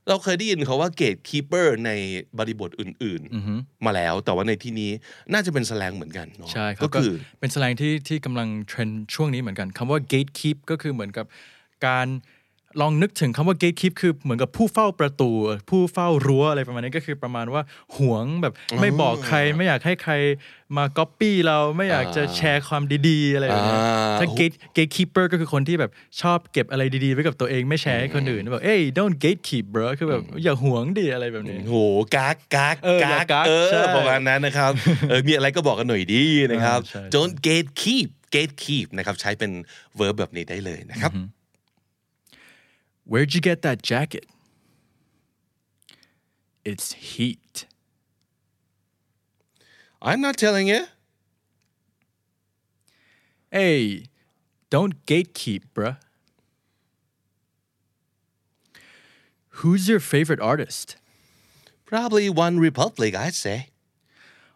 เราเคยได้ยินเขาว่า gatekeeper ในบริบทอื่นๆ มาแล้วแต่ว่าในที่นี้น่าจะเป็นแสแลงเหมือนกันเนาะ
ใช่ครับ
ก็คือ
เป็นแสแลงที่ที่กำลังเทรนด์ช่วงนี้เหมือนกันคำว่า gatekeep ก็คือเหมือนกับการลองนึกถึงคำว่า gatekeep คือเหมือนกับผู้เฝ้าประตู ผู้เฝ้ารั้วอะไรประมาณนี้ก็คือประมาณว่าหวงแบบไม่บอกใครไม่อยากให้ใครมาก๊อปปี้เราไม่อยากจะแชร์ความดีๆ อะไรแบบนี้
อ่า
ถ้า gate gatekeeper ก็คือคนที่แบบชอบเก็บอะไรดีๆ ไว้กับตัวเองไม่แชร์ให้คนอื่นแบบเอ้ย don't gatekeep bro คือแบบอย่าหวงดิอะไรแบบนี้
โหกากกาก
เอออย่าก
าก
กาก
เอ
ใช่
อประมาณนั้น นะครับ เออมีอะไรก็บอกกันหน่อยดีนะครับ
เออใช่
don't gatekeep gatekeep นะครับใช้เป็น verb แบบนี้ได้เลยนะครับ
Where'd you get that jacket? It's heat.
I'm not telling you
Hey, don't gatekeep, bruh. Who's your favorite artist?
Probably One Republic, I'd say.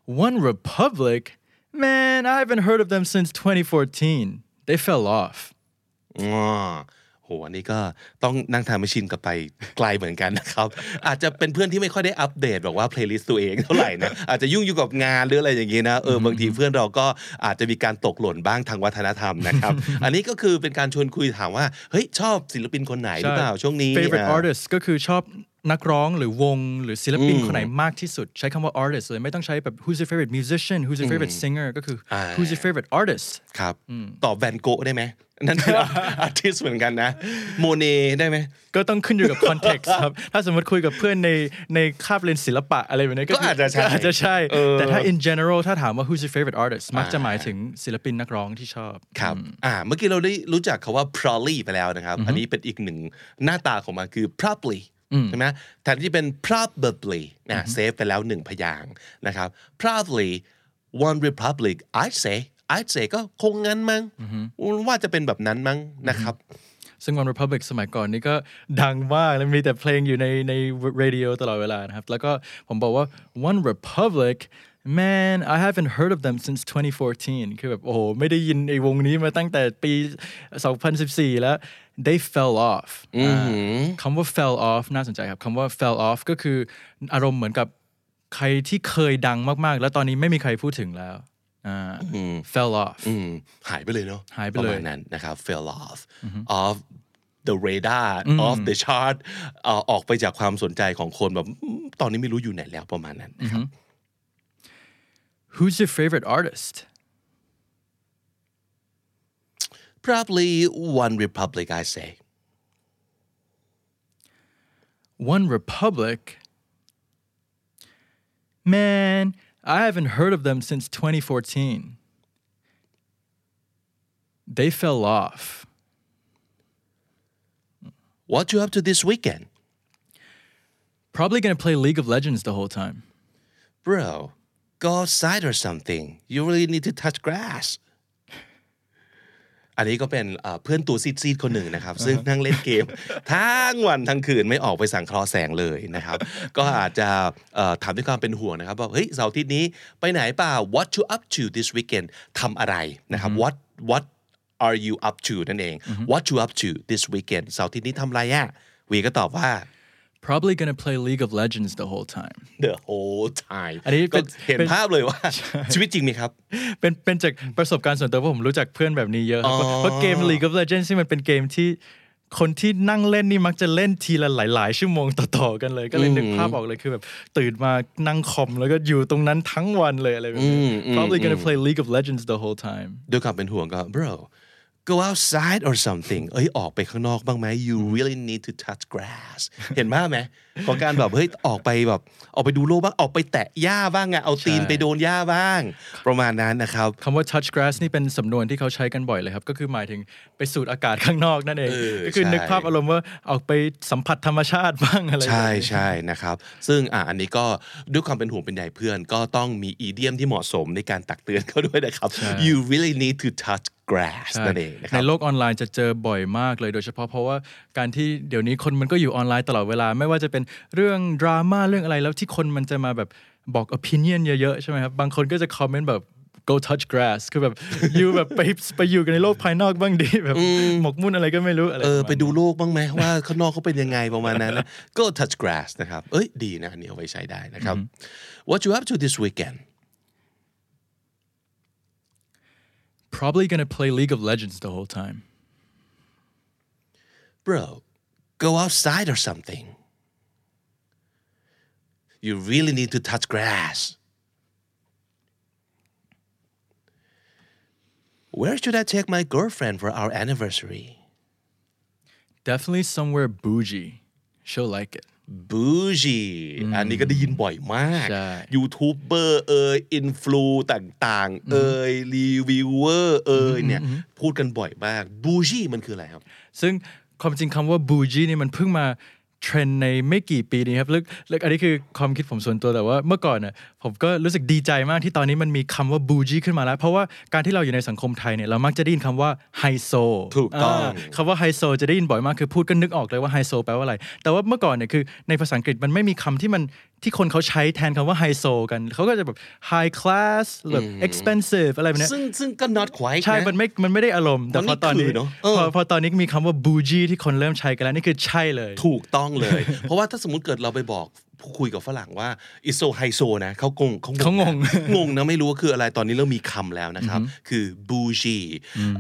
One Republic? Man, I haven't heard of them since 2014. They fell off.
อ๋อโห อันนี้ก็ต้องนั่งทำมชินกลับไปไกลเหมือนกันนะครับ อาจจะเป็นเพื่อนที่ไม่ค่อยได้อัปเดตบอกว่าเพลย์ลิสต์ตัวเองเท่าไหร่นะ อาจจะยุ่งอยู่กับงานหรืออะไรอย่างงี้นะ เออ บางทีเพื่อนเราก็อาจจะมีการตกหล่นบ้างทางวัฒนธรรมนะครับ อันนี้ก็คือเป็นการชวนคุยถามว่า เฮ้ย ชอบศิลปินคนไหนหรือเปล่าช่วงนี้
favorite
อ่า
artist ก็คือชอบนักร้องหรือวงหรือศิลปินคนไหนมากที่สุด ใช้คำว่า artist เลยไม่ต้องใช้แบบ who's your favorite musician who's your favorite singer ก็คือ who's your favorite artist
ครับ ตอบแวนโกะได้ ไหม นั่นคือ อาร์ติสเหมือนกันนะ โมเนได้ไหม
ก็ต้องขึ้นอยู่กับ context ครับ ถ้าสมมติคุยกับเพื่อนในในคาบเรียนศิลปะอะไรแบบนี้
ก็อาจจะใช่
ก็อาจจะใช่
เออ
แต่ถ้า in general ถ้าถามว่า who's your favorite artist มักจะหมายถึงศิลปินนักร้องที่ชอบ
ครับ อ่า เมื่อกี้เราได้รู้จักคาว่า probably ไปแล้วนะครับ อันนี้เป็นอีกหนึ่งหน้าตาของมันคือ probably ใช่ไหมแทนที่เป็น probably นะเซฟไปแล้วหนึ่งพยางค์นะครับ probably one republic I'd say I'd say ก็คงงั้นมั้งว่าจะเป็นแบบนั้นมั้งนะครับ
ซึ่ง One Republic สมัยก่อนนี่ก็ดังมากแล้วมีแต่เพลงอยู่ในในเรดิโอตลอดเวลานะครับ แล้วก็ผมบอกว่า One Republic man I haven't heard of them since 2014 คือแบบ โอ้โห ไม่ได้ยินไอ้วงนี้มาตั้งแต่ปี 2014 แล้ว they fell off อ่าคำว่า fell off น่าสนใจครับคำว่า fell off ก็คืออารมณ์เหมือนกับใครที่เคยดังมากๆ แล้วตอนนี้ไม่มีใครพูดถึงแล้วอ่า fell off
อืมหายไปเลยเนาะ
หายไป
ประ
เลย
มาณนั้นนะครับ fell off off the radar off the chart เอ่อออกไปจากความสนใจของคนแบบอืมตอนนี้ไม่รู้อยู่ไหนแล้วประมาณนั้นนะครับ
who's your favorite artist
probably one republic I say
One Republic. Man, I haven't heard of them since 2014. They fell off.
what you up to this weekend
Probably gonna play League of Legends the whole time.
bro go outside or something you really need to touch grass อันนี้ก็เป็นเอ่อเพื่อนตัวซีดๆคนหนึ่งนะครับ ซึ่งนั่งเล่นเก ม ทั้งวันทั้งคืนไม่ออกไปสังเคราะห์แสงเลย นะครับ ก็อาจจะเอ่อถามด้วยความเป็นห่วงนะครับว่าเฮ้ยเสาร์อาทิตย์นี้ไปไหนเปล่า what you up to this weekend ทำอะไรนะครับ what what are you up to นั่นเอง what you up to this weekend เสาร์อาทิตย์นี้ทำอะไรอะวีก็ตอบว่า
probably gonna play League of Legends the whole time
the whole time
อันนี้เป็
ก็
น
เห็น
เป็น
ภาพเลยว่า ชีวิตจริงไหมครับ
เป็นเป็นจากประสบการณ์ส่วนตัวเพราะผมรู้จักเพื่อนแบบนี้เยอะครับ
อ๋อ
เพราะเกม League of Legends ที่งมันเป็นเกมที่คนที่นั่งเล่นนี่มักจะเล่นทีละหลาย ๆ ชั่วโมงต่อๆกันเลย ก็เลยนึกภาพออกเลยคือแบบตื่นมานั่งคอมแล้วก็อยู่ตรงนั้นทั้งวันเลยอะไรแบบนี้ probably gonna play League of Legends the whole time
ด้วยความเป็นห่วงก็ bro go outside or something เอ้ยออกไปข้างนอกบ้างไหม you really need to touch grass เห็นมากไหมของการแบบเฮ้ยออกไปแบบออกไปดูโลกบ้างออกไปแตะหญ้าบ้างอะเอาตีนไปโดนหญ้าบ้าง ประมาณนั้นนะครับ
คำว่า touch grass นี่เป็นสำนวนที่เขาใช้กันบ่อยเลยครับ ก็คือหมายถึงไปสูดอากาศข้างนอกนั่นเอง
เออ
ก็คือ
ใช่
นึกภาพอารมณ์ว่าออกไปสัมผัสธรรมชาติบ้างอะไรแบบ
ใช่
นี้
ใช่นะครับ ซึ่งอ่ะอันนี้ก็ด้วยความเป็นห่วงเป็นใยเพื่อน ก็ต้องมีอีเดียมที่เหมาะสมในการตักเตือนเขาด้วยนะครับ you really need to touch grass
ใช่
นั่นเองนะค
ใน
รับ
โลกออนไลน์จะเจอบ่อยมากเลยโดยเฉพาะเพราะว่าการที่เดี๋ยวนี้คนมันก็อยู่ออนไลน์ตลอดเวลา ไม่ว่าจะเป็นเรื่องดราม่าเรื่องอะไรแล้วที่คนมันจะมาแบบบอก opinion เยอะๆ ใช่ไหมครับ บางคนก็จะคอมเมนต์แบบ go touch grass คือแบบ อยู่แบบไปไปอยู่กันในโลกภายนอกบ้างดีแบบหมกมุ่นอะไรก็ไม่รู้อะไร
เออ
ระมาณ
ไปดูโลกบ้างไหมว่าข้างนอกเขาเป็นยังไงประมาณนั้น นะ ก็ touch grass นะครับ เอ้ยดีนะอันนี้เอาไว้ใช้ได้นะครับ what you up to this weekend
probably gonna play League of Legends the whole time
bro go outside or something you really need to touch grass where should I take my girlfriend for our anniversary
definitely somewhere bougie she'll like it
บูจีอันนี้ก็ได้ยินบ่อยมาก
ใช่
ยูทูบเบอร์เอ่ยอินฟลูต่างๆ เอ่ยรีวิวเวอร์เอ่ยเนี่ย พูดกันบ่อยมากบูจีมันคืออะไรครับ
ซึ่งความจริงคำว่าบูจีนี่มันเพิ่งมาเทรนด์ในไม่กี่ปีนี้ครับแล้วแล้วอันนี้คือความคิดผมส่วนตัวแต่ว่าเมื่อก่อนน่ะผมก็รู้สึกดีใจมากที่ตอนนี้มันมีคำว่าบูจีขึ้นมาแล้ว เพราะว่าการที่เราอยู่ในสังคมไทยเนี่ยเรามักจะได้ยินคำว่าไฮโซ
ถูกต้อง
าคำว่าไฮโซจะได้ยินบ่อยมากคือพูดก็นึกออกเลยว่าไฮโซแปลว่าอะไร แต่ว่าเมื่อก่อนเนี่ยคือในภาษาอังกฤษมันไม่มีคำที่มันที่คนเขาใช้แทนคำว่าไฮโซกันเขาก็จะแบบ high class แบบ expensive อะไรแบบเนี้ย
ซึ่งซึ่งก็ not quite
ใช่
นะ
มันไม่ มันไม่ได้อารมณ์ แต่
มัน
พ
ไม่
อตอนนี้
คือเนอะเออ
พอพอตอนนี้มีคำว่าบูจีที่คนเริ่มใช้กันแล้ว นี่คือใช่เลย
ถูกต้องเลย เพราะว่าถ้าสมมติเกิดเราไปบอกคุยกับฝรั่งว่า is so high so นะเขางงเขา
เขางง
นะ งงนะไม่รู้ว่าคืออะไรตอนนี้เริ่มมีคำแล้วนะครับ คือ bougie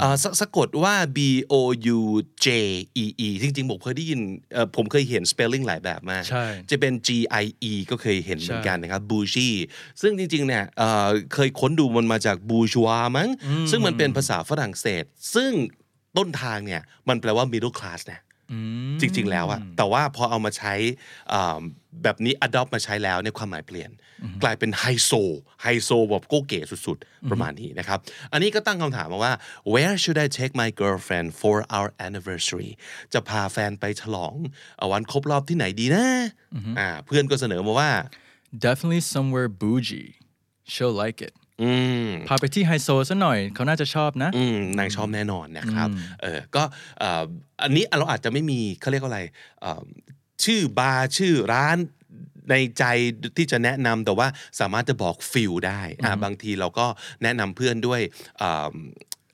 อ่าสะสะกดว่า b o u j e e จริงๆ ผมเคยได้ยินเอ่อผมเคยเห็น spelling หลายแบบมาก
ใช่
จะเป็น G I E ก็เคยเห็นเหมือนกันนะครับบูชีซึ่งจริงๆเนี่ยเอ่อเคยค้นดูมันมาจากบูชวามั้ง ซึ่งมันเป็นภาษาฝรั่งเศส ซึ่งต้นทางเนี่ย มันแปลว่า middle class นะจริงๆแล้วอะแต่ว่าพอเอามาใช้อ่าแบบนี้ adopt มาใช้แล้วในยความหมายเปลี่ยน กลายเป็นไฮโซไฮโซแบบโกเก๋สุดๆ ประมาณนี้นะครับ อันนี้ก็ตั้งคำถามมาว่า where should I take my girlfriend for our anniversary จะพาแฟนไปฉลองเอ่อวันครบรอบที่ไหนดีนะอ่าเพื่อนก็เสนอมาว่า
definitely somewhere bougie she'll like it
อืม
พาไปที่ไฮโซซะหน่อย เขาน่าจะชอบนะ
อืมนางชอบแน่นอนนะครับ เออ ก็เอ่ออันนี้เราอาจจะไม่มีเขาเรียกว่าอะไรเอ่อชื่อบาร์ชื่อร้านในใจที่จะแนะนำแต่ว่าสามารถจะบอกฟิลได้อ่าบางทีเราก็แนะนำเพื่อนด้วยเอ่อ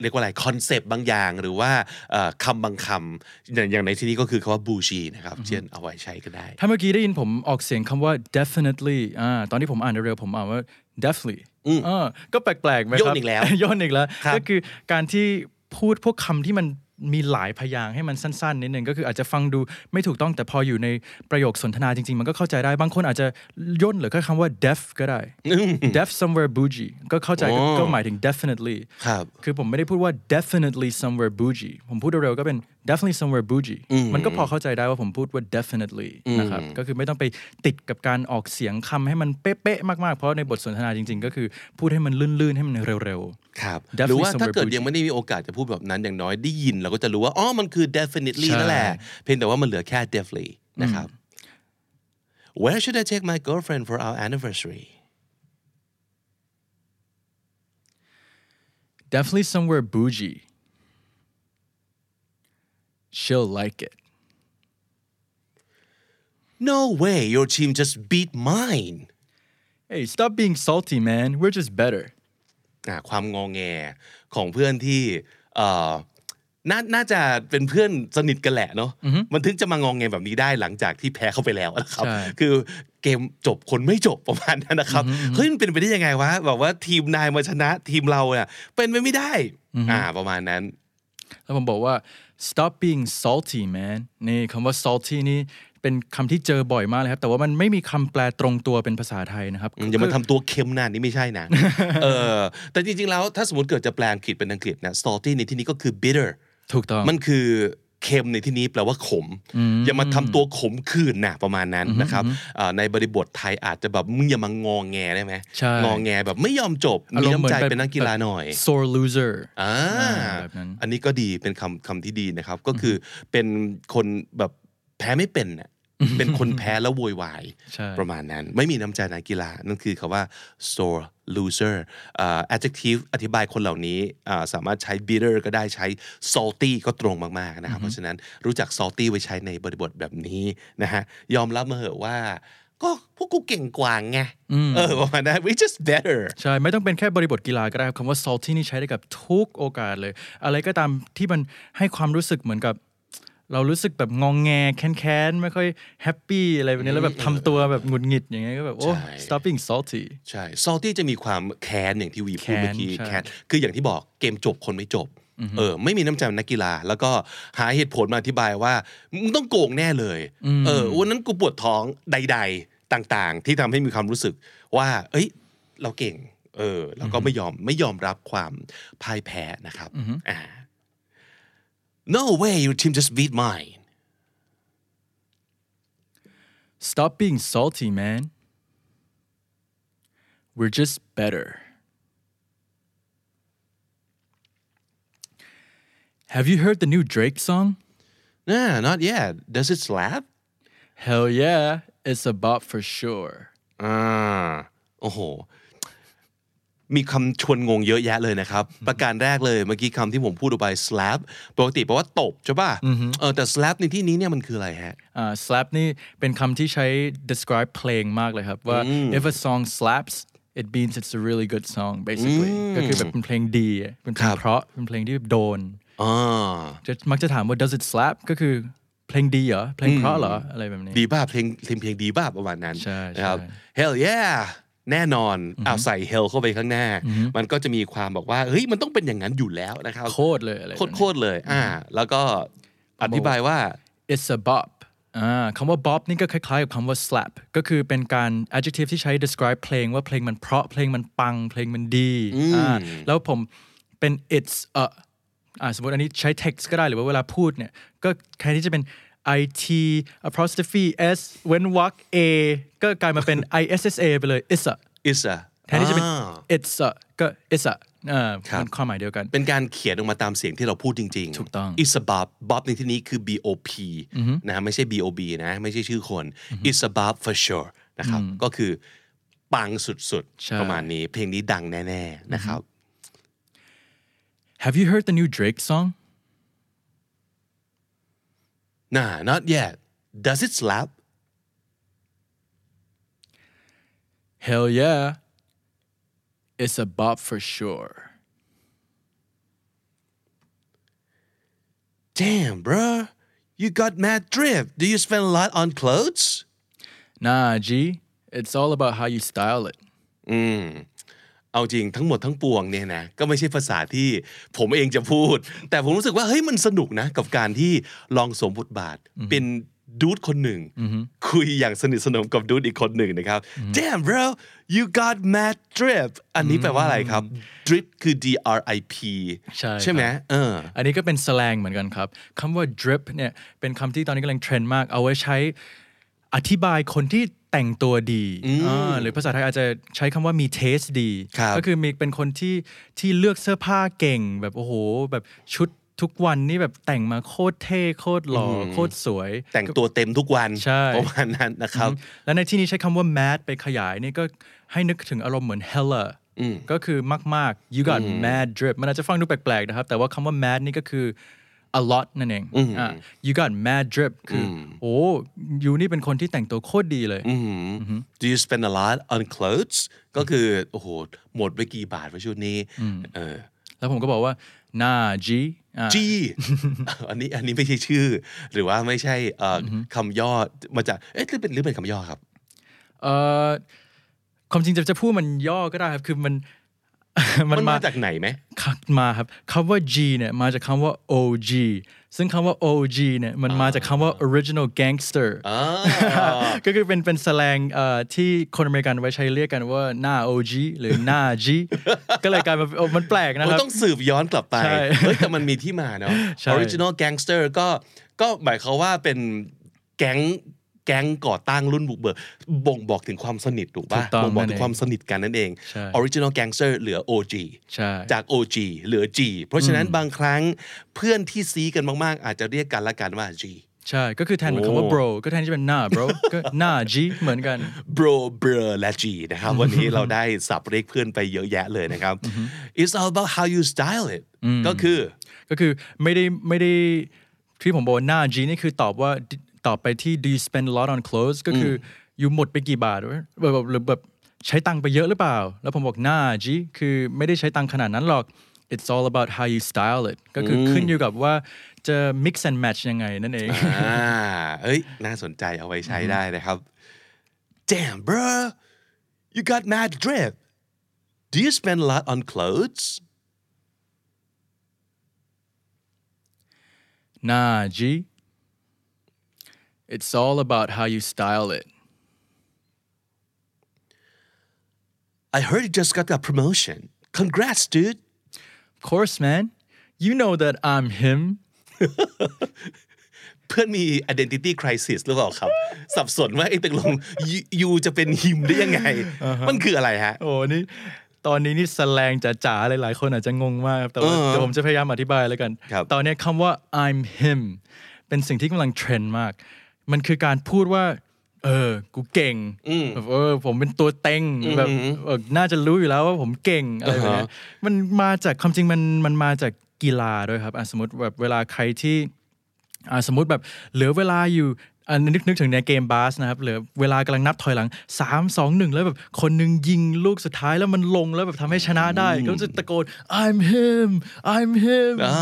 เรียกว่าอะไรคอนเซปต์บางอย่างหรือว่าเอ่อคำบางคำอย่างอย่างในที่นี้ก็คือคำว่าบูชีนะครับ เช่นเอาไว้ใช้ก็ได้
ถ้าเมื่อกี้ได้ยินผมออกเสียงคำว่า definitely อ่าตอนที่ผมอ่านเร็วๆผมอ่านว่า definitely อ่าก็แปลกๆไหมครับ
โยนอีกแล้ว
โยนอีกแล้ว
ครับ
ก็คือการที่พูดพวกคำที่มันมีหลายพยางค์ให้มันสั้นๆนิดนึงก็คืออาจจะฟังดูไม่ถูกต้องแต่พออยู่ในประโยคสนทนาจริง ๆ มันก็เข้าใจได้ บางคนอาจจะย่นเหรือแค่คำว่า def ก็ได้ def somewhere bougie ก็เข้าใจก็
อ๋อ
ก็หมายถึง definitely
ครับ
คือผมไม่ได้พูดว่า definitely somewhere bougie ผมพูดเร็วๆก็เป็น definitely somewhere bougie มันก็พอเข้าใจได้ว่าผมพูดว่า definitely นะครับ ก็คือไม่ต้องไปติดกับการออกเสียงคำให้มันเป๊ะๆ มากๆ เพราะในบทสนทนาจริงๆ ก็คือพูดให้มันลื่นๆ ให้มันเร็ว
ครับ
Definitely
หรือว่าถ้า
somewhere
เกิด
bougie
ยังไม่ได้มีโอกาสจะพูดแบบนั้นอย่างน้อยได้ยินเราก็จะรู้ว่าอ๋อมันคือ definitely
ใช่
นั่นแหละ เพียงแต่ว่ามันเหลือแค่ definitely นะครับ Where should I take my girlfriend for our anniversary
ๆ definitely somewhere bougie she'll like it
No way your team just beat mine
hey stop being salty man we're just better
อ่ะความงองแงของเพื่อนที่เอ่อ น่าน่าจะเป็นเพื่อนสนิทกันแหละเนาะ
อือฮึ
มันถึงจะมางองเงแบบนี้ได้หลังจากที่แพ้เข้าไปแล้วนะครับ
ใช่
คือเกมจบคนไม่จบประมาณนั้นนะครับ
อือฮึอือฮึ
เฮ้ยมันเป็นไปได้ยังไงวะแบบว่าทีมนายมาชนะทีมเราเนี่ยเป็นไปไม่ได้
อือฮึ
อ่าประมาณนั้น
แล้วผมบอกว่า stop being salty man นี่คำว่า salty นี่เป็นคำที่เจอบ่อยมากเลยครับ แต่ว่ามันไม่มีคำแปลตรงตัวเป็นภาษาไทยนะครับ
อืมอย่ามาทำตัวเค็มนานนี่ไม่ใช่ นะ เออ แต่จริงๆ แล้วถ้าสมมติเกิดจะแปลอังกฤษเป็นอังกฤษนะ salty ในที่นี้ก็คือ bitter
ถูกต้อง
มันคือเค็มในที่นี้แปลว่าขม อย่ามาทำตัวขมขื่นนะประมาณนั้นนะครับเอ่อในบริบทไทยอาจจะแบบมึงอย่ามางองแงได้ไหม
ใช่
งองแงแบบไม่ยอมจบ มีน้ำใจเป็นนักกีฬาหน่อย
แบบ sore loser
อ่า
แบบนั้น
อันนี้ก็ดีเป็นคำคำที่ดีนะครับ ก็คือเป็นคนแบบแพ้ไม่เป็นน่ะเป็นคนแพ้แล้วโวยวาย
ใช่
ประมาณนั้นไม่มีน้ำใจนักกีฬา นั่นคือคาว่า sore loser อ่า adjective อธิบายคนเหล่านี้อ่าสามารถใช้ bitter ก็ได้ใช้ salty ก็ตรงมากๆนะครับ เพราะฉะนั้นรู้จัก salty ไว้ใช้ในบริบทแบบนี้นะฮะยอมรับมาเหอะว่า ก็พวกกูเก่งกว่าไงเออประมาณนั้น we just better
ใช่ไม่ต้องเป็นแค่บริบทกีฬาก็ได้ครับคำว่า salty นี่ใช้ได้กับทุกโอกาสเลย อะไรก็ตามที่มันให้ความรู้สึกเหมือนกับ เรารู้สึกแบบงองแงแค้นๆ ไม่ค่อยแฮปปี้อะไรแบบนี้แล้วแบบทำตัวแบบหงุดหงิดอย่างเงี้ยก็แบบ โอ้
ใช่
stop being salty
ใช่ salty จะมีความแค้นอย่างที่วีพูดเมื่อกี้
แค้นใช่
แค้นคืออย่างที่บอกเกมจบคนไม่จบ เออ ไม่มีน้ำใจนักกีฬา แล้วก็หาเหตุผลมาอธิบายว่ามึงต้องโกงแน่เลย เออวันนั้นกูปวดท้องใด ๆ ต่างๆ ที่ทำให้มีความรู้สึกว่า เอ้ย เราเก่ง เออ แล้วก็ไม่ยอมไม่ยอมรับความพ่ายแพ้นะครับอ่า no way your team just beat mine
Stop being salty, man. We're just better. Have you heard the new Drake song?
nah not yet does it slap
Hell yeah, it's a bop for sure.
อ่าโอ้โห มีคำชวนงงเยอะแยะเลยนะครับ ประการแรกเลยเมื่อกี้คำที่ผมพูดออกไป slap ปกติแปลว่าตบใช่ป่ะเออแต่ slap ในที่นี้เนี่ยมันคืออะไรฮะ
อ่า slap นี่เป็นคำที่ใช้ describe เพลงมากเลยครับ ว่า if a song slaps it means it's a really good song basically ก็คือแบบเป็นเพลงดีอะเป็นเพลงเพราะเป็นเพลงที่แบบโดน
อ่า
จะมักจะถามว่า does it slap ก็คือเพลงดีเหรอ เพลงเพราะเหรอ อะไรแบบนี้
ดีป่ะเพลงเพลงเพลงดีป่ะประมาณนั้น
ใช่ใช่
นะครับ hell yeah แน่นอนเอาใส่ hell เข้าไปข้างหน้า มันก็จะมีความบอกว่าเฮ้ยมันต้องเป็นอย่างนั้นอยู่แล้วนะครับ
โคตรเลยอะไรแบบนี้
โคตรๆเลย อ่า แล้วก็อธิบายว่า
it's a bop อ่าคำว่า bop นี่ก็คล้ายๆกับคำว่า slap ก็คือเป็นการ adjective ที่ใช้ describe เพลงว่าเพลงมันเพราะเพลงมันปัง เพลงมันดีอ่าแล้วผมเป็น it's a อ่าสมมติอันนี้ใช้ text ก็ได้หรือว่าเวลาพูดเนี่ย ก็แทนที่จะเป็น it apostrophe s เว้นวรรค a ก็กลายมาเป็น issa ไปเลย is a
is a
แทนที่จะเป็น
อ่า
it's a ก็ is a อ่ามันความหมายเดียวกัน
เป็นการเขียนออกมาตามเสียงที่เราพูดจริงๆ
ถูกต้อง
is a bob bob ในที่นี้คือ bop นะฮะไม่ใช่ bob นะ ไม่ใช่ชื่อคน is a bob for sure นะครับ ก็คือปังสุด
ใช่
ๆ ประมาณนี้ เพลงนี้ดังแน่ๆ นะครับ
have you heard the new Drake song
nah not yet does it slap
Hell yeah. It's a bop for sure.
damn bro you got mad drip do you spend a lot on clothes
Nah, G. It's all about how you style it.
เอาจริงทั้งหมดทั้งปวงเนี่ยนะก็ไม่ใช่ภาษาที่ผมเองจะพูด แต่ผมรู้สึกว่าเฮ้ยมันสนุกนะ กับการที่ลองสวมบทบาทเป็นดูดคนหนึ่ง คุยอย่างสนิทสนมกับดูดอีกคนหนึ่งนะครับ damn bro you got mad drip อันนี้แปลว่าอะไรครับ drip คือ D R I P
ใช่ครับ
ใช่ไหมเออ
อันนี้ก็เป็นสแลงเหมือนกันครับคำว่า drip เนี่ยเป็นคำที่ตอนนี้กำลังเทรนด์มาก เอาไว้ใช้อธิบายคนที่แต่งตัวดีอ่าหรือภาษาไทยอาจจะใช้คำว่ามี taste ดี
ครับ
ก็คือมีเป็นคนที่ที่เลือกเสื้อผ้าเก่ง แบบโอ้โห แบบชุดทุกวันนี่แบบแต่งมาโคตรเท่โคตรหล่ออโคตรสวย
แต่งตัวเต็มทุกวัน
ใช่
ประมาณนั้นนะครับ
และในที่นี้ใช้คำว่า mad ไปขยายนี่ก็ให้นึกถึงอารมณ์เหมือน hella ก็คือมาก ๆ you got mad drip มันอาจจะฟังดูแปลก ๆ นะครับ แต่ว่าคำว่า mad นี่ก็คือ a lot นั่นเองอ่ะ you got mad drip คืออโอ้ยูนี่เป็นคนที่แต่งตัวโคตรดีเลย
do you spend a lot on clothes ก็คือโอ้โหหมดไปกี่บาทวะชุดนี้เออ
แล้วผมก็บอกว่านาจีอ่า
G อันนี้อันนี้ไม่ใช่ชื่อ หรือว่าไม่ใช่เอ่ออคำย่อมาจากเอ๊ะหรือเป็นหรือเป็นคำย่อครับ
เอ่อความจริงจะจะพูดมันย่อก็ได้ครับ คือมัน
มั
มัน น
มา
มา
จากไหนไหม
คักมาครับคำว่า G เนี่ยมาจากคำว่า OG ซึ่งคำว่า OG เนี่ยมันมาจากคำว่า original gangster
อ๋อ
ก็คือเป็นเป็นสแลงเอ่อที่คนอเมริกันไว้ใช้เรียกกันว่าหน้า OG หรือหน้า G ก็เลยกลายมาเป็นโอ้มันแปล กนะค
มั
รับ
นต้องสืบย้อนกลับไป
ใช่
เฮ้ยแต่มันมีที่มาเนาะ
ใช่
original gangster ก็ก็หมายความว่าเป็นแก๊งแก๊งก่อตั้งรุ่นบุกเบิกบ่งบอกถึงความสนิทถูก
ถู
ป่ะ
กต้อง
บ่งบอก
นั่
ถึง
นเอง
ความสนิทกันนั่นเอง
ใช่
original gangster เหลือ OG
ใช่
จาก OG เหลือ G เพราะฉะนั้นบางครั้งเพื่อนที่ซีกันมาก ๆ อาจจะเรียกกันละกันว่า G
ใช่ ก็คือแทนเป็นคำว่า
โอ้
bro ก็แทนที่จะเป็นหน้า bro ก็หน้า G เหมือนกัน
bro bro และ G นะครับ วันนี้เราได้สับเรียกเพื่อนไปเยอะแยะเลยนะครับ it's all about how you style it ก็คือ
ก็คือไม่ได้ไม่ได้ที่ผมบอกว่าหน้า G นี่คือตอบว่าตอบไปที่ do you spend a lot on clothes ก็คืออยู่หมดไปกี่บาทวะแบบแบบหรือแบบใช้ตังค์ไปเยอะหรือเปล่า แล้วผมบอกหน้า G คือไม่ได้ใช้ตังค์ขนาดนั้นหรอก it's all about how you style it ก็คือขึ้นอยู่กับว่าจะ mix and match ยังไงนั่นเอง
อ่าเอ้ย น่าสนใจเอาไว้ใช้ได้นะครับ Damn bro you got mad drip do you spend a lot on clothes
หน้า G it's all about how you style it
I heard you just got a promotion congrats dude
of course man you know that I'm him
เพื่อนมี identity crisis หรือเปล่าครับ สับสนว่าไอ้ตึกลงยูจะเป็นฮิมได้ยังไง มันคืออะไรฮะ
โอ้นี่ตอนนี้นี่แสแลงจ๋าๆ หลายๆ คนอาจจะงงมากครับ แต่ว่าเดี๋ยวผมจะพยายามอธิบายแล้วกัน
ครับ
ตอนนี้คำว่า I'm him เป็นสิ่งที่กำลังเทรนด์มาก มันคือการพูดว่า เออ กูเก่งแบบเออ ผมเป็นตัวเต็งแบบเออน่าจะรู้อยู่แล้วว่าผมเก่งอะไรแบบเนี้ยมันมาจากความจริงมันมันมาจากกีฬาด้วยครับอ่ะสมมติแบบเวลาใครที่ อ่าสมมติแบบเหลือเวลาอยู่อ่านึกนึกถึงในเกมบาสนะครับเหลือเวลากำลังนับถอยหลัง 3 2 1 แล้วแบบคนหนึงยิงลูกสุดท้ายแล้วมันลงแล้วแบบทำให้ชนะได้ ก็จะตะโกน I'm him I'm him
อ่า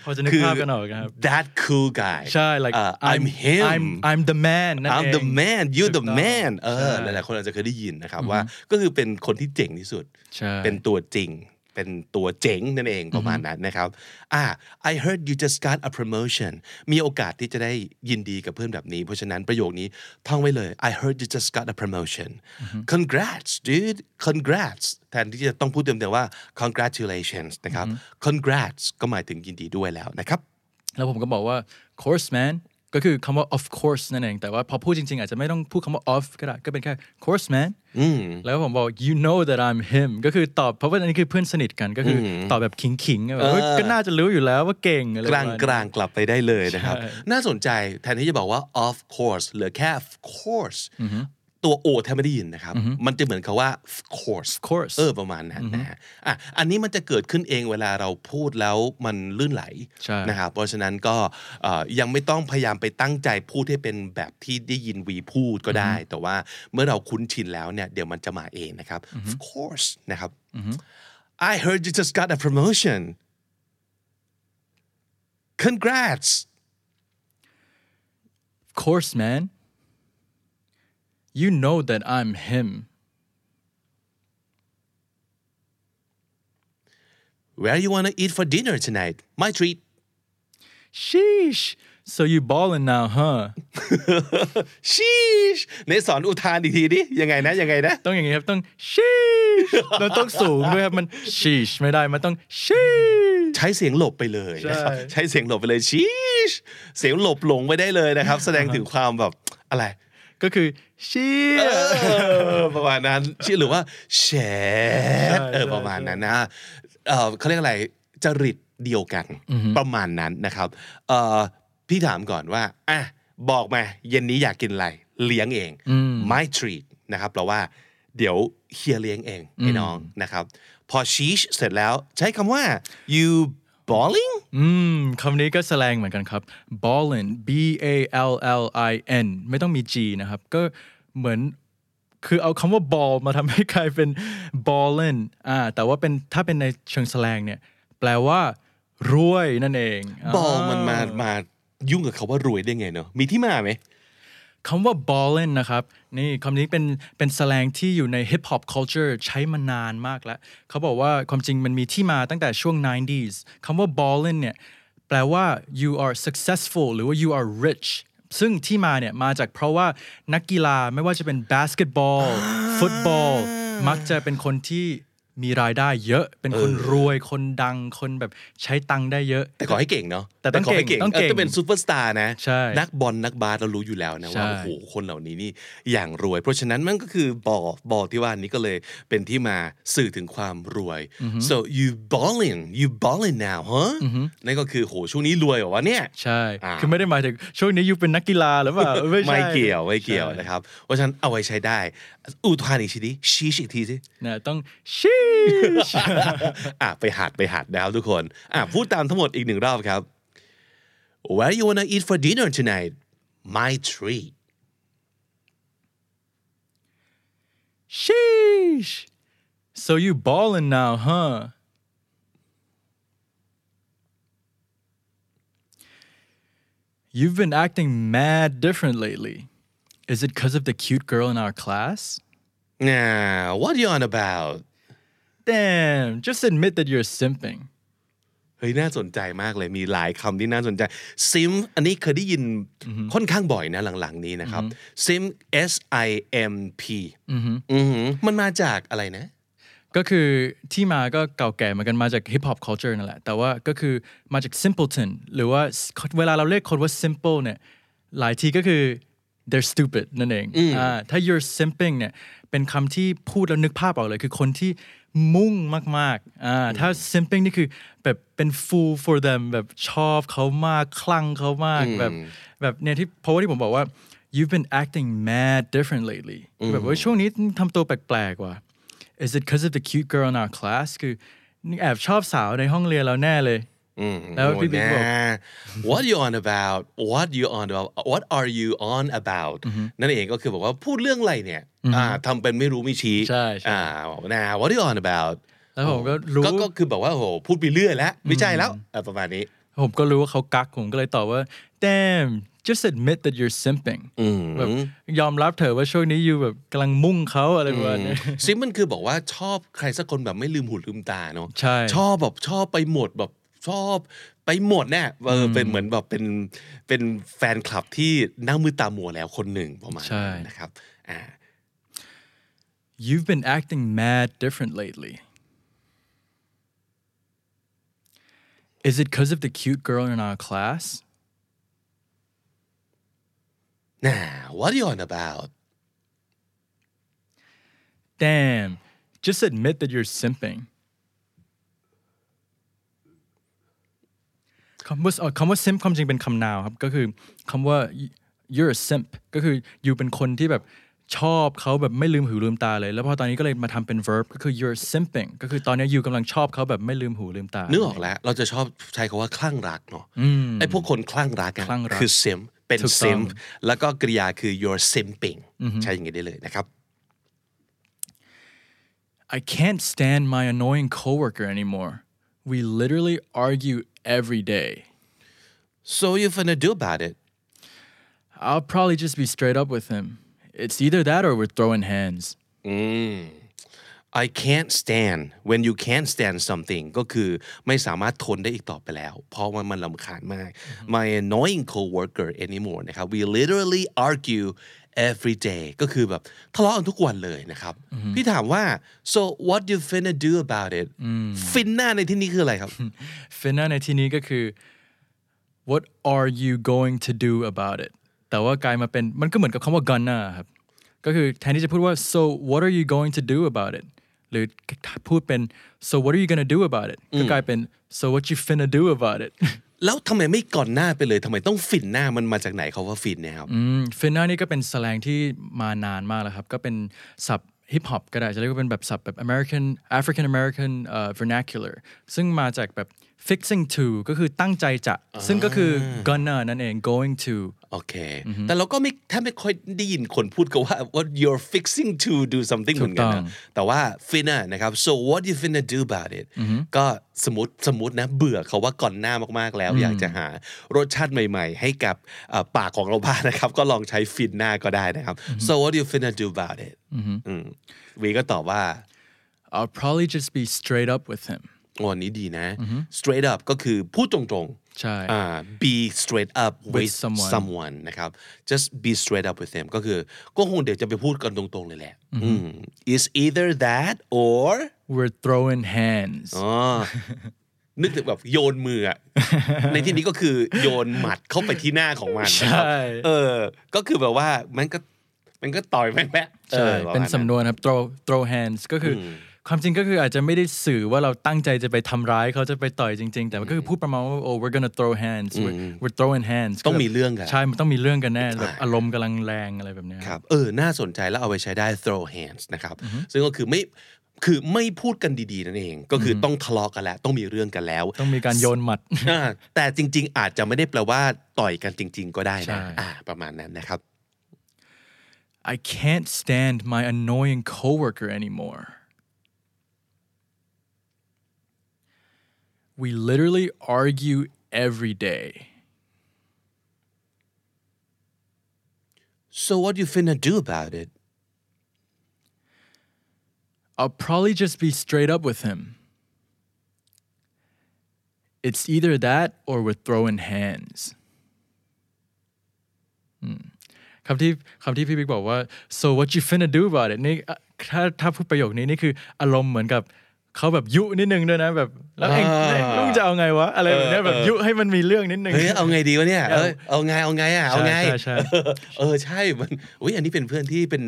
พอจะนึก
คื
ภาพกันออกนะครับ
that cool guy
ใช่ like
อ่า I'm him
I'm I'm the man นั่นเอง
I'm the man you
ถู
the
กต้อง
man เออห
ใช่
ลายๆคนอาจจะเคยได้ยินนะครับว่า ก็คือเป็นคนที่เจ๋งที่สุด
ใช่
เป็นตัวจริง เป็นตัวเจ๋งนั่นเองประมาณนั้นนะครับอ่า I heard you just got a promotion มีโอกาสที่จะได้ยินดีกับเพื่อนแบบนี้ เพราะฉะนั้นประโยคนี้ท่องไว้เลย I heard you just got a promotion congrats dude congrats แทนที่จะต้องพูดเต็มๆว่า congratulations นะครับ congrats ก็หมายถึงยินดีด้วยแล้วนะครับ
แล้วผมก็บอกว่า course man ก็คือคำว่า of course นั่นเอง แต่ว่าพอพูดจริง ๆ อาจจะไม่ต้องพูดคำว่า of ก็ได้ ก็เป็นแค่ course man แล้วผมบอก you know that I'm him ก็คือตอบเพราะว่าอันนี้คือเพื่อนสนิทกันก็คืออตอบแบบขิงๆแบบเฮ้ยก็น่าจะรู้อยู่แล้วว่าเก่งอะไร
ก
ป
ลาง
ระมณ
ก
นี้
ลางๆกลับไปได้เลยนะครับ
ใช่
น่าสนใจแทนที่จะบอกว่า of course เหลือแค่ of course ตัวโอแทบไม่ได้ยินนะครับ มันจะเหมือนคาว่า of course
Of course
เออประมาณนั้นนะฮะอ่ะอันนี้มันจะเกิดขึ้นเองเวลาเราพูดแล้วมันลื่นไหล
ใช่
นะครับเพราะฉะนั้นก็เอ่อยังไม่ต้องพยายามไปตั้งใจพูดให้เป็นแบบที่ได้ยินวีพูดก็ได้ แต่ว่าเมื่อเราคุ้นชินแล้วเนี่ยเดี๋ยวมันจะมาเองนะครับ of course นะครับ I heard you just got a promotion congrats
of course man you know that I'm him
Where you wanna eat for dinner tonight? My treat.
sheesh so you ballin now huh
ชีชในสอนอุทานอีกทีดิยังไงนะยังไงนะ
ต้องอย่างงี้ครับ ต้อง sheesh แล้วต้องสูงด้วยครับ มัน sheesh ไม่ได้ มันต้อง sheesh
ใช้เสียงหลบไปเลยนะครับ
ใช่
ใช้เสียงหลบไปเลยชีชเสียงหลบหลงไปได้เลยนะครับ แสดงถึงความแบบอะไร
ก็คือ sheesh
เออประมาณนั้นชื่อหรือว่าแชทเออประมาณนั้นนะเออเขาเรียกอะไรจริตเดียวกันประมาณนั้นนะครับเออพี่ถามก่อนว่าอ่ะบอกมาเย็นนี้อยากกินอะไร เลี้ยงเอง my treat นะครับแปลว่า เดี๋ยวเฮียเลี้ยงเองให้น้องนะครับ พอชีชเสร็จแล้วใช้คำว่า you balling
อืมคำนี้ก็แสแลงเหมือนกันครับ ballin b a l l i n ไม่ต้องมี g นะครับ ก็เหมือน คือเอาคำว่า ball มาทำให้กลายเป็น ballin อ่าแต่ว่าเป็นถ้าเป็นในเชิงแสลงเนี่ยแปลว่ารวยนั่นเองา
บอลมันมามายุ่งกับเขาว่ารวยได้ไงเนอะมีที่มาไหม
คำว่า ballin นะครับ นี่คำนี้เป็นเป็นแสแลงที่อยู่ใน hip hop culture ใช้มานานมากแล้ว เขาบอกว่าความจริงมันมีที่มาตั้งแต่ช่วง 90s คำว่า ballin เนี่ย แปลว่า you are successful หรือว่า you are rich ซึ่งที่มาเนี่ย มาจากเพราะว่านักกีฬาไม่ว่าจะเป็น basketball football มักจะเป็นคนที่มีรายได้เยอะ เป็นคนรวยคนดังคนแบบใช้ตังค์ได้เยอะ
แต่ขอให้เก่งเนาะ
แต่ต้อง
ขให้
เก่งต้องเก่ง
ถ้าเป็นซูเปอร์สตาร์นะ
ใช่
นักบอลนักบาสเรารู้อยู่แล้วนะว่า
ใช่
โอ้โหคนเหล่านี้นี่อย่างรวย เพราะฉะนั้นมันก็คือบอบอที่ว่านี้ก็เลยเป็นที่มาสื่อถึงความรวย so you balling you balling now ฮะนั่นก็คือโหช่วงนี้รวยเหรอวะเนี่ย
ใช่
อ่า
คือไม่ได้หมายถึงช่วงนี้อยู่เป็นนักกีฬาหรือเปล่าไม่ใช่
ไม่เกี่ยวไม่เกี่ยวนะครับเพราะฉะนั้นเอาไว้ใช้ได้อุทานอีกทีดิชีชอีกทีสิ
นะต้องชีช
อ่ะไปหัดไปหัดนะครับทุกคนอ่ะพูดตามทั้งหมดอีกหนึ่งรอบครับ Where you wanna eat for dinner tonight My tree
ชีช so you balling now huh you've been acting mad different lately is it because of the cute girl in our class
น่า What you on about
damn just admit that you're simping
เฮ้ยน่าสนใจมากเลยมีหลายคำที่น่าสนใจ sim อันนี้เคยได้ยินค่อนข้างบ่อยนะหลังๆนี้นะครับ sim s i m p อือหือมันมาจากอะไรนะ
ก็คือที่มาก็เก่าแก่เหมือนกันมาจาก hip hop culture นั่นแหละ แต่ว่าก็คือมาจาก simpleton หรือว่าเวลาเราเรียกคนว่า simple เนี่ยหลายทีก็คือ they're stupid นั่นเองอ่าถ้า you're simping เนี่ยเป็นคำที่พูดแล้วนึกภาพออกเลย คือคนที่มุ่งมากๆอ่าถ้า simping นี่คือแบบเป็น fool for them แบบชอบเขามาก คลั่งเขามากแบบแบบเนี่ยที่เพราะว่าที่ผมบอกว่า you've been acting mad different lately แบบว่าช่วงนี้ทำตัวแปลกๆว่ะ is it because of the cute girl in our class คือนี่แอบชอบสาวในห้องเรียนเราแน่เลย แล้วพี่บิ๊กบอก
โอ้นะ What you on about What you on about What are you on about นั่นเองก็คือบอกว่าพูดเรื่องอะไรเนี่ยอ่าทำเป็นไม่รู้ไม่ชี้
ใช่ใช่
อ่าบอกนะ What you on about
แล้วผมก็รู้
ก็ก็คือแบบว่าโหพูดไปเรื่อยแล้ว ไม่ใช่แล้วอ่ะประมาณนี้
ผมก็รู้ว่าเขากัก ผมก็เลยตอบว่า damn just admit that you're simping แบบยอมรับเถอะว่าช่วงนี้อยู่แบบกำลังมุ่งเขาอะไรประมาณนี้
ซิมมันคือบอกว่าชอบใครสักคนแบบไม่ลืมหูลืมตาเนาะ
ใช่
ชอบแบบชอบไปหมดแบบชอบไปหมดเนี่ยเออเป็นเหมือนแบบเป็นเป็นแฟนคลับที่หน้ามือตามัวแล้วคนหนึ่งประมาณ
ใช่
นั้นนะครับอ่า
you've been acting mad different lately is it because of the cute girl in our class
Nah, what are you on about?
damn just admit that you're simping คำว่าเอ่อคำว่า uh, simp ความจริงเป็นคำนาวครับ ก็คือคำว่า you're a simp ก็คือ you เป็นคนที่แบบชอบเขาแบบไม่ลืมหูลืมตาเลย แล้วพอตอนนี้ก็เลยมาทำเป็น verb ก็คือ you're simping ก็คือตอนนี้ you กำลังชอบเขาแบบไม่ลืมหูลืมตา
นึกออกแล้ว เราจะชอบใช้คาว่าคลั่งรักเนาะไอ้พวกคนคลั่งรักอะ
คลั่งรัก
คือ simp เป็น
ถูกต้อง
simp แล้วก็กริยาคือ you're simping ใช้อย่างงี้ได้เลยนะครับ
I can't stand my annoying coworker anymore we literally argue every day
so you gonna do about it
I'll probably just be straight up with him it's either that or we're throwing hands
I can't stand when you can't stand something ก็คือไม่สามารถทนได้อีกต่อไปแล้ว เพราะว่ามันลำคาญมาก my annoying coworker anymore นะครับ we literally argue every day ก็คือแบบทะเลาะกันทุกวันเลยนะครับ พี่ถามว่า so what you finna do about it ฟินหน้าในที่นี้คืออะไรครับ
ฟินแนลในที่นี้ก็คือ what are you going to do about it แต่ว่ากลายมาเป็นมันก็เหมือนกับคำว่า gonna ครับ ก็คือแทนที่จะพูดว่า so what are you going to do about it หรือพูดเป็น so what are you gonna do about it ก็กลายเป็น so what you finna do about it
แล้วทำไมไม่ก่อนหน้าไปเลยทำไมต้องฟินหน้ามันมาจากไหนเขาว่าฟินเนี่ยครับ
ฟินน่านี่ก็เป็นสแลงที่มานานมากแล้วครับ ก็เป็นศัพท์ฮิปฮอปก็ได้ จะเรียกว่าเป็นแบบศัพท์แบบ American African American เอ่อ vernacular ซึ่งมาจากแบบ fixing to ก็คือตั้งใจจะ ซึ่งก็คือ gonna นั่นเอง going to
โอเค แต่เราก็ไม่ถ้าไม่ค่อยได้ยินคนพูดก็ว่า what you're fixing to do something เหมือนกันนะแต่ว่า finna นะครับ so what you finna do about it ก็สมมติสมมตินะเบื่อเขาว่าก่อนหน้ามากๆแล้ว อยากจะหารสชาติใหม่ๆ ให้กับเอ่อปากของเราบ้างนะครับ ก็ลองใช้ finna ก็ได้นะครับ so what you finna do about it อืมวีก็ตอบว่า
I'll probably just be straight up with him
โอ้อันนี้ดีนะ straight up ก็คือพูดตรงๆ
ใช่
อ่า be straight up
With
with
someone
someone นะครับ just be straight up with them ก็คือก็คงเดี๋ยวจะไปพูดกันตรงๆเลยแหละอืม is either that or
we're throwing hands
อ๋อนึกถึงแบบโยนมืออะ ในที่นี้ก็คือโยนหมัดเข้าไปที่หน้าของมันนะครับ
ใช่
เออ ก็คือแบบว่ามันก็มันก็ต่อยแม่งแม่
ใช่
ออระมาณ
เป็นสำนวนครับ throw throw hands ก็คืออความจริงก็คืออาจจะไม่ได้สื่อว่าเราตั้งใจจะไปทำร้ายเขาจะไปต่อยจริง ๆ แต่ก็คือพูดประมาณว่า oh we're gonna throw hands we're, we're throwing hands
ต้องมีเรื่องกัน
ใช่ มันต้องมีเรื่องกันแน่แบบอารมณ์กำลังแรงอะไรแบบเนี้ย
ครับเออน่าสนใจแล้วเอาไปใช้ได้ throw hands นะครับ ซึ่งก็คือไม่คือไม่พูดกันดีๆ นั่นเอง ก็คือต้องทะเลาะกันแล้ว ต้องมีเรื่องกันแล้ว
ต้องมีการโยนหมัด
อ่าแต่จริง ๆ อาจจะไม่ได้แปลว่าต่อยกันจริง ๆ ก็ได้
ใช่
นะอ่าประมาณนั้นนะครับ
I can't stand my annoying coworker anymore. We literally argue every day.
so what you finna do about it
I'll probably just be straight up with him. It's either that or we're throwing hands. Hmm. อืมคำที่คำที่พี่บิ๊กบอกว่า so what you finna do about it นี่อ่ะถ้าถ้าพูดประโยคนี้นี่คืออารมณ์เหมือนกับเขาแบบยุนิดนึงด้วยนะแบบแล้วเองลุงจะเอาไงวะ อะไรแบบเนี้ยแบบยุให้มันมีเรื่องนิดนึง
เฮ้ยเอาไงดีวะเนี่ยเอยเอาไงเอาไงอ่ะเอาไง
ใช่ใช่ใช่
เออใช่มันอุ้ยอันนี้เป็นเพื่อนที่เป็น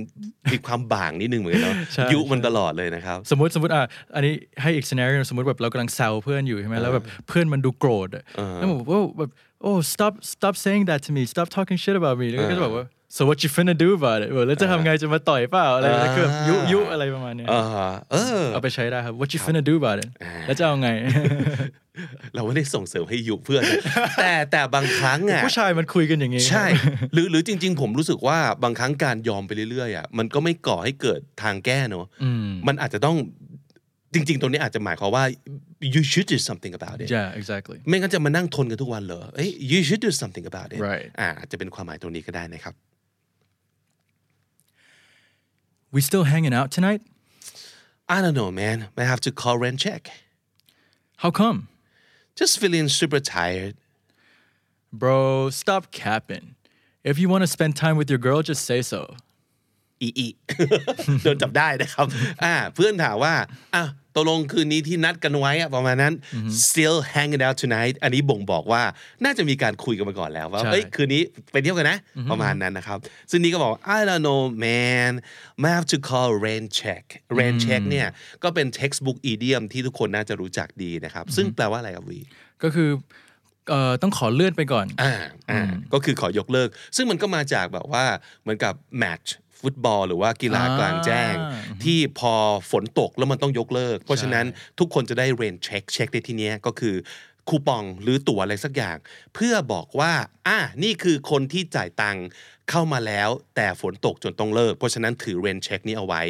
มีความบ่างนิดนึงเหมือนกันเนาะยุมันตลอดเลยนะครับ
สมมติสมมติอ่ะอันนี้ให้อีก scenario สมมติแบบเรากำลังแซวเพื่อนอยู่ใช่ไหมแล้วแบบเพื่อนมันดูโกรธอะแล้วผมบอกว่าแบบ oh stop stop saying that to me stop talking shit about me แล้วก็จะบอกว่า so what you finna do about it แบบแล้วจะทำไงจะมาต่อยเปล่าอะไรแล้วก็แบบยุยุอะไรประมาณเนี้ย
เออเออ
เอาไปใช้ได้ครับ what you finna do about it แล้วจะเอาไง
เราไม่ได้ส่งเสริมให้ยุเพื่อนนะแต่แต่บางครั้งอ่ะ
ผู้ชายมันคุยกันอย่างงี้
ใช่ หรือหรือจริง ๆ ผมรู้สึกว่าบางครั้งการยอมไปเรื่อยๆอ่ะมันก็ไม่ก่อให้เกิดทางแก้เนอะมันอาจจะต้องจริง ๆ ตรงนี้อาจจะหมายความว่า you should do something about it
yeah exactly
ไม่งั้นจะมานั่งทนกันทุกวันเหรอเอ้ย you should do something about it
Right
อ่าอาจจะเป็นความหมายตรงนี้ก็ได้นะครับ
we still hanging out tonight
I don't know man I have to call rent check
how come
just feeling super tired
bro stop capping if you want to spend time with your girl just say so
อีอี โดนจับได้นะครับ อ่า เพื่อนถามว่าอ่ะตกลงคืนนี้ที่นัดกันไว้อะประมาณนั้น still hanging out tonight อันนี้บ่งบอกว่าน่าจะมีการคุยกันมาก่อนแล้วว่า
ใช่
เอ้ยคืนนี้ไปเที่ยวกันนะ ประมาณนั้นนะครับ ซึ่งนี่ก็บอก I don't know man I have to call rain check rain check เนี่ย ก็เป็น textbook idiom ที่ทุกคนน่าจะรู้จักดีนะครับ ซึ่งแปลว่าอะไรครับวี
ก็คือเอ่อต้องขอเลื่อนไปก่อน
อ่าอ่าก็คือขอยกเลิก ซึ่งมันก็มาจากแบบว่าเหมือนกับแมตช์ฟุตบอล หรือว่ากีฬากลางแจ้ง
อ่า
ที่พอฝนตกแล้วมันต้องยกเลิก เพราะฉะนั้นทุกคนจะได้เรนเช็คเช็คในที่เนี้ยก็คือคูปองหรือตั๋วอะไรสักอย่าง เพื่อบอกว่าอ่ะนี่คือคนที่จ่ายตังค์เข้ามาแล้ว แต่ฝนตกจนต้องเลิก เพราะฉะนั้นถือเรนเช็คนี้เอาไว้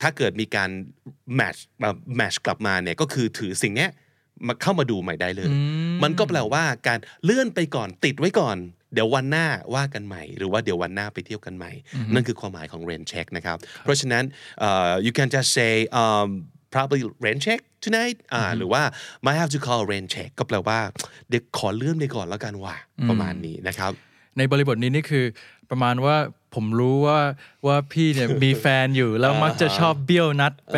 ถ้าเกิดมีการแมทช์แมทช์กลับมาเนี่ยก็คือถือสิ่งเนี้ยมาเข้ามาดูใหม่ได้เลย มันก็แปลว่าการเลื่อนไปก่อนติดไว้ก่อน เดี๋ยววันหน้าว่ากันใหม่ หรือว่าเดี๋ยววันหน้าไปเที่ยวกันใหม่ นั่นคือความหมายของ rain check นะครับ เพราะฉะนั้นเอ่อ you can just say um, probably rain check tonight อ่าหรือว่า might have to call rain check ก็แปลว่าเดี๋ยวขอเลื่อนไปก่อนแล้วกันว่ะประมาณนี้นะครับ
ในบริบทนี้นี่คือประมาณว่าผมรู้ว่าว่าพี่เนี่ย มีแฟนอยู่แล้วมักจะชอบเบี้ยวนัดไป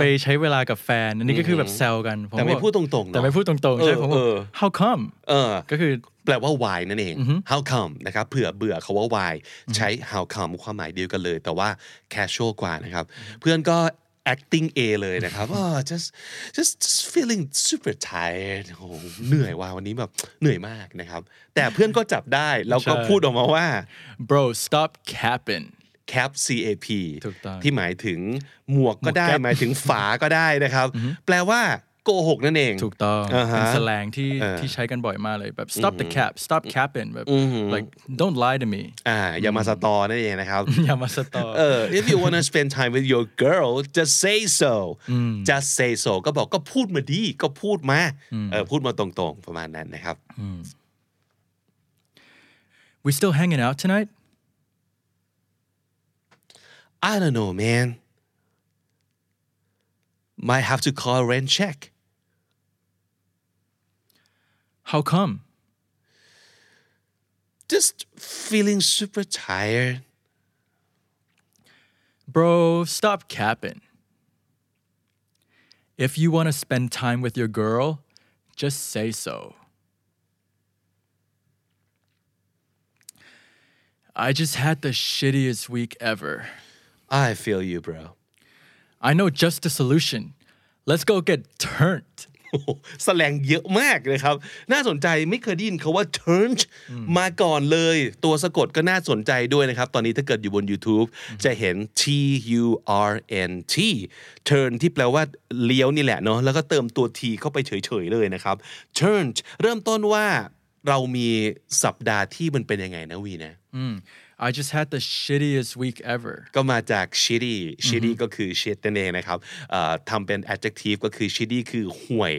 ไปใช้เวลากับแฟน อันนี้ก็คือแบบแซวกันผ
แต่ไม่
บอก
พูดตรงๆเนอะ
แต่ไม่พูดตรงๆใช่
เออ
ผมบอก
เออ
how come
เออ
ก็คือ
แปลว่า why นั่นเอง how come นะครับเผื่อเบื่อเขาว่า why ใช้ how come ความหมายเดียวกันเลย แต่ว่า casual กว่านะครับ เพื่อนก็ acting A เลยนะครับ อ๋อ just just just feeling super tired โอ้โหเหนื่อยว่ะวันนี้แบบเหนื่อยมากนะครับ แต่เพื่อนก็จับได้แล้วก็
ใช่
พูดออกมาว่า
bro stop capping
cap cap
ถูกต้อง
ที่หมายถึงหมวกก็ได้
หมวกแก๊ป
หมายถึงฝาก็ได้นะครับ แปลว่า โกหกนั่นเอง
ถูกต้อง
อ่าฮะ
เป็นสแลงที่
อ่า
ที่ใช้กันบ่อยมากเลยแบบ stop the cap stop capping แบบ
อือหือ
like don't lie to me
อ่าอย่ามาสตอนั่นเองนะครับ
อย่ามาสตอ
เออ Uh, if you wanna spend time with your girl just say so just say so ก็บอกก็พูดมาดีก็พูดมา Mm. เออพูดมาตรงๆประมาณนั้นนะครับ
we still hanging out tonight
I don't know man might have to call rent check
how come
just feeling super tired
Bro, stop capping. If you want to spend time with your girl, just say so. I just had the shittiest week ever.
I feel you bro
I know just the solution. Let's go get turned.
โอ้โห แสแลงเยอะมากเลยครับ น่าสนใจไม่เคยได้ยินคาว่า turn มาก่อนเลย ตัวสะกดก็น่าสนใจด้วยนะครับ ตอนนี้ถ้าเกิดอยู่บน YouTube จะเห็น T U R N T turn ที่แปลว่าเลี้ยวนี่แหละเนาะแล้วก็เติมตัว T เข้าไปเฉยๆเลยนะครับ turn เริ่มต้นว่าเรามีสัปดาห์ที่มันเป็นยังไงนะวีนะ
I just had the shittiest week ever.
ก็มาจาก shitty shitty ก็คือ shit นั่นเองนะครับเอ่อทำเป็น adjective ก็คือ shitty คือห่วย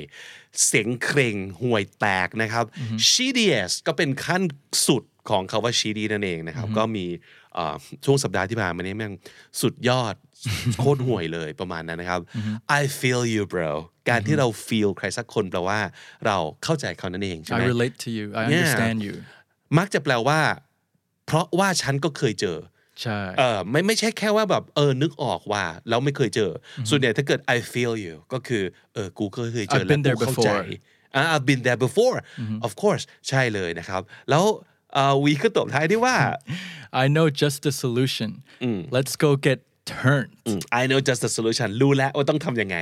เสียงเคร่งห่วยแตกนะครับ shittiest ก็เป็นขั้นสุดของคาว่า shitty นั่นเองนะครับ ก็มีเอ่อช่วงสัปดาห์ที่ผ่านมานี้แม่งสุดยอ ด โคตรห่วยเลยประมาณนั้นนะครับ I feel you bro การที่เรา feel ใครสักคนแปลว่าเราเข้าใจเขานั่นเองใช่
I
ไหม
relate to you. I
Yeah.
understand you.
มักจะแปลว่า เพราะว่าฉันก็เคยเจอ
Chai.
เออไม่ไม่ใช่แค่ว่าแบบเออนึกออกว่าแล้วไม่เคยเจอ ส่วนใหญ่ถ้าเกิด I feel you ก็คือเออกูก็เคยเจอ
I've
และ
been
กู
there
เข้าใจ
before
อ่า I've been there before of course ใช่เลยนะครับ แล้วเอ่อวีก็ตบท้ายที่ว่า
I know just the solution. Let's go get turned.
I know just the solution รู้แล้วว่าต้องทำยังไง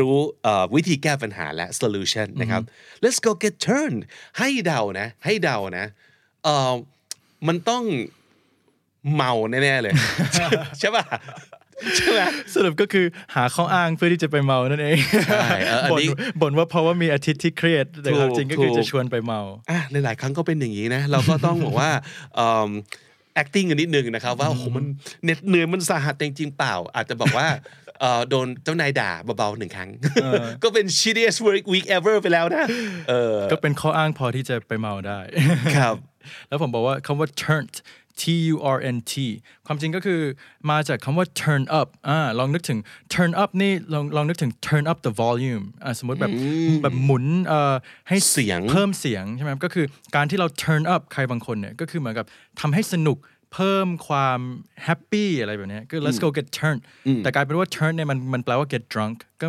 รู้เอ่อวิธีแก้ปัญหาและ solution นะครับ let's go get turned ให้เดานะ ให้เดานะเอ่อมันต้องเมาแน่ๆเลย ใช่ป่ะใช่ไหม
สรุปก็คือหาข้ออ้างเพื่อที่จะไปเมานั่นเอง
ใช่เอออัน
บ่น
นี้
บ่นว่าเพราะว่ามีอาทิตย์ที่เครียดแต่ความ
ถูก
จริงก็คือ
ถูก
จะชวนไปเมา
อ่ะหลาย ๆ ครั้งก็เป็นอย่างนี้นะ เราก็ต้องบอก ว่าเอิ่ม acting กันนิดนึงนะครับ ว่าโอ้โหมันเหน็ดเหนื่อยมันสาหัสแต่จริงๆเปล่า อาจจะบอก ว่าเอ่อโดนเจ้านายด่าเบา ๆ หนึ่งครั้ง ก็เป็น shittiest work week ever ไปแล้วนะ เออ
ก็เป็นข้ออ้างพอที่จะไปเมา ได้
ครับ
แล้วผมบอกว่าคำว่า turned T U R N T ความจริงก็คือมาจากคำว่า turn up อ่าลองนึกถึง turn up นี่ลองลองนึกถึง turn up the volume อ่าสมมติแบบแบบหมุนเอ่อให้
เสียง
เพิ่มเสียงใช่ไหมครับก็คือการที่เรา turn up ใครบางคนเนี่ยก็คือเหมือนกับทำให้สนุกเพิ่มความแฮปปี้อะไรแบบเนี้ยก็ let's go get turned แต่กลายเป็นว่า turn เนี่ยมันมันแปลว่า get drunk ก็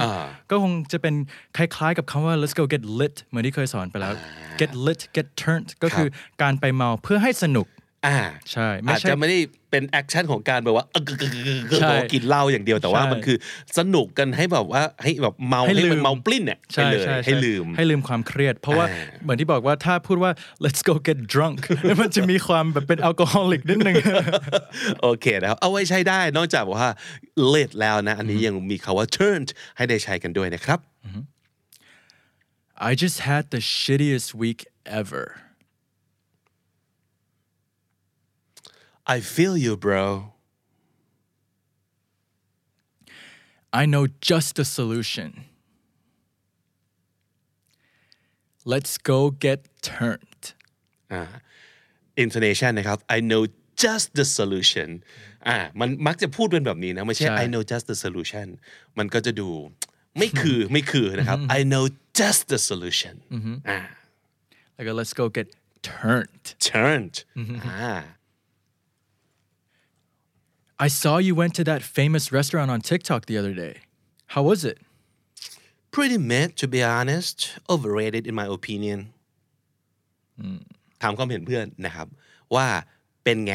ก็คงจะเป็นคล้ายๆกับคำว่า let's go get lit เหมือนที่เคยสอนไปแล้ว get lit get turned ก็คือการไปเมาเพื่อให้สนุก
อ่า
ใช่ไม่ใช่
อาจจะไม่ได้เป็นแอคชั่นของการแบบว่าเออเออเออเออเออ
ใช่
กินเหล้าอย่างเดียวแต่ว่า
ใช่
มันคือสนุกกันให้แบบว่าให้แบบเมาให้มันเมาปลิ้นเนี่ยไป
ใช่
เลย
ใช่
ให้
ช่
ลืม
ให้ลืมความเครียด เพราะว่า
อ่า
เหมือนที่บอกว่าถ้าพูดว่า let's go get drunk มันจะมีความแบบเป็นแอลกอฮอลิกนิด นึง
โอเคนะครับ เอาไว้ใช้ได้นอกจากบอกว่า lit แล้วนะ อันนี้ยังมีคาว่า turned ให้ได้ใช้กันด้วยนะครับ
I just had the shittiest week ever
I feel you bro
I know just the solution let's go get turned
อ่า intonation นะครับ I know just the solution อ่ามันมักจะพูดเป็นแบบนี้นะ ไม่ใช่
ใช่
I know just the solution มันก็จะดูไม่คือไม่คือนะครับ I know just the solution อ่า
แล้วก็ let's go get turned
turned อ่า
I saw you went to that famous restaurant on TikTok the other day how was it
pretty mid to be honest overrated in my opinion ถามความเห็นเพื่อนนะครับ ว่าเป็นไง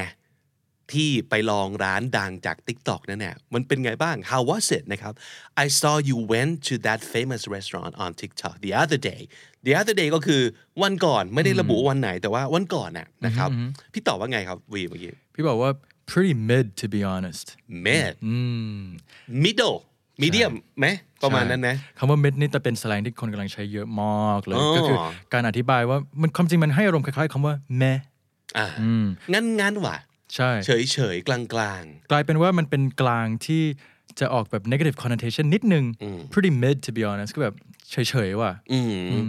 ที่ไปลองร้านดังจาก TikTok นั่นแหละมันเป็นไงบ้าง How was it นะครับ I saw you went to that famous restaurant on TikTok the other day the other day ก็คือวันก่อนไม่ได้ระบุวันไหนแต่ว่าวันก่อนน่ะนะครับ พี่ตอบว่าไงครับวีเมื่อกี้
พี่บอกว่า pretty mid to be honest
mid middle มีเดียมไหมประมาณนั้นนะ
คำว่าเม็ดนี่จะเป็นสแลงที่คนกำลังใช้เยอะมากเลย
อ๋อ
ก็คือการอธิบายว่ามันความจริงมันให้อารมณ์คล้ายๆคำว่าแม่
อ่า
อืม
งั้นงั้นว่ะ
ใช่
เฉยเฉยๆกลางกลาง
กลายเป็นว่ามันเป็นกลางที่จะออกแบบ negative connotation นิดนึง pretty mid to be honest ก็แบบเฉยๆว่ะ
ๆอื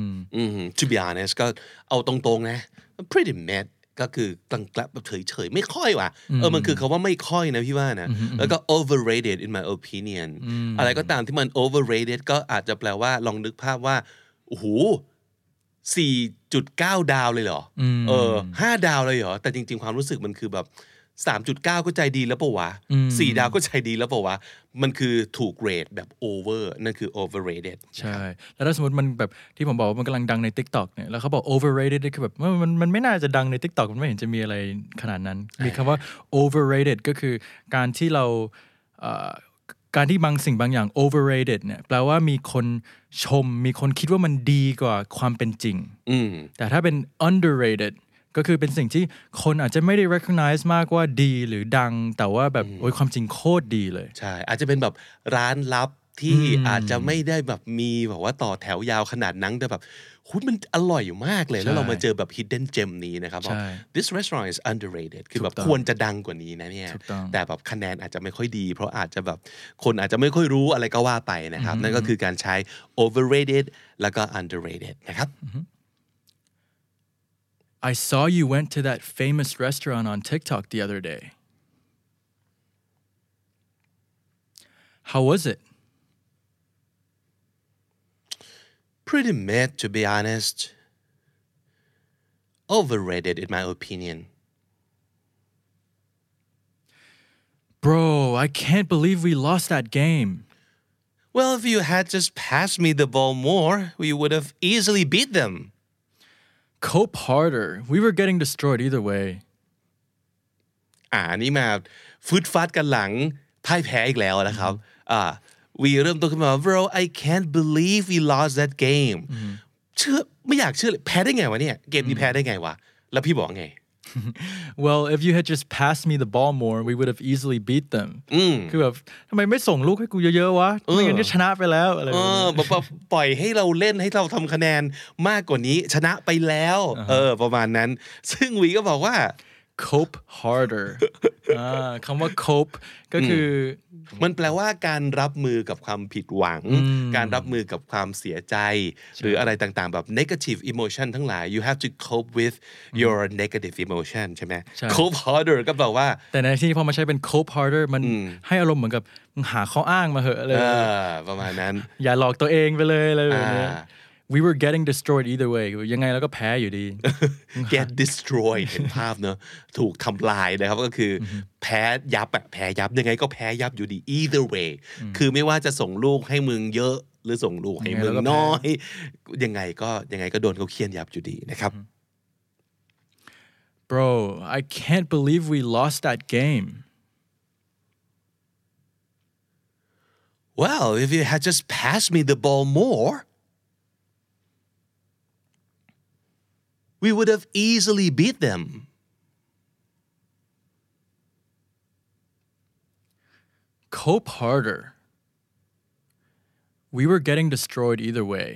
มอืม to be honest ก็เอาตรงๆนะ pretty mad ก็คือกลางกลางแบบเฉยเฉยๆไม่ค่อยว่ะเออมันคือคาว่าไม่ค่อยนะพี่ว่านะ แล้วก็ overrated in my opinion อะไรก็ตามที่มัน overrated ก็อาจจะแปลว่าลองนึกภาพว่าโอ้โห4.9 ดาวเลยเหรออเออห้าดาวเลยเหรอ แต่จริง ๆ ความรู้สึกมันคือแบบ 3.9 ก็ใจดีแล้วปะวะสี่ดาวก็ใจดีแล้วปะวะ มันคือถูกเรทแบบ over นั่นคือ overrated
ใช่ แล้วถ้าสมมติมันแบบที่ผมบอกว่ามันกำลังดังใน t ิ k t o k เนี่ย แล้วเขาบอก overrated นี่คือแบบมันมันมันไม่น่าจะดังใน t ิ k t o k มันไม่เห็นจะมีอะไรขนาดนั้น มีคำว่า overrated ก็คือการที่เราเอ่อการที่บางสิ่งบางอย่าง overrated เนี่ยแปลว่ามีคนชม มีคนคิดว่ามันดีกว่าความเป็นจริง
อืม
แต่ถ้าเป็น underrated ก็คือเป็นสิ่งที่คนอาจจะไม่ได้ recognize มากว่าดีหรือดัง แต่ว่าแบบโอ้ยความจริงโคตรดีเลย
ใช่ อาจจะเป็นแบบร้านลับที่อาจจะไม่ได้แบบมีแบบว่าต่อแถวยาวขนาดนั้นแต่แบบคุณมันอร่อยมากเลย แล้วเรามาเจอแบบ hidden gem นี้นะครับบอก
ใช่
this restaurant is underrated คือแบบ
ถูกต้อง
ควรจะดังกว่านี้นะเนี่ย
ถูกต้อง
แต่แบบคะแนนอาจจะไม่ค่อยดี เพราะอาจจะแบบคนอาจจะไม่ค่อยรู้อะไรก็ว่าไปนะครับ นั่นก็คือการใช้ overrated แล้วก็ underrated นะครับ
I saw you went to that famous restaurant on TikTok the other day. How was it?
pretty mid to be honest. Overrated in my opinion.
Bro, I can't believe we lost that game.
Well, if you had just passed me the ball more, we would have easily beat them.
Cope harder. We were getting destroyed either way.
อ่าอันนี่มาฟึดฟัดกันหลังพ่ายแพ้อีกแล้วนะครับอ่าวีเริ่มต้นขึ้นมา bro I can't believe we lost that game เชื่อไม่อยากเชื่อเลยแพ้ได้ไงวะเนี่ย เกมนี้แพ้ได้ไงวะ แล้วพี่บอกไง
Well, if you had just passed me the ball more, we would have easily beat them. คือแบบทำไมไม่ส่งลูกให้กูเยอะๆวะไม่งั้นก็ชนะไปแล้วอะไรแบบ
เอ
นี้
อแบบว่าปล่อยให้เราเล่นให้เราทำคะแนนมากกว่านี้ ชนะไปแล้ว เออ ประมาณนั้น ซึ่งวีก็บอกว่า
Cope harder อ่าคำว่า cope ก็คืออ
มันแปลว่าการรับมือกับความผิดหวัง การรับมือกับความเสียใจ หรืออะไรต่างๆ แบบ negative emotion ทั้งหลาย you have to cope with your negative emotion ใช่ไหม
ใช่
cope harder ก็แปลว่า
แต่ในที่นี้พอมาใช้เป็น cope harder มันให้อารมณ์เหมือนกับมึงหาข้ออ้างมาเหอะอะไร
เอ
แบบนี้
อ ประมาณนั้น
อย่าหลอกตัวเองไปเลยอะไรแบบนี้
อ่า
we were getting destroyed either way ยังไงเราก็แพ้อยู่ดี
get destroyed เห็นภาพเนอะถูกทำลายนะครับก็คืออแพ้ยับอะแพ้ยับยังไงก็แพ้ยับอยู่ดี either way คือไม่ว่าจะส่งลูกให้มึงเยอะ หรือส่งลูกให้มึงน้อย ยังไงก็ยังไงก็โดนเขาเคี่ยนยับอยู่ดีนะครับ
bro I can't believe we lost that game
well if you had just passed me the ball more we would have easily beat them
cope harder we were getting destroyed either way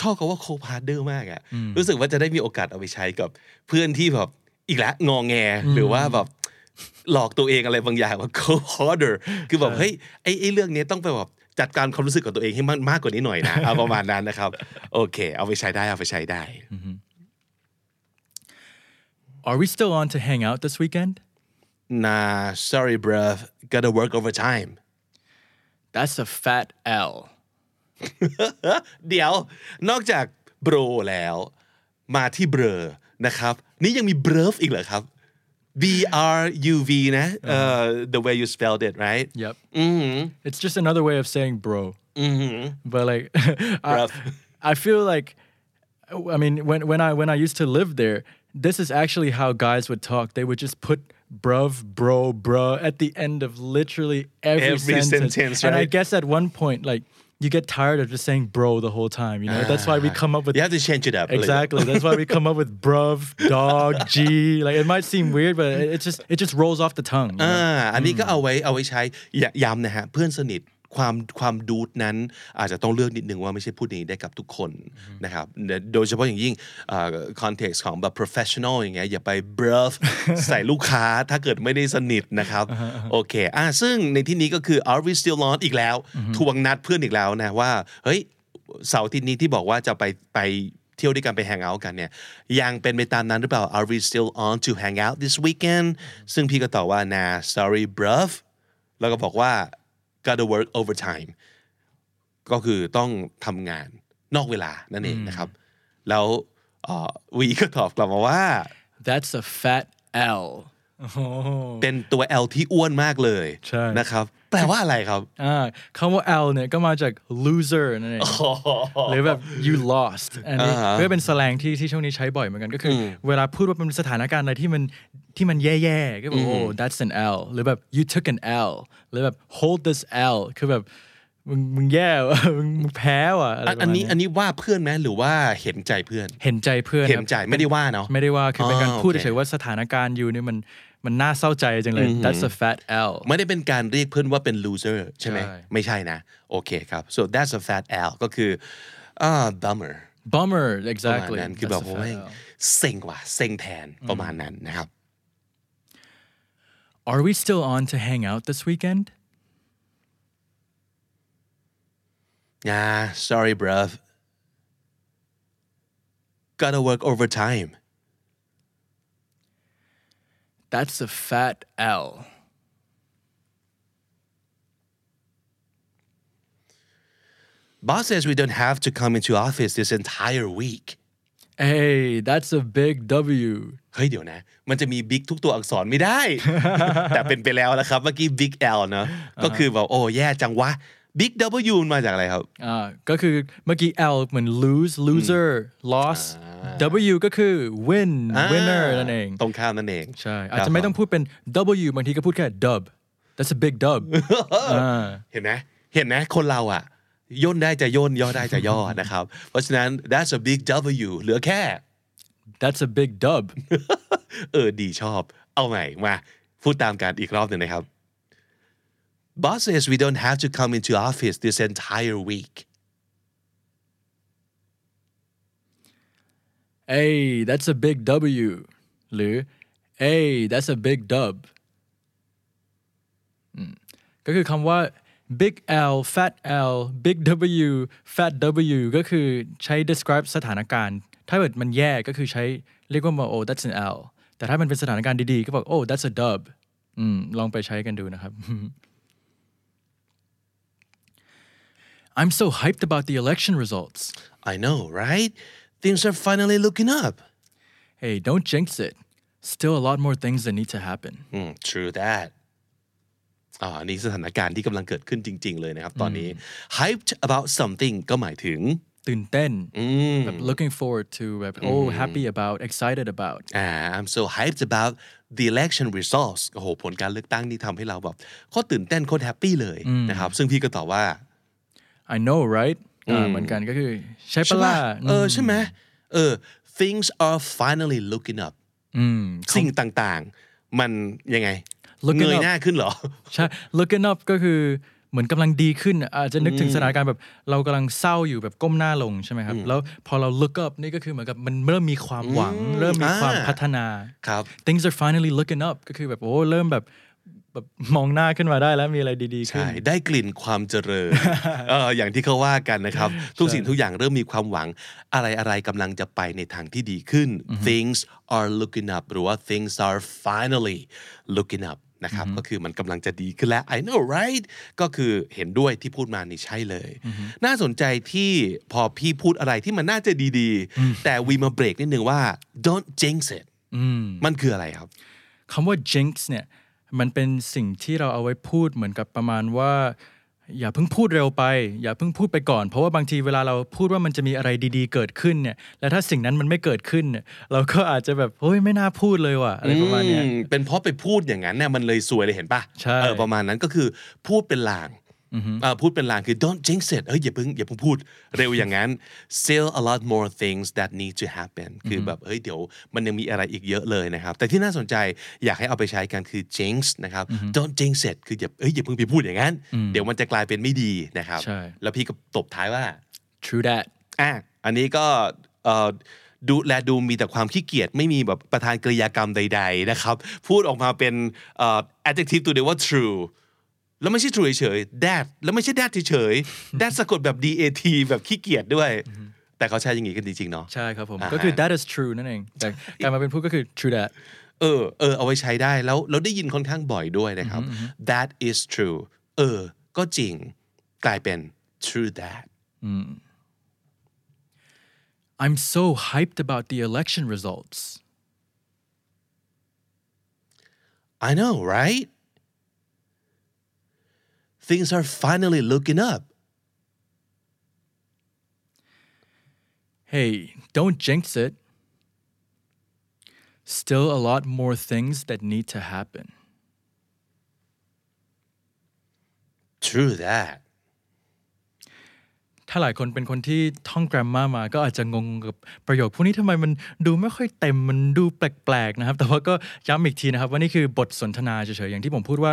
ชอบคำว่าโคพาร์เดอร์มากอะรู้สึกว่าจะได้มีโอกาสเอาไปใช้กับเพื่อนที่แบบอีกแล้วงองแง หรือว่าแบบหลอกตัวเองอะไรบางอย่างว่าโคพาร์เดอร์คือแบบเฮ้ยไอ้ไอ้เรื่องเนี้ยต้องไปแบบจัดการความรู้สึกกับตัวเองให้มันมากกว่านี้หน่อย นะ เอาประมาณนั้นนะครับ โอเค เอาไปใช้ได้เอาไปใช้ได้
are we still on to hang out this weekend
nah sorry bruv gotta work overtime
that's a fat L
เดี๋ยวนอกจากโบรแล้ว มาที่เบรอนะครับ นี่ยังมีเบรฟอีกเหรอครับ B R U V นะเอ่อ the way you spelled it right
yep
Mm-hmm.
it's just another way of saying bro but like I,
Bruv.
I feel like I mean when when I when I used to live there this is actually how guys would talk they would just put bruv bro bruh at the end of literally every,
Every sentence,
and I
right?
guess at one point like you get tired of just saying bro the whole time. You know, that's why we come up with
Ah. you have to change it up a little.
exactly. That's why we come up with bruv, dog, g. Like it might seem weird, but it, it just it just rolls off the tongue. you know?
อ่าอันนี้ก็เอาไว้เอาไว้ใช้ยย้ำนะฮะเพื่อนสนิทความความดูดนั้น อาจจะต้องเลือกนิดนึงว่าไม่ใช่พูดอย่างนี้ได้กับทุกคนนะครับโดยเฉพาะอย่างยิ่งคอนเท็กซ์ของแบบ professional อย่างเงี้ยอย่าไป bluff ใส่ลูกค้าถ้าเกิดไม่ได้สนิทนะครับโอเคอ่าซึ่งในที่นี้ก็คือ are we still on อีกแล้วทวงนัดเพื่อนอีกแล้วนะว่าเฮ้ยเสาร์อาที่นี้ที่บอกว่าจะไปไปเที่ยวด้วยกันไปแฮงเอาท์กันเนี่ยยังเป็นไปตามนั้นหรือเปล่า Are we still on to hang out this weekend ซึ่งพี่ก็ตอบว่า Nah sorry bruv แล้วก็บอกว่า gotta work overtime ก็คือต้องทำงานนอกเวลานั่นเองนะครับ แล้วเอ่อวีก็ตอบกลับมาว่า
That's a fat L.
เป็นตัว L ที่อ้วนมากเลย
ใช่
นะครับ แปลว่าอะไรครับ
อ่าคำว่า L เนี่ยก็มาจาก loser นั่นเองหรือแบบ you lost อันนี้ก็เป็นสแลงที่ที่ช่วงนี้ใช้บ่อยเหมือนกันก็คืออเวลาพูดว่าเป็นสถานการณ์อะไรที่มันที่มันแย่ๆ ก็แบบโอ้ that's an L หรือแบบ you took an L หรือแบบ hold this L คือแบบมึงมึงแย่ว่ะ มึงมึงแพ้ว่ะอะไรประ
อั
มาน ณ
นี้
เนี้ย
อันนี้ว่าเพื่อนไหมหรือว่าเห็นใจเพื่อน
เห็นใจเพื่อน
เห็น
ครับ
ใจไม่ได้ว่าเนาะ
ไม่ได้ว่าคือเป็นการ
อ๋อ
พูด
โอเค
เฉยๆว่าสถานการณ์อยู่เนี่ยมันมันน่าเศร้าใจจังเลย that's a fat L
ไม่ได้เป็นการเรียกเพื่อนว่าเป็น loser ใช่ไหม
ใช่
ไม่ใช่นะ โอเคครับ so that's a fat L ก็คืออ่า bummer
bummer
ประมาณ
exactly
นั้นคือแบบ
That's a
โอ้
fat
ย
L
เซ็งว่ะเซ็งแทนประมาณนั้นนะครับ
are we still on to hang out this weekend
นะ sorry bruv gotta work overtime
That's a fat L.
boss says we don't have to come into office this entire week
Hey, that's a big W.
เฮ้ยเดี๋ยวนะ มันจะมีบิ๊กทุกตัวอักษรไม่ ได้ แต่เป็นไปแล้วนะครับ เมื่อกี้บิ๊ก L เนอะก็คือแบบโอ้แย่จังวะบิ๊ก W มันมาจากอะไรครับ
อ่าก็คือเมื่อกี้ Uh, L เหมือน lose loser
Hmm.
loss
Ah.
W ก็คือ win
อ่า
winner นั่นเอง
ตรงข้ามนั่นเอง
ใช่อาจจะไม่ต้องพูดเป็น W บางทีก็พูดแค่ dub that's a big dub อ่า
เห็นไหมเห็นไหมคนเราอ่ะ ย่นได้จะย่นย่อได้จะย่อ นะครับ เพราะฉะนั้น that's a big W เหลือแค่
that's a big dub
เออดีชอบ เอาใหม่มาพูดตามกันอีกรอบหนึ่งนะครับ Boss says we don't have to come into office this entire week
Hey that's a big W หรือ Hey that's a big dub อืมก็คือคำว่า big L fat L big W fat W ก็คือใช้ describe สถานการณ์ ถ้าเกิดมันแย่ก็คือใช้เรียกว่ามา oh that's an L แต่ถ้ามันเป็นสถานการณ์ดีๆ ก็บอก oh that's a dub อืมลองไปใช้กันดูนะครับ I'm so hyped about the election results
I know right things are finally looking up
Hey, don't jinx it. Still a lot more things that need to happen.
อืม true that อ่าอันนี่สถานการณ์ที่กำลังเกิดขึ้นจริง ๆ เลยนะครับ ตอนนี้ hyped about something ก็หมายถึง
ตื่นเต้นแบบ looking forward to แบบ oh happy about excited about
อ่า I'm so hyped about the election results โอ้โห ผลการเลือกตั้งนี่ทำให้เราแบบโคตรตื่นเต้นโคตรแฮปปี้เลยนะครับ ซึ่งพี่ก็ตอบว่า
I know right อ่าเหมือนกันก็คือใช่ปะล่ะ
เออใช่ไหมเออ things are finally looking up สิ่งต่างๆ มันยังไง
Looking
เง
up
ยหน้าขึ้นเหรอ
ใช่ looking up ก็คือเหมือนกำลังดีขึ้น อาจจะนึกถึงสถานการณ์แบบเรากำลังเศร้าอยู่แบบก้มหน้าลงใช่ไหมครับ แล้วพอเรา look up นี่ก็คือเหมือนกับมันเริ่มมีความหวัง เริ่มมีความ
อ่า
พัฒนา
ครับ
things are finally looking up ก็คือแบบโอ้เริ่มแบบแบบมองหน้าขึ้นมาได้แล้วมีอะไรดีๆขึ้
ใช่
น
ได้กลิ่นความเจริ ญ เอออย่างที่เขาว่ากันนะครับ ทุกสิ่งทุกอย่างเริ่มมีความหวัง อะไรอะไรกำลังจะไปในทางที่ดีขึ้น things are looking up หรือว่า things are finally looking up นะครับ ก็คือมันกำลังจะดีขึ้นแล้ว I know right ก็คือเห็นด้วยที่พูดมานี่ใช่เลย น่าสนใจที่พอพี่พูดอะไรที่มันน่าจะดีๆ แต่วีมาเบรกนิดนึงว่า don't jinx it มันคืออะไรครับ
คำว่า jinx เนี่ยมันเป็นสิ่งที่เราเอาไว้พูดเหมือนกับประมาณว่า อย่าเพิ่งพูดเร็วไป อย่าเพิ่งพูดไปก่อน เพราะว่าบางทีเวลาเราพูดว่ามันจะมีอะไรดีๆ เกิดขึ้นเนี่ยและถ้าสิ่งนั้นมันไม่เกิดขึ้นเนี่ยเราก็อาจจะแบบเฮ้ยไม่น่าพูดเลยว่ะอะไรประมาณเนี้ย
อืมเป็นเพราะไปพูดอย่างนั้นเนี่ยมันเลยสวยเลยเห็นปะ
ใช่
เออประมาณนั้นก็คือพูดเป็นลาง อ่าพูดเป็นลางคือ don't jinx it เอ้ยอย่าเพิ่งอย่าเพิ่งพูดเร็วอย่างนั้น still a lot more things that need to happen คือแบบเอ้ยเดี๋ยวมันยังมีอะไรอีกเยอะเลยนะครับ แต่ที่น่าสนใจอยากให้เอาไปใช้กันคือ jinx นะครับ don't jinx it คืออย่าเอ้ยอย่าเพิ่งไปพูดอย่างนั้น เดี๋ยวมันจะกลายเป็นไม่ดีนะครับ
ใช่
แล้วพี่ก็ตบท้ายว่า
True that.
อ่ะอันนี้ก็เอ่อดูแลดูมีแต่ความขี้เกียจไม่มีแบบประธานกริยากรรมใด ๆ นะครับ พูดออกมาเป็นเอ่อ adjective ตัวเดียวว่า true แล้วไม่ใช่ true เฉยๆ that แล้วไม่ใช่ that เฉ ยๆ that สะกดแบบ dat แบบขี้เกียจด้วย แต่เขาใช้อย่างนี้กันจริงๆเนาะ
ใช่ครับผม
อ่าฮะ
ก็คือ that is true นั่นเองแต่การมาเป็นพูดก็คือ true that
เออเออเอาไว้ใช้ได้แล้วเราได้ยินค่อนข้างบ่อยด้วยนะครับ that is true เออ ก็จริงกลายเป็น true that
I'm so hyped about the election results
I know, right? Things are finally looking up.
Hey, don't jinx it. Still a lot more things that need to happen.
True that.
ถ้าหลายคนเป็นคนที่ท่อง grammar มาก็อาจจะงงกับประโยคพวกนี้ทำไมมันดูไม่ค่อยเต็มมันดูแปลกๆนะครับ แต่ว่าก็ย้ำอีกทีนะครับ ว่านี่คือบทสนทนาเฉยๆ อย่างที่ผมพูดว่า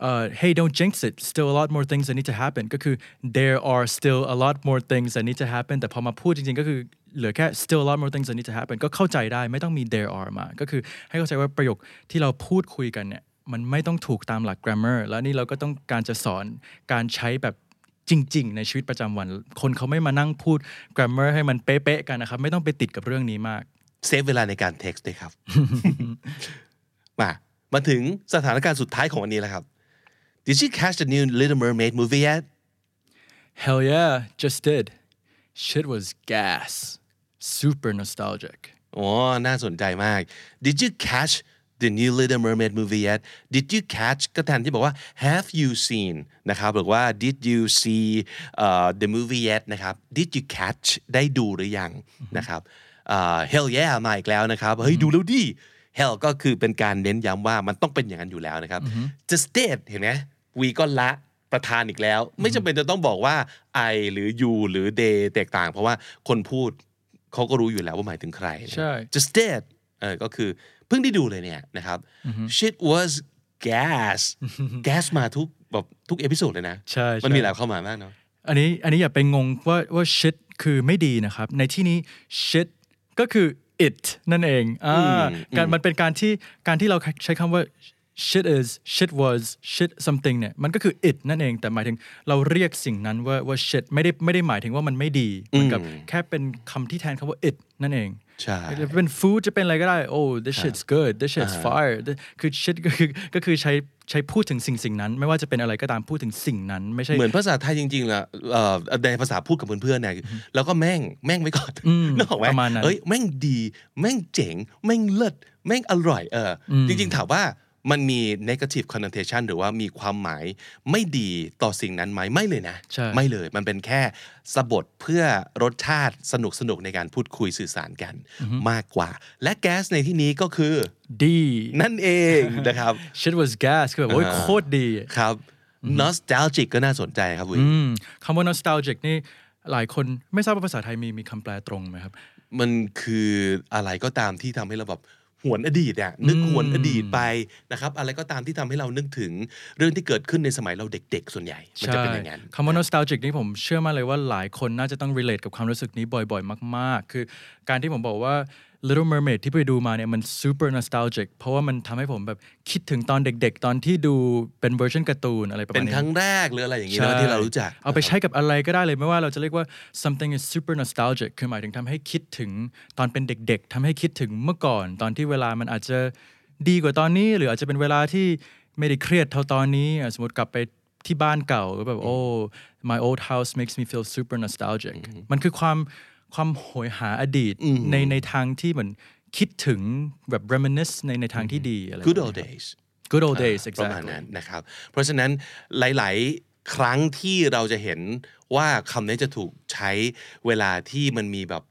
เอ่อ hey don't jinx it still a lot more things that need to happen ก็คือ there are still a lot more things that need to happen แต่พอมาพูดจริงๆ ก็คือเหลือแค่ still a lot more things that need to happen ก็เข้าใจได้ไม่ต้องมี there are มา ก็คือให้เข้าใจว่าประโยคที่เราพูดคุยกันเนี่ยมันไม่ต้องถูกตามหลัก grammar แล้วนี่เราก็ต้องการจะสอนการใช้แบบ จริง ๆ ในชีวิตประจำวัน คนเขาไม่มานั่งพูด grammar ให้มันเป๊ะ ๆ กันนะครับ ไม่ต้องไปติดกับเรื่องนี้มาก
เซฟเวลาในการเท็กซ์ด้วยครับ มามาถึงสถานการณ์สุดท้ายของวันนี้แล้วครับ Did you catch the new Little Mermaid movie yet?
hell yeah just did
Shit was gas.
super nostalgic
อ๋อน่าสนใจมาก Did you catch the new Little Mermaid movie yet? Did you catch ก็แทนที่บอกว่า Have you seen นะครับหรือว่า Did you see uh, the movie yet นะครับ Did you catch ได้ดูหรือยังนะครับอ่า Hell yeah มาอีกแล้วนะครับ เฮ้ย ดูแล้วดิ Hell ก็คือเป็นการเน้นย้ำว่ามันต้องเป็นอย่างนั้นอยู่แล้วนะครับ Just did เห็นไหมวีก็ละ ประธานอีกแล้ว ไม่จำเป็นจะต้องบอกว่า I หรือ you หรือ they แตกต่าง เพราะว่าคนพูดเขาก็รู้อยู่แล้วว่าหมายถึงใครนะ
ใช่
just did เออก็คือเพิ่งได้ดูเลยเนี่ยนะครับ shit was gas gas มาทุกแบบทุกเอพิโซดเลยนะ
ใช่ใช่
มันมีหลายความหมายมากเนาะ
อันนี้อันนี้อย่าไปงงว่าว่า shit คือไม่ดีนะครับ ในที่นี้ shit ก็คือ it นั่นเองอ่าการมันเป็นการที่การที่เราใช้คำว่า shit is shit was shit something เนี่ยมันก็คือ it นั่นเอง แต่หมายถึงเราเรียกสิ่งนั้นว่าว่า shit ไม่ได้ไม่ได้หมายถึงว่ามันไม่ดีเหมือนกับแค่เป็นคำที่แทนคำว่า it นั่นเอง
ใช่
จะเป็น food จะเป็นอะไรก็ได้ oh this shit's good this shit's fire คือ shit ก็คือก็คือใช้ใช้พูดถึงสิ่งสิ่งนั้น ไม่ว่าจะเป็นอะไรก็ตามพูดถึงสิ่งนั้นไม่ใช่
เหมือนภาษาไทยจริงๆละเอ่อในภาษาพูดกับเพื่อนๆเนี่ยแล้วก็แม่งแม่งไว้ก่อนนึกออกไหม
ประมาณนั้น
เอ้ยแม่งดีแม่งเจ๋ง แม่งเลิศแม่งอร่อยเอออจริงๆถามว่ามันมี negative connotation หรือว่ามีความหมายไม่ดีต่อสิ่งนั้นไหมไม่เลยนะ
ใช่
ไม่เลยมันเป็นแค่สบทเพื่อรสชาติสนุกสนุกๆในการพูดคุยสื่อสารกันมากกว่า และแก๊สในที่นี้ก็คือ
ดี
นั่นเอง นะครับ
shit was gas คือแบบโอ้ยโคตรดี
ครับ nostalgic ก็น่าสนใจครับวิ
คำว่า nostalgic นี่หลายคนไม่ทราบว่าภาษาไทยมีมีคำแปลตรงไหมครับ
มันคืออะไรก็ตามที่ทำให้เราแบบหวนอดีตอะนึกหวนอดีตไปนะครับอะไรก็ตามที่ทำให้เรานึกถึงเรื่องที่เกิดขึ้นในสมัยเราเด็กๆ ส่วนใหญ่ มันจะเป็นอย่างนั้น
ใช่คำว่า nostalgic นี่ผมเชื่อมากเลยว่าหลายคนน่าจะต้อง relate กับความรู้สึกนี้บ่อยๆ มากๆ คือการที่ผมบอกว่า Little Mermaid ที่ไปดูมาเนี่ยมัน super nostalgic เพราะว่ามันทำให้ผมแบบคิดถึงตอนเด็กๆ ตอนที่ดูเป็นเวอร์ชันการ์ตูนอะไรประมาณ
เป็น
นี้
ครั้งแรกหรืออะไรอย่างนี้เนอะที่เรารู้จัก
เอาไปใช้กับอะไรก็ได้เลยไม่ว่าเราจะเรียกว่า something is super nostalgic คือหมายถึงทำให้คิดถึงตอนเป็นเด็กๆทำให้คิดถึงเมื่อก่อน ตอนที่เวลามันอาจจะดีกว่าตอนนี้ หรืออาจจะเป็นเวลาที่ไม่ได้เครียดเท่าตอนนี้อ่ะสมมติกลับไปที่บ้านเก่าก็แบบโอ้ my old house makes me feel super nostalgic มันคือความความโหยหาอดีตในในทางที่เหมือนคิดถึงแบบ reminisce ในในทางที่ดีอะไร
good old days
good old days
ประมาณ
exactly
นั้นนะครับ เพราะฉะนั้นหลาย ๆ ครั้งที่เราจะเห็นว่าคำนี้จะถูกใช้เวลาที่มันมีแบบ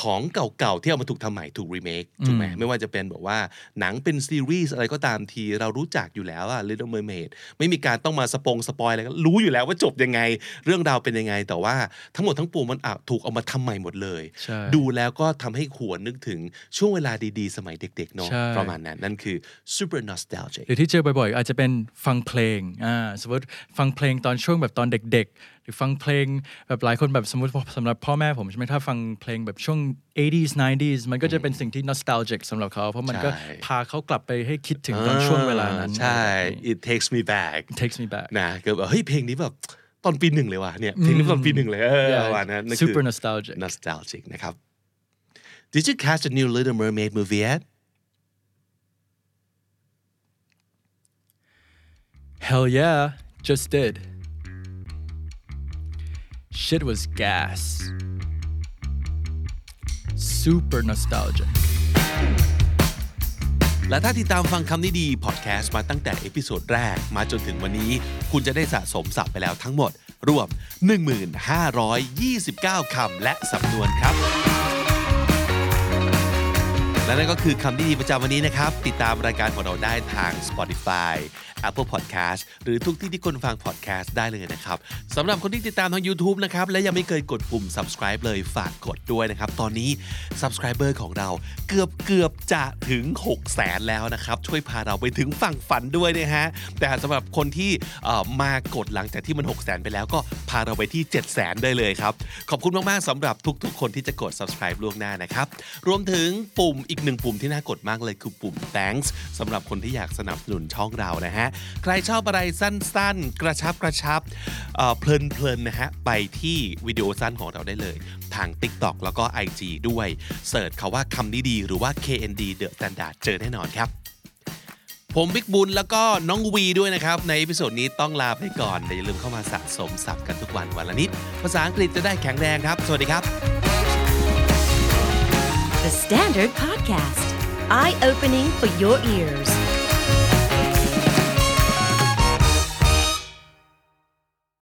ของเก่าๆ ที่เอามาถูกทำใหม่ถูกรีเมคถูกไหมไม่ว่าจะเป็นแบบว่าหนังเป็นซีรีส์อะไรก็ตามทีเรารู้จักอยู่แล้วอะ Little Mermaid ไม่มีการต้องมาสปงสปอยอะไรก็รู้อยู่แล้วว่าจบยังไง เรื่องราวเป็นยังไง แต่ว่าทั้งหมดทั้งปวงมันอ่ะถูกเอามาทำใหม่หมดเลย
ใช่
ดูแล้วก็ทำให้หวนนึกถึงช่วงเวลาดีๆ สมัยเด็กๆเนอะ
ใช่
ประมาณนั้นนั่นคือ super nostalgic
หรือที่เจอบ่อยๆ อาจจะเป็นฟังเพลงอ่าสมมติฟังเพลงตอนช่วงแบบตอนเด็ก ๆ หรือฟังเพลงแบบหลายคนแบบสมมติสำหรับพ่อแม่ผมใช่ไหมถ้าฟังเพลงแบบช่วง 80s 90s มันก็จะเป็นสิ่งที่ nostalgic สำหรับเขา เพราะมันก็
ใช่
พาเขากลับไปให้คิดถึงตอนช่วงเวลานั้น
ใช่ it takes me back
takes me back
นะก็แบบเฮ้ยเพลงนี้แบบตอนปีหนึ่งเลยว่ะเนี่ยเพลงนี้ตอนปีหนึ่งเลยเออ
Yeah,
ประมาณนั้นนั่นคือ
super nostalgic
nostalgic นะครับ Did you catch the new Little Mermaid movie yet?
Hell yeah, just did. Shit was gas. Super nostalgic.
และถ้าติดตามฟังคำนี้ดีพอดแคสต์มาตั้งแต่เอพิโซดแรกมาจนถึงวันนี้ คุณจะได้สะสมศัพท์ไปแล้วทั้งหมด รวม 1529 คำและสำนวนครับ และนั่นก็คือคำนี้ดีประจำวันนี้นะครับ ติดตามรายการของเราได้ทาง Spotify Apple Podcast หรือทุกที่ที่คนฟัง podcast ได้เลยนะครับสำหรับคนที่ติดตามทาง YouTube นะครับ และยังไม่เคยกดปุ่ม subscribe เลยฝากกดด้วยนะครับ ตอนนี้ subscriber ของเราเกือบเกือบจะถึง 6 0แสนแล้วนะครับ ช่วยพาเราไปถึงฝั่งฝันด้วยนะฮะ แต่สำหรับคนที่เอ่อมากดหลังจากที่มัน 6 0แสนไปแล้วก็พาเราไปที่ 7 0 0แสนได้เลยครับ ขอบคุณมากๆสำหรับทุกๆ คนที่จะกด subscribe ล่วงหน้านะครับ รวมถึงปุ่มอีกหนึ่งปุ่มที่น่ากดมากเลยคือปุ่ม thanks สำหรับคนที่อยากสนับสนุนช่องเรานะฮะ ใครชอบอะไรสั้นๆ กระชับกระชับเอ่อเพลินๆนะฮะ ไปที่วิดีโอสั้นของเราได้เลย ทาง TikTok แล้วก็ IG ด้วยเสิร์ชคาว่าคำนี้ดีหรือว่า KND The Standard เจอแน่นอนครับ ผมบิ๊กบุญแล้วก็น้องวีด้วยนะครับ ในเอพิโซดนี้ต้องลาไปก่อนแต่อย่าลืมเข้ามาสะสมศัพท์กันทุกวันวันละนิด ภาษาอังกฤษจะได้แข็งแรงครับ สวัสดีครับ
The Standard Podcast, eye opening for your ears.